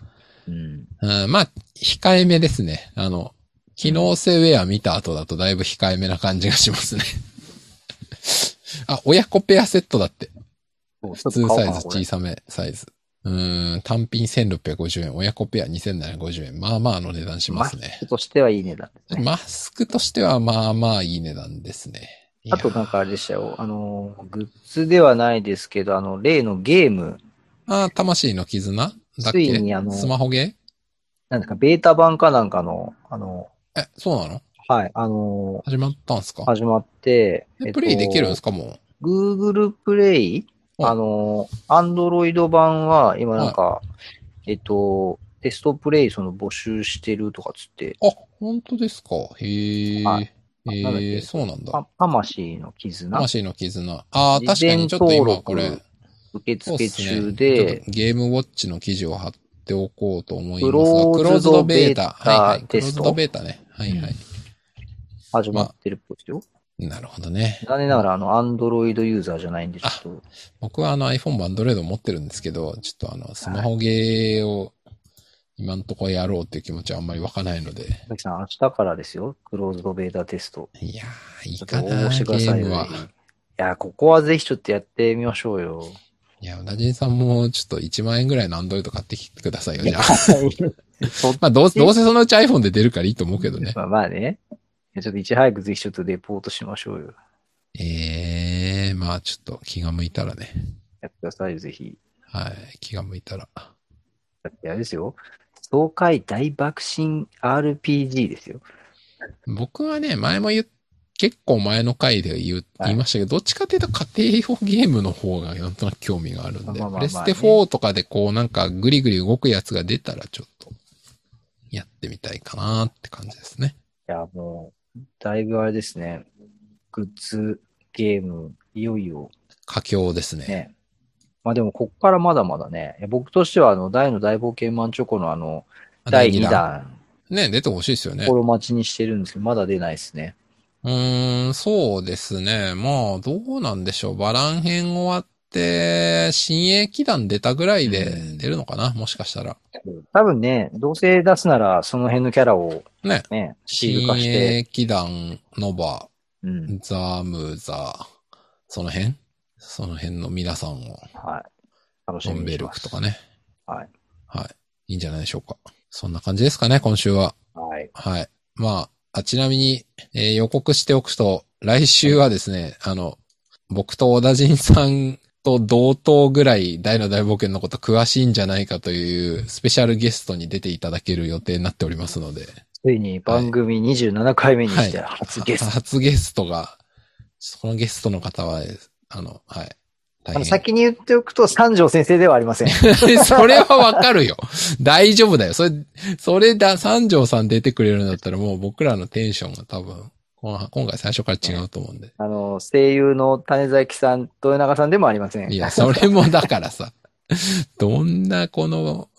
Speaker 2: うん、
Speaker 1: うん、まあ、控えめですね。あの、機能性ウェア見た後だとだいぶ控えめな感じがしますね。 あ、親子ペアセットだって。
Speaker 2: 普
Speaker 1: 普通サイズ、小さめサイズ。うん、単品1650円、親子ペア2750円。まあまあの値段しますね。
Speaker 2: としてはいい値段ですね。
Speaker 1: マスクとしてはまあまあいい値段ですね。いや
Speaker 2: あとなんかあれでしたよ。あの、グッズではないですけど、あの、例のゲーム、
Speaker 1: あー、魂の絆だっけ
Speaker 2: ついにあの
Speaker 1: スマホゲ
Speaker 2: なんですか、ベータ版かなんかの、あの、
Speaker 1: ーえ、そうなの
Speaker 2: はい、あの、
Speaker 1: 始まったんすか
Speaker 2: 始まって、
Speaker 1: えプレイできるんです
Speaker 2: か
Speaker 1: かも
Speaker 2: ?Google プレイ
Speaker 1: うん
Speaker 2: あの、Android 版は今なんか、えっと、テストプレイその募集してるとかっつって、
Speaker 1: う。あ、本当ですかへえ。
Speaker 2: はいあなんだっ
Speaker 1: ええ、
Speaker 2: け
Speaker 1: そうなんだ。
Speaker 2: パ魂の絆
Speaker 1: 魂の絆。ああ、確
Speaker 2: 事
Speaker 1: かに
Speaker 2: 前
Speaker 1: ちょっと
Speaker 2: 登
Speaker 1: 今こ
Speaker 2: 録
Speaker 1: れ、
Speaker 2: 受
Speaker 1: そうっ
Speaker 2: 付
Speaker 1: すね
Speaker 2: 中
Speaker 1: ちょっ
Speaker 2: で
Speaker 1: と、ゲームウォッチの記事を貼っておこうと思いますが、
Speaker 2: クローズド
Speaker 1: クローズドベータ。
Speaker 2: ベータ
Speaker 1: はいはい。ク
Speaker 2: テ
Speaker 1: ロー
Speaker 2: ス
Speaker 1: ズ
Speaker 2: ト
Speaker 1: ドベータね。はいはい。
Speaker 2: 始まってるっぽいですよ。
Speaker 1: なるほどね。
Speaker 2: 残念ながら、あの、アンドロイドユーザーじゃないんで、ちょっと、
Speaker 1: 僕はあの iPhone も Android も持ってるんですけど、ちょっとあの、スマホゲーを今んとこやろうっていう気持ちはあんまり湧かないので。
Speaker 2: さきさん、明日からですよ。クローズドベータテスト。
Speaker 1: いやー、いい
Speaker 2: ちょっ
Speaker 1: か
Speaker 2: と応
Speaker 1: な
Speaker 2: 募してください
Speaker 1: ゲーム
Speaker 2: よ
Speaker 1: は。。
Speaker 2: いや、ここはぜひちょっとやってみましょうよ。
Speaker 1: いや、うなじんさんもちょっと1万円ぐらいのアンドロイド買ってきてくださいよ、じゃあ。
Speaker 2: そ
Speaker 1: まあ、どうせ、どうせそのうち iPhone で出るからいいと思うけどね。
Speaker 2: まあまあね。いやちょっといち早くぜひちょっとレポートしましょうよ。
Speaker 1: ええまあちょっと気が向いたらね。
Speaker 2: やってくださいよ、ぜひ。
Speaker 1: はい、気が向いたら。
Speaker 2: だってあれですよ。爽快大爆心 RPG ですよ。
Speaker 1: 僕はね、前も言っ、結構前の回で言う
Speaker 2: はい
Speaker 1: 言いましたけど、どっちかというと家庭用ゲームの方がなんとなく興味があるんで、
Speaker 2: まあまあまあ
Speaker 1: プレステ4とかでこうなんかグリグリ動くやつが出たらちょっとやってみたいかなって感じですね。
Speaker 2: いや、もう、だいぶあれですね。グッズ、ゲーム、いよいよ
Speaker 1: 佳境ですね。
Speaker 2: ね。まあでも、こっからまだまだね。いや僕としては、あの、大の大冒険マンチョコのあの、第2。弾、
Speaker 1: ね、出てほしいですよね。
Speaker 2: 心待ちにしてるんですけど、まだ出ないですね。
Speaker 1: うーん、そうですね。まあ、どうなんでしょう。バラン編終わって、新鋭機団出たぐらいで
Speaker 2: うん
Speaker 1: 出るのかな、もしかしたら。
Speaker 2: 多分ね、どうせ出すなら、その辺のキャラを
Speaker 1: ね。
Speaker 2: ね、シール
Speaker 1: 新
Speaker 2: 化して、
Speaker 1: 鋭機団、ノバ、
Speaker 2: うん、
Speaker 1: ザムザ、その辺その辺の皆さんを、
Speaker 2: はい。楽し
Speaker 1: ロ
Speaker 2: み
Speaker 1: ン
Speaker 2: に
Speaker 1: ベ
Speaker 2: し
Speaker 1: ル
Speaker 2: ま
Speaker 1: クと
Speaker 2: す。
Speaker 1: かね。
Speaker 2: はい。
Speaker 1: はい。いいんじゃないでしょうか。そんな感じですかね、今週は。
Speaker 2: はい。
Speaker 1: はい。まあ、あちなみに、えー予告しておくと、来週はですね、あの、僕と小田人さんと同等ぐらい大の大冒険のこと詳しいんじゃないかというスペシャルゲストに出ていただける予定になっておりますので、
Speaker 2: ついに番組27回目にして
Speaker 1: は
Speaker 2: 初ゲスト。
Speaker 1: 初ゲストが、そのゲストの方は、あの、はい。大
Speaker 2: あの
Speaker 1: 変。
Speaker 2: 先に言っておくと、三条先生ではありません。
Speaker 1: それはわかるよ。大丈夫だよ。それ、それだ、三条さん出てくれるんだったらもう僕らのテンションが多分、この今回最初から違うと思うんで。
Speaker 2: あの、声優の種崎さん、豊永さんでもありません。
Speaker 1: いや、それもだから さ、どんなこの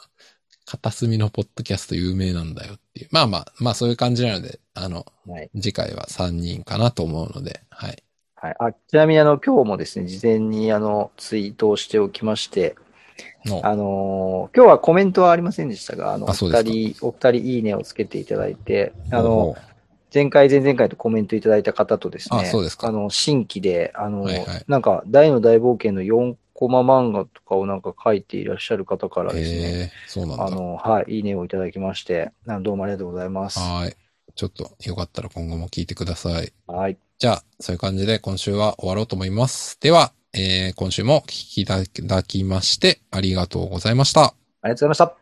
Speaker 1: 片隅のポッドキャスト有名なんだよっていう。まあまあ、まあそういう感じなので、あの、
Speaker 2: はい。
Speaker 1: 次回は3人かなと思うので、はい。
Speaker 2: はい。あ、ちなみにあの、今日もですね、事前にあの、ツイートをしておきまして、
Speaker 1: の、
Speaker 2: あのー今日はコメントはありませんでしたが、あの、お
Speaker 1: あそうです
Speaker 2: 二
Speaker 1: か
Speaker 2: 人、お二人いいねをつけていただいて、あの、
Speaker 1: おー、
Speaker 2: 前回、前々回とコメントいただいた方とですね、
Speaker 1: あそうですか
Speaker 2: の、新規で、あの、
Speaker 1: はいはい
Speaker 2: なんか、大の大冒険の4コマ漫画とかをなんか書いていらっしゃる方からですね、
Speaker 1: えー、そうなんだ。
Speaker 2: あの、はい、いいねをいただきまして、あのどうもありがとうございます。
Speaker 1: はーい。ちょっと、よかったら今後も聞いてください。
Speaker 2: はい。
Speaker 1: じゃあ、そういう感じで今週は終わろうと思います。では、えー、今週もお聞きいただきまして、ありがとうございました。
Speaker 2: ありがとうございました。